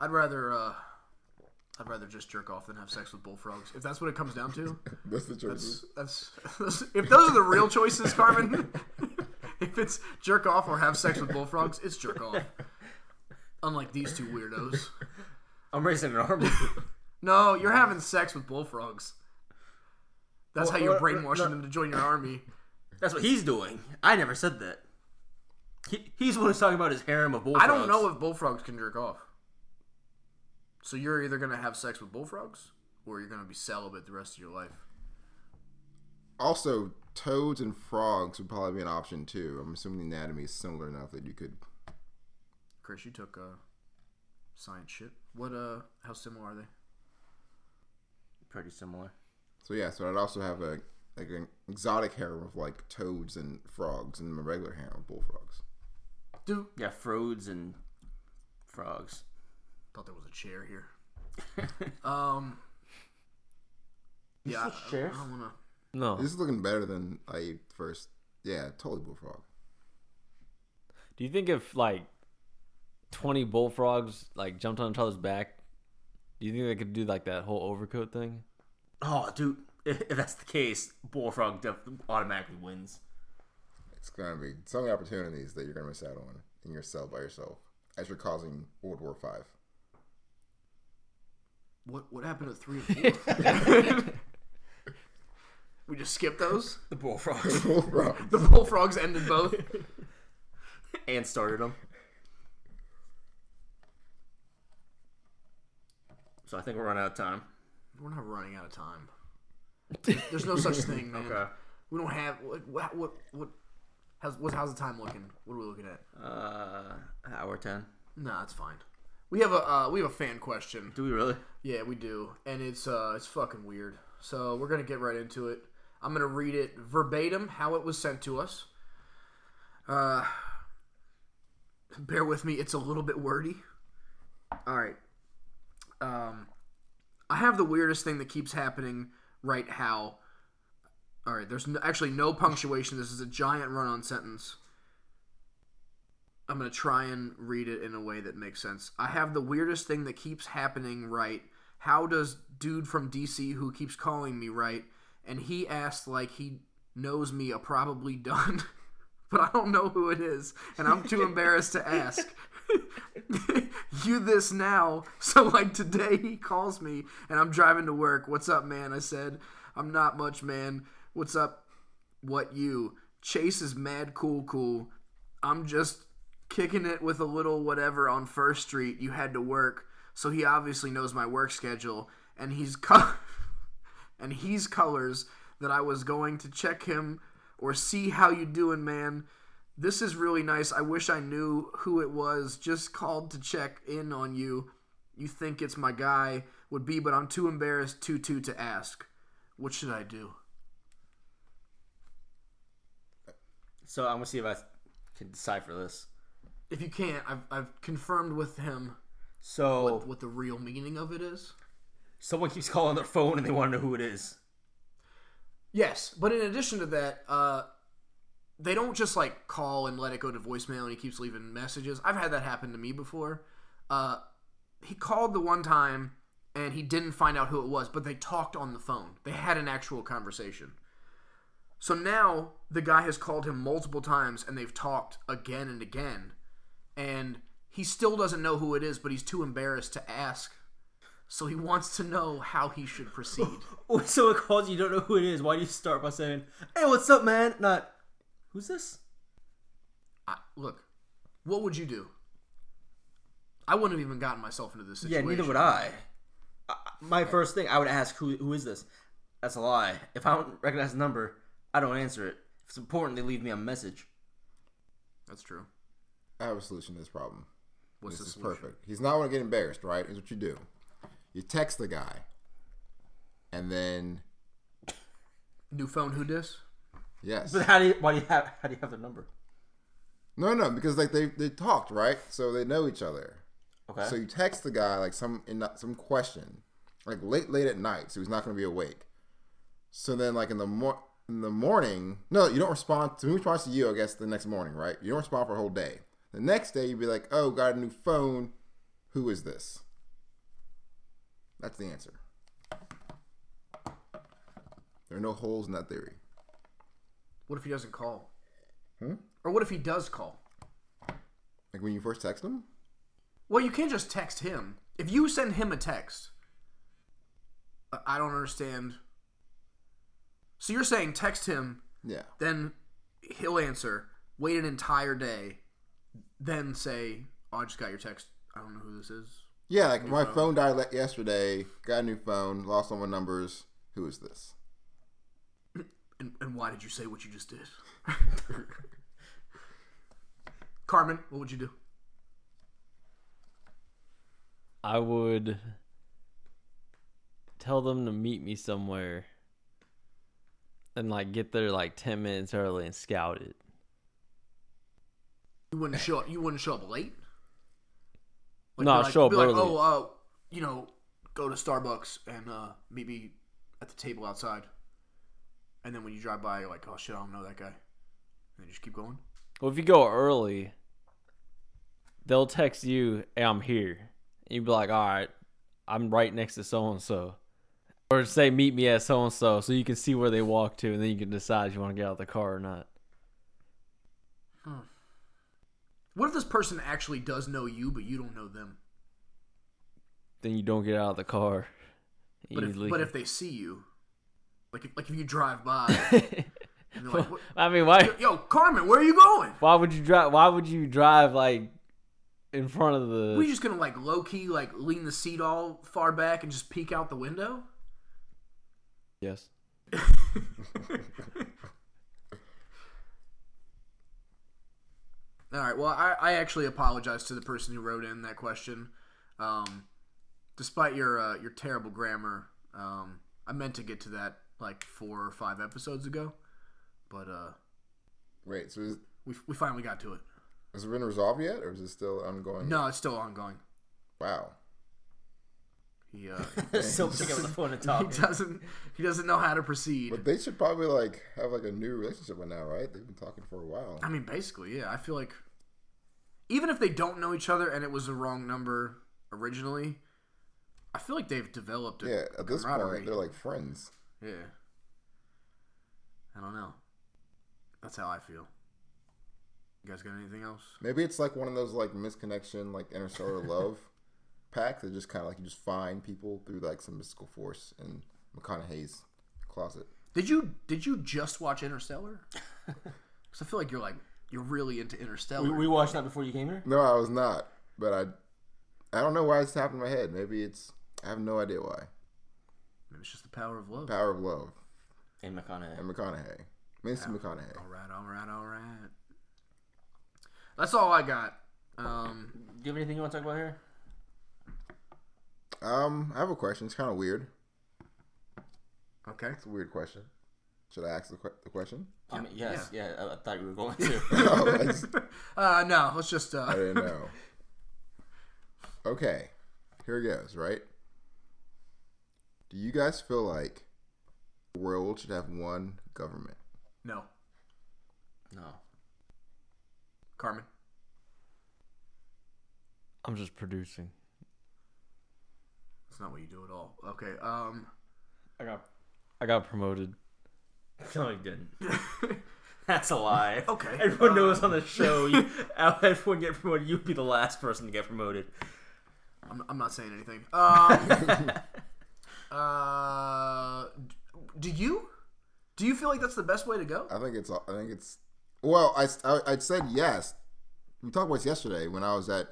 [SPEAKER 3] I'd rather, uh, I'd rather just jerk off than have sex with bullfrogs. If that's what it comes down to,
[SPEAKER 5] That's the truth.
[SPEAKER 3] that's if those are the real choices, Carmen. if it's jerk off or have sex with bullfrogs, it's jerk off. Unlike these two weirdos.
[SPEAKER 4] I'm raising an army.
[SPEAKER 3] No, you're having sex with bullfrogs. That's
[SPEAKER 4] Well,
[SPEAKER 3] how you're
[SPEAKER 4] well,
[SPEAKER 3] brainwashing
[SPEAKER 4] no-
[SPEAKER 3] them to join your army.
[SPEAKER 4] That's what he's doing. I never said that. He, he's the one who's talking about his harem of bullfrogs.
[SPEAKER 3] I don't know if bullfrogs can jerk off. So you're either gonna have sex with bullfrogs, or you're gonna be celibate the rest of your life.
[SPEAKER 5] Also, toads and frogs would probably be an option too. I'm assuming the anatomy is similar enough that you could.
[SPEAKER 3] Chris, you took uh, science shit. What uh, how similar are they?
[SPEAKER 4] Pretty similar.
[SPEAKER 5] So yeah, so I'd also have a like an exotic harem of like toads and frogs, and a regular harem of bullfrogs.
[SPEAKER 3] Do
[SPEAKER 4] Yeah, frogs and frogs.
[SPEAKER 3] thought there was a chair here. um. Yeah, I, I
[SPEAKER 4] chairs?
[SPEAKER 3] don't wanna.
[SPEAKER 2] No.
[SPEAKER 5] This is looking better than I first. Yeah, totally bullfrog.
[SPEAKER 2] Do you think if like twenty bullfrogs like jumped on each other's back, do you think they could do like that whole overcoat thing?
[SPEAKER 4] Oh, dude, if, if that's the case, bullfrog def- automatically wins.
[SPEAKER 5] It's gonna be so many opportunities that you're gonna miss out on in your cell by yourself as you're causing World War Five.
[SPEAKER 3] What what happened at three and four? we just skipped those.
[SPEAKER 4] The bullfrogs
[SPEAKER 5] Bullfrogs.
[SPEAKER 3] The bullfrogs ended both.
[SPEAKER 4] and started him. So I think we're running out of time.
[SPEAKER 3] We're not running out of time. There's no such thing, man.
[SPEAKER 4] Okay.
[SPEAKER 3] We don't have what what what. what how's, what's, how's the time looking? What are we looking at?
[SPEAKER 4] Uh, hour ten.
[SPEAKER 3] Nah, it's fine. We have a uh, we have a fan question.
[SPEAKER 4] Do we really?
[SPEAKER 3] Yeah, we do, and it's uh, it's fucking weird. So we're gonna get right into it. I'm gonna read it verbatim how it was sent to us. Uh, bear with me; it's a little bit wordy. All right. Um, I have the weirdest thing that keeps happening. Right? How? All right. There's no, actually no punctuation. This is a giant run-on sentence. I'm going to try and read it in a way that makes sense. I have the weirdest thing that keeps happening right. How does dude from DC who keeps calling me right? And he asked like he knows me a probably done, but I don't know who it is, and I'm too embarrassed to ask. you this now. So like today he calls me and I'm driving to work. What's up, man? I said, I'm not much, man. What's up? What you? Chase is mad cool cool. I'm just kicking it with a little whatever on First Street. You had to work, so he obviously knows my work schedule, and he's co- and he's colors that I was going to check him or see how you doing, man. This is really nice. I wish I knew who it was. Just called to check in on you. You think it's my guy would be, but I'm too embarrassed too too to ask. What should I do?
[SPEAKER 4] So I'm gonna see if I can decipher this.
[SPEAKER 3] If you can't, I've, I've confirmed with him
[SPEAKER 4] So
[SPEAKER 3] what the real meaning of it is.
[SPEAKER 4] someone keeps calling their phone and they want to know who it is.
[SPEAKER 3] Yes, but in addition to that, uh, they don't just like call and let it go to voicemail, and he keeps leaving messages. I've had that happen to me before. Uh, he called the one time, and he didn't find out who it was, but they talked on the phone. They had an actual conversation. So now the guy has called him multiple times, and they've talked again and again, and he still doesn't know who it is, but he's too embarrassed to ask. So he wants to know how he should proceed.
[SPEAKER 4] When someone calls you, you don't know who it is. Why do you start by saying, "Hey, what's up, man?" Not, "Who's this?"
[SPEAKER 3] I, look, what would you do? I wouldn't have even gotten myself into this
[SPEAKER 4] Yeah,
[SPEAKER 3] situation.
[SPEAKER 4] neither would I. I my first thing, I would ask, "Who who is this?" That's a lie. If I don't recognize the number, I don't answer it. If it's important, they leave me a message.
[SPEAKER 3] That's true.
[SPEAKER 5] I have a solution to this problem.
[SPEAKER 3] What's
[SPEAKER 5] this is
[SPEAKER 3] the solution?
[SPEAKER 5] perfect. He's not going to get embarrassed, right? Is what you do. You text the guy, and then
[SPEAKER 3] New phone, who dis?
[SPEAKER 5] yes,
[SPEAKER 4] But how do you, why do you have how do you have their number?
[SPEAKER 5] no, no, because like they they talked, right? So they know each other.
[SPEAKER 4] Okay.
[SPEAKER 5] So you text the guy like some in some question, like late late at night, so he's not going to be awake. So then like in the mor- in the morning, no, you don't respond. So he responds to you, I guess, the next morning, right? You don't respond for a whole day. The next day, you'd be like, "Oh, got a new phone. Who is this?" That's the answer. There are no holes in that theory.
[SPEAKER 3] What if he doesn't call?
[SPEAKER 4] Hmm?
[SPEAKER 3] Or what if he does call?
[SPEAKER 5] Like when you first text them,
[SPEAKER 3] Well, you can't just text him. If you send him a text, I- I don't understand. So you're saying text him,
[SPEAKER 5] yeah,
[SPEAKER 3] then he'll answer, wait an entire day, then say, oh, I just got your text. I don't know who this is.
[SPEAKER 5] yeah. Like my phone died le- yesterday. Got a new phone. Lost all my numbers. Who is this?
[SPEAKER 3] And, and why did you say what you just did? Carmen, what would you do?
[SPEAKER 2] I would tell them to meet me somewhere and like get there like 10 minutes early and scout it.
[SPEAKER 3] You wouldn't show up. You wouldn't show up late.
[SPEAKER 2] No,
[SPEAKER 3] be
[SPEAKER 2] I'll show up
[SPEAKER 3] be
[SPEAKER 2] early.
[SPEAKER 3] Like, oh, uh, you know, go to Starbucks and uh, meet me at the table outside. And then when you drive by, you're like, oh shit, I don't know that guy. And then you just keep going.
[SPEAKER 2] Well, if you go early, they'll text you, "Hey, I'm here." And you'd be like, "All right, I'm right next to so and so," or say, "Meet me at so and so," so you can see where they walk to, and then you can decide if you want to get out of the car or not.
[SPEAKER 3] What if this person actually does know you, but you don't know them?
[SPEAKER 2] Then you don't get out of the car.
[SPEAKER 3] But
[SPEAKER 2] You
[SPEAKER 3] if,
[SPEAKER 2] leave.
[SPEAKER 3] but if they see you, like if, like if you drive by, and they're like, what?
[SPEAKER 2] I mean, why?
[SPEAKER 3] yo, Carmen, where are you going?
[SPEAKER 2] Why would you drive? Why would you drive like in front of the?
[SPEAKER 3] We just gonna like low key like lean the seat all far back and just peek out the window?
[SPEAKER 2] yes.
[SPEAKER 3] All right. Well, I, I actually apologize to the person who wrote in that question. Um, despite your uh, your terrible grammar, um, I meant to get to that like four or five episodes ago, but uh,
[SPEAKER 5] Wait, so is,
[SPEAKER 3] we we finally got to it.
[SPEAKER 5] has it been resolved yet, or is it still ongoing?
[SPEAKER 3] No, it's still ongoing.
[SPEAKER 5] Wow.
[SPEAKER 3] He uh,
[SPEAKER 4] Still picking up the phone and
[SPEAKER 3] he
[SPEAKER 4] talking.
[SPEAKER 3] doesn't he doesn't know how to proceed.
[SPEAKER 5] But they should probably like have like a new relationship by now, right? They've been talking for a while.
[SPEAKER 3] I mean, basically, yeah. I feel like even if they don't know each other and it was the wrong number originally, I feel like they've developed a
[SPEAKER 5] Yeah, at this
[SPEAKER 3] camaraderie.
[SPEAKER 5] point they're like friends.
[SPEAKER 3] yeah. I don't know. That's how I feel. You guys got anything else?
[SPEAKER 5] Maybe it's like one of those like misconnection, like interstellar love packs that just kind of like you just find people through like some mystical force in McConaughey's closet.
[SPEAKER 3] Did you did you just watch Interstellar? Because I feel like you're like you're really into Interstellar.
[SPEAKER 4] We, we watched that before you came here.
[SPEAKER 5] No, I was not, but I, I don't know why it's happened in my head. Maybe it's I have no idea why.
[SPEAKER 3] Maybe it's just the power of love.
[SPEAKER 5] Power of Love
[SPEAKER 4] In McConaughey.
[SPEAKER 5] and McConaughey, Winston McConaughey.
[SPEAKER 3] All right, all right, all right. That's all I got. Um,
[SPEAKER 4] Do you have anything you want to talk about here?
[SPEAKER 5] Um, I have a question. It's kind of weird.
[SPEAKER 3] okay.
[SPEAKER 5] It's a weird question. Should I ask the, que- the question?
[SPEAKER 4] I mean, yes, yeah. I, I thought you were going to.
[SPEAKER 5] Oh, I just-
[SPEAKER 3] Uh, no, let's just uh,
[SPEAKER 5] I didn't know. Okay, here goes. Right? Do you guys feel like the world should have one government?
[SPEAKER 3] no,
[SPEAKER 4] no.
[SPEAKER 3] Carmen.
[SPEAKER 2] I'm just producing.
[SPEAKER 3] That's not what you do at all. Okay. Um,
[SPEAKER 2] I got I got promoted.
[SPEAKER 4] No, you didn't. That's a lie.
[SPEAKER 3] Okay.
[SPEAKER 4] Everyone knows on the show, you, out- everyone get promoted. You'd be the last person to get promoted.
[SPEAKER 3] I'm, I'm not saying anything. Um, uh, d- do you do you feel like that's the best way to go?
[SPEAKER 5] I think it's. I think it's. Well, I I, I said yes. We talked about this yesterday when I was at.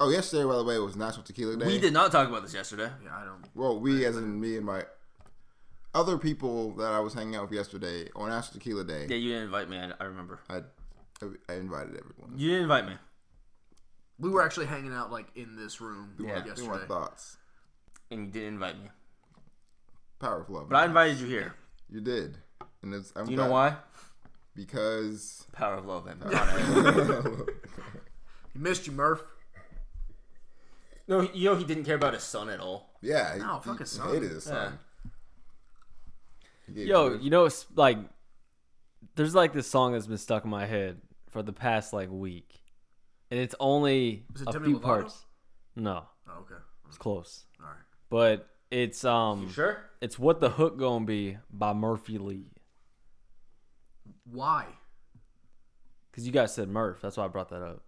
[SPEAKER 5] Oh, yesterday, by the way, was National Tequila Day.
[SPEAKER 4] We did not talk about this yesterday.
[SPEAKER 3] Yeah, I don't.
[SPEAKER 5] Well, we, as in me and my other people that I was hanging out with yesterday on National Tequila Day,
[SPEAKER 4] Yeah, you didn't invite me. I, I remember.
[SPEAKER 5] I, I invited everyone.
[SPEAKER 4] You didn't invite me.
[SPEAKER 3] We were actually hanging out like in this room
[SPEAKER 4] Yeah.
[SPEAKER 5] We want
[SPEAKER 3] yesterday.
[SPEAKER 5] thoughts.
[SPEAKER 4] And you didn't invite me.
[SPEAKER 5] Power of love.
[SPEAKER 4] But I invited you here.
[SPEAKER 5] You did. And it's, I'm
[SPEAKER 4] Do you know
[SPEAKER 5] glad.
[SPEAKER 4] why?
[SPEAKER 5] Because
[SPEAKER 4] Power of love and McConaughey.
[SPEAKER 3] He missed you, Murph.
[SPEAKER 4] no, he- you know he didn't care about his son at all.
[SPEAKER 5] yeah, he,
[SPEAKER 3] No,
[SPEAKER 5] he-
[SPEAKER 3] fuck his
[SPEAKER 5] he
[SPEAKER 3] son.
[SPEAKER 5] hated
[SPEAKER 4] Uh,
[SPEAKER 5] his son. He hated
[SPEAKER 2] Yo,
[SPEAKER 5] him.
[SPEAKER 2] you know it's like there's like this song that's been stuck in my head for the past like week. And it's only
[SPEAKER 3] Is it
[SPEAKER 2] a
[SPEAKER 3] Demi
[SPEAKER 2] few
[SPEAKER 3] Lovato?
[SPEAKER 2] parts. No,
[SPEAKER 3] Oh, okay.
[SPEAKER 2] it's close.
[SPEAKER 3] All right.
[SPEAKER 2] But it's um
[SPEAKER 4] Sure.
[SPEAKER 2] it's what the hook gonna be by Murphy Lee.
[SPEAKER 3] Why?
[SPEAKER 2] Cause you guys said Murph, that's why I brought that up.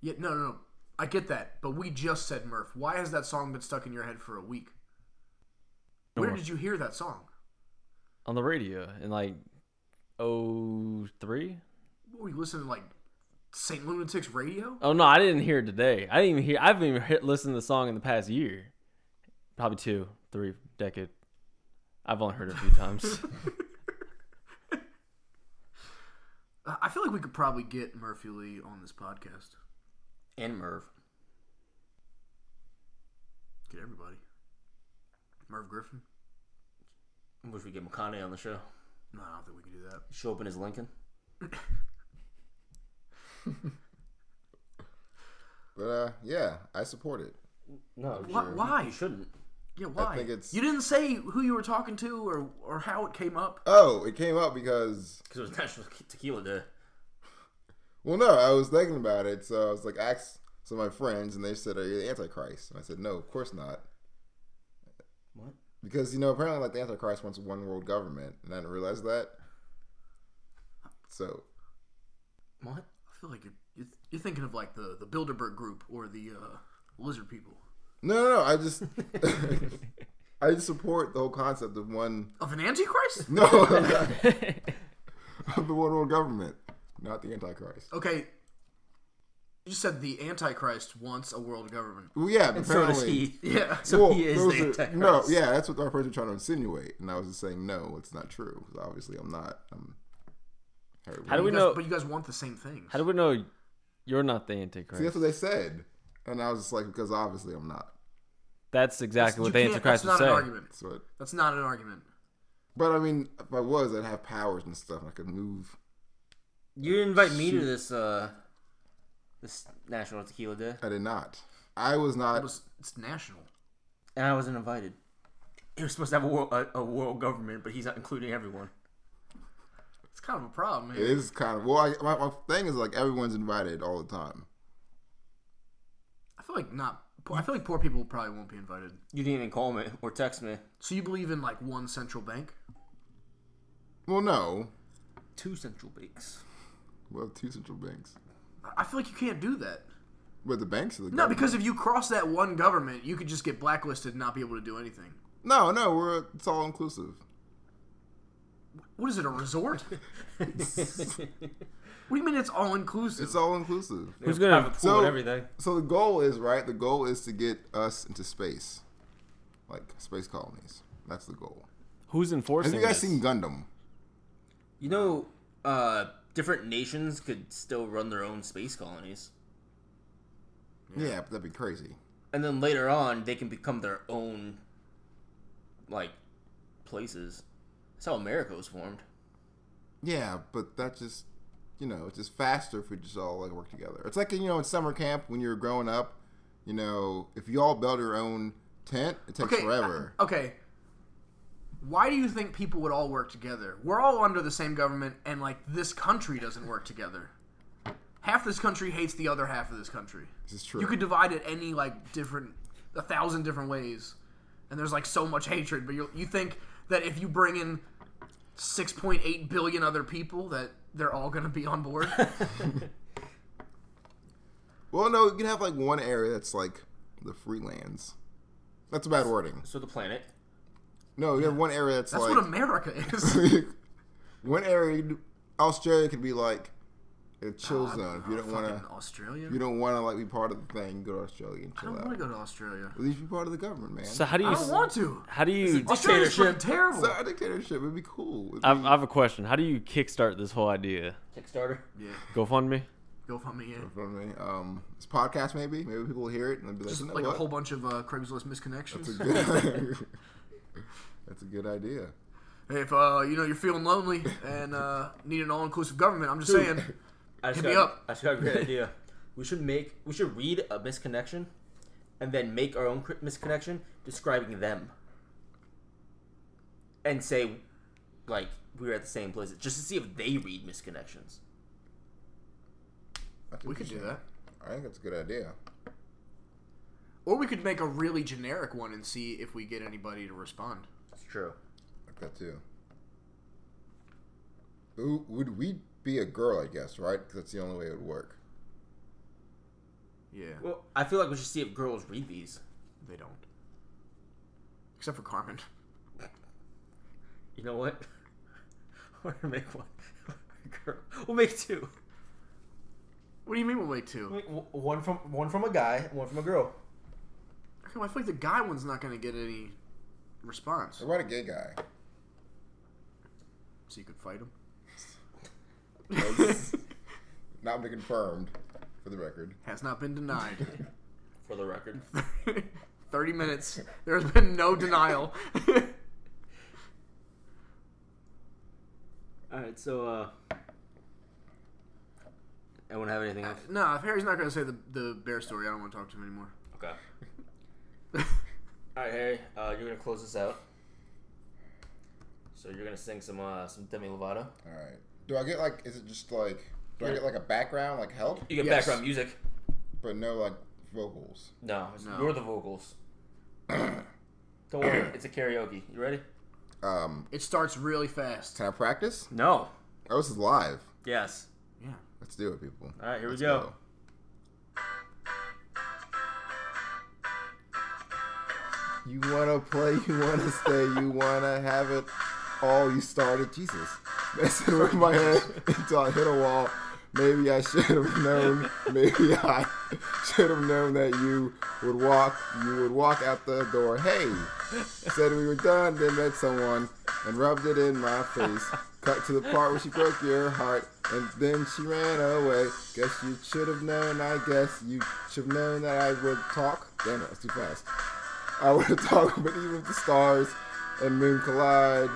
[SPEAKER 3] Yeah. No, no, no. I get that, but we just said Murph. Why has that song been stuck in your head for a week? Where
[SPEAKER 2] more.
[SPEAKER 3] did you hear that song?
[SPEAKER 2] On the radio in like oh three?
[SPEAKER 3] Were you listening to like St. Lunatics radio?
[SPEAKER 2] Oh no, I didn't hear it today. I didn't even hear. I haven't even hit, listened to the song in the past year, probably two, three decade. I've only heard it a few times.
[SPEAKER 3] Uh, I feel like we could probably get Murphy Lee on this podcast.
[SPEAKER 4] And Merv.
[SPEAKER 3] Get everybody. Merv Griffin?
[SPEAKER 4] I wish we get McConaughey on the show.
[SPEAKER 3] No, I don't think we can do that.
[SPEAKER 4] Show up in his Lincoln.
[SPEAKER 5] But uh, yeah, I support it.
[SPEAKER 4] No,
[SPEAKER 3] Why?
[SPEAKER 4] Oh, you
[SPEAKER 3] why?
[SPEAKER 4] shouldn't.
[SPEAKER 3] Yeah, why?
[SPEAKER 5] think it's-
[SPEAKER 3] You didn't say who you were talking to or, or how it came up.
[SPEAKER 5] Oh, it came up because
[SPEAKER 4] Because it was National Tequila Day.
[SPEAKER 5] Well, no, I was thinking about it, so I was like, asked some of my friends, and they said, "Are you the Antichrist?" And I said, "No, of course not,"
[SPEAKER 4] What?
[SPEAKER 5] because you know apparently like the Antichrist wants one world government, and I didn't realize that. So
[SPEAKER 4] What?
[SPEAKER 3] I feel like you're, you're, you're thinking of like the, the Bilderberg group or the uh, lizard people.
[SPEAKER 5] no, no, no I just I just support the whole concept of one
[SPEAKER 3] Of an Antichrist?
[SPEAKER 5] no of the one world government, not the Antichrist.
[SPEAKER 3] Okay. You said the Antichrist wants a world government.
[SPEAKER 5] Well, yeah,
[SPEAKER 4] So
[SPEAKER 5] apparently.
[SPEAKER 4] does he.
[SPEAKER 3] Yeah.
[SPEAKER 4] So
[SPEAKER 5] Well,
[SPEAKER 4] he is
[SPEAKER 5] those
[SPEAKER 4] the
[SPEAKER 5] are-
[SPEAKER 4] Antichrist.
[SPEAKER 5] No, yeah, that's what our friends were trying to insinuate, and I was just saying no, it's not true. 'cause obviously, I'm not. I'm Harry
[SPEAKER 2] How do
[SPEAKER 3] You
[SPEAKER 2] we
[SPEAKER 5] Wilson.
[SPEAKER 3] guys,
[SPEAKER 2] know-
[SPEAKER 3] But you guys want the same things.
[SPEAKER 2] How do we know you're not the
[SPEAKER 5] See,
[SPEAKER 2] Antichrist?
[SPEAKER 5] that's what they said. And I was just like, because obviously I'm not.
[SPEAKER 2] That's exactly
[SPEAKER 3] You
[SPEAKER 2] what the
[SPEAKER 3] can't-
[SPEAKER 2] Antichrist would
[SPEAKER 3] That's not
[SPEAKER 2] say.
[SPEAKER 3] an argument.
[SPEAKER 5] That's what.
[SPEAKER 3] That's not an argument.
[SPEAKER 5] But I mean, if I was, I'd have powers and stuff. I could move.
[SPEAKER 4] You didn't invite me to this uh this National Tequila Day,
[SPEAKER 5] I did not. I was
[SPEAKER 3] It
[SPEAKER 5] not.
[SPEAKER 3] was, it's national.
[SPEAKER 4] and I wasn't invited. It was supposed to have a world a, a world government, but he's not including everyone.
[SPEAKER 3] It's kind of a problem
[SPEAKER 5] It
[SPEAKER 3] here.
[SPEAKER 5] is kind of. Well, I, my, my thing is like everyone's invited all the time.
[SPEAKER 3] I feel like not. I feel like poor people probably won't be invited.
[SPEAKER 4] You didn't even call me or text me.
[SPEAKER 3] So you believe in like one central bank?
[SPEAKER 5] Well, no.
[SPEAKER 4] Two central banks.
[SPEAKER 5] We have two central banks.
[SPEAKER 3] I feel like you can't do that.
[SPEAKER 5] But the banks are the
[SPEAKER 3] No,
[SPEAKER 5] government.
[SPEAKER 3] because if you cross that one government, you could just get blacklisted and not be able to do anything.
[SPEAKER 5] No, no, we're it's all inclusive.
[SPEAKER 3] What is it, a resort? what do you mean it's all inclusive?
[SPEAKER 5] It's all inclusive.
[SPEAKER 2] Who's gonna?
[SPEAKER 4] Private pool
[SPEAKER 5] So-
[SPEAKER 4] and everything.
[SPEAKER 5] So the goal is right. The goal is to get us into space, like space colonies. That's the goal.
[SPEAKER 2] Who's enforcing?
[SPEAKER 5] Have you guys
[SPEAKER 2] this?
[SPEAKER 5] seen Gundam?
[SPEAKER 4] You know, uh, different nations could still run their own space colonies,
[SPEAKER 5] Yeah, but that'd be crazy.
[SPEAKER 4] and then later on they can become their own like places. That's how America was formed.
[SPEAKER 5] Yeah, but that just you know, it's just faster if we just all like work together. It's like you know, in summer camp when you're growing up, you know, if you all build your own tent, it takes
[SPEAKER 3] okay,
[SPEAKER 5] forever.
[SPEAKER 3] uh, okay. Why do you think people would all work together? We're all under the same government, and like this country doesn't work together. Half this country hates the other half of this country.
[SPEAKER 5] this is true.
[SPEAKER 3] You could divide it any like different, a thousand different ways, and there's like so much hatred. But you you think that if you bring in 6.8 billion other people, that they're all going to be on board?
[SPEAKER 5] well, no, you can have like one area that's like the free lands. That's bad wording.
[SPEAKER 4] So the planet.
[SPEAKER 5] No, you have one area that's,
[SPEAKER 3] That's
[SPEAKER 5] like
[SPEAKER 3] what America is.
[SPEAKER 5] one area. you do- Australia could be like a chill zone. If you don't
[SPEAKER 3] Ah, Fucking
[SPEAKER 5] want to,
[SPEAKER 3] Australia.
[SPEAKER 5] you don't want to like be part of the thing. Go to Australia and
[SPEAKER 3] I
[SPEAKER 5] chill
[SPEAKER 3] don't want to
[SPEAKER 5] out.
[SPEAKER 3] go to Australia.
[SPEAKER 5] At least be part of the government, man.
[SPEAKER 2] So how do you?
[SPEAKER 3] I don't want to.
[SPEAKER 2] How do you?
[SPEAKER 3] Australia's fucking
[SPEAKER 4] Dictatorship.
[SPEAKER 3] terrible.
[SPEAKER 5] So a dictatorship would be cool. It'd be-
[SPEAKER 2] I've, I have a question. How do you kickstart this whole idea?
[SPEAKER 4] Kickstarter.
[SPEAKER 3] yeah,
[SPEAKER 2] GoFundMe.
[SPEAKER 3] go find me. Yeah.
[SPEAKER 5] You know what I mean? Um, this podcast maybe, maybe people will hear it and they'll be like,
[SPEAKER 3] Just
[SPEAKER 5] you know
[SPEAKER 3] like
[SPEAKER 5] what?
[SPEAKER 3] a whole bunch of uh, Craigslist misconnections.
[SPEAKER 5] That's a good. That's a good idea.
[SPEAKER 3] hey, if uh, you know you're feeling lonely and uh, need an all-inclusive government, I'm just saying.
[SPEAKER 4] I just
[SPEAKER 3] Hit me
[SPEAKER 4] got,
[SPEAKER 3] up.
[SPEAKER 4] I just got a great idea. We should make we should read a misconnection, and then make our own cr- misconnection describing them, and say, like we were at the same place, just to see if they read misconnections.
[SPEAKER 5] That's
[SPEAKER 3] We could do
[SPEAKER 5] interesting.
[SPEAKER 3] that.
[SPEAKER 5] I think that's a good idea.
[SPEAKER 3] Or we could make a really generic one and see if we get anybody to respond.
[SPEAKER 4] That's true.
[SPEAKER 5] I like that too. Who would we be a girl? I guess right, because that's the only way it would work.
[SPEAKER 3] Yeah,
[SPEAKER 4] Well, I feel like we should see if girls read these.
[SPEAKER 3] they don't. Except for Carmen.
[SPEAKER 4] You know what? We're gonna make one. Girl. We'll make two.
[SPEAKER 3] What do you mean we'll make two?
[SPEAKER 4] We'll make w- One from one from a guy, one from a girl.
[SPEAKER 3] Okay, well, I feel like the guy one's not going to get any response.
[SPEAKER 5] What about a gay guy?
[SPEAKER 3] So you could fight him.
[SPEAKER 5] Not been confirmed, for the record.
[SPEAKER 3] Has not been denied.
[SPEAKER 4] For the record,
[SPEAKER 3] 30 minutes. There's been no denial.
[SPEAKER 4] All right, so uh, anyone have anything else?
[SPEAKER 3] no, if Harry's not going to say the, the bear story, I don't want to talk to him anymore.
[SPEAKER 4] Okay. All right, Harry, uh, you're gonna close this out. So you're gonna sing some uh, some Demi Lovato.
[SPEAKER 5] All right. Do I get like? Is it just like? Do I get like a background, like help,
[SPEAKER 4] You get
[SPEAKER 3] Yes.
[SPEAKER 4] background music.
[SPEAKER 5] but no like vocals?
[SPEAKER 4] No, it's-
[SPEAKER 3] No.
[SPEAKER 4] you're the vocals. Don't worry, it's a karaoke. You ready?
[SPEAKER 5] Um,
[SPEAKER 3] It starts really fast.
[SPEAKER 5] can I practice?
[SPEAKER 4] No.
[SPEAKER 5] Oh, this is live.
[SPEAKER 4] Yes.
[SPEAKER 3] Yeah.
[SPEAKER 5] Let's do it, people.
[SPEAKER 4] All right, here
[SPEAKER 5] Let's
[SPEAKER 4] we go.
[SPEAKER 5] You wanna play, you wanna stay, you wanna have it all. You started, Jesus. Messing with my head until I hit a wall. Maybe I should have known. Maybe I should have known that you would walk. You would walk out the door. Hey, said we were done. Then met someone and rubbed it in my face. Cut to the part where she broke your heart. And then she ran away. Guess you should have known. I guess you should have known that I would talk. Damn it, that's too fast. I would have talked, but even if the stars and moon collide,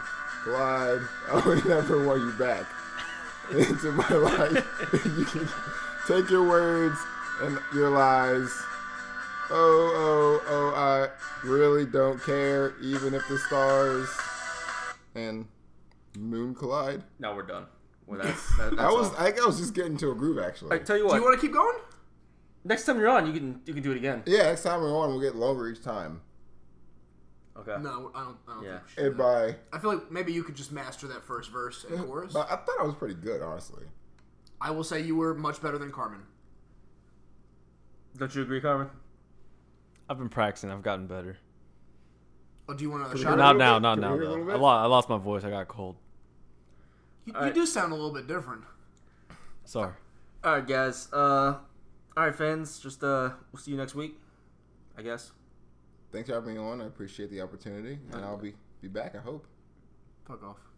[SPEAKER 5] collide, I would never want you back into my life. you can take your words and your lies. Oh, oh, oh, I really don't care, even if the stars and moon collide.
[SPEAKER 4] Now we're done. Well, that's, that, that's
[SPEAKER 5] I was,
[SPEAKER 4] all.
[SPEAKER 5] I, think I was just getting to a groove,
[SPEAKER 4] I
[SPEAKER 5] actually.
[SPEAKER 4] tell you
[SPEAKER 3] Do
[SPEAKER 4] what.
[SPEAKER 3] you want to keep going?
[SPEAKER 4] next time you're on, you can you can do it again.
[SPEAKER 5] yeah, next time we're on, we'll get longer each time.
[SPEAKER 4] Okay.
[SPEAKER 3] No, I don't. I don't
[SPEAKER 4] Yeah.
[SPEAKER 3] think we should.
[SPEAKER 5] And by,
[SPEAKER 3] I feel like maybe you could just master that first verse and chorus.
[SPEAKER 5] but I thought I was pretty good, honestly.
[SPEAKER 3] I will say you were much better than Carmen.
[SPEAKER 4] Don't you agree, Carmen?
[SPEAKER 2] I've been practicing. I've gotten better.
[SPEAKER 3] Oh, do you want another
[SPEAKER 5] we
[SPEAKER 3] shot?
[SPEAKER 2] Not
[SPEAKER 5] not- little
[SPEAKER 2] now,
[SPEAKER 5] bit?
[SPEAKER 2] not
[SPEAKER 5] Can we
[SPEAKER 2] now.
[SPEAKER 5] hear a little
[SPEAKER 2] Though. I,
[SPEAKER 5] bit?
[SPEAKER 2] lost, I lost my voice. I got a cold.
[SPEAKER 3] You, you
[SPEAKER 4] Alright.
[SPEAKER 3] do sound a little bit different.
[SPEAKER 2] Sorry.
[SPEAKER 4] All right, guys. Uh, all right, fans. Just uh, we'll see you next week. I guess.
[SPEAKER 5] Thanks for having me on. I appreciate the opportunity, and I'll be be back. I hope.
[SPEAKER 3] Fuck off.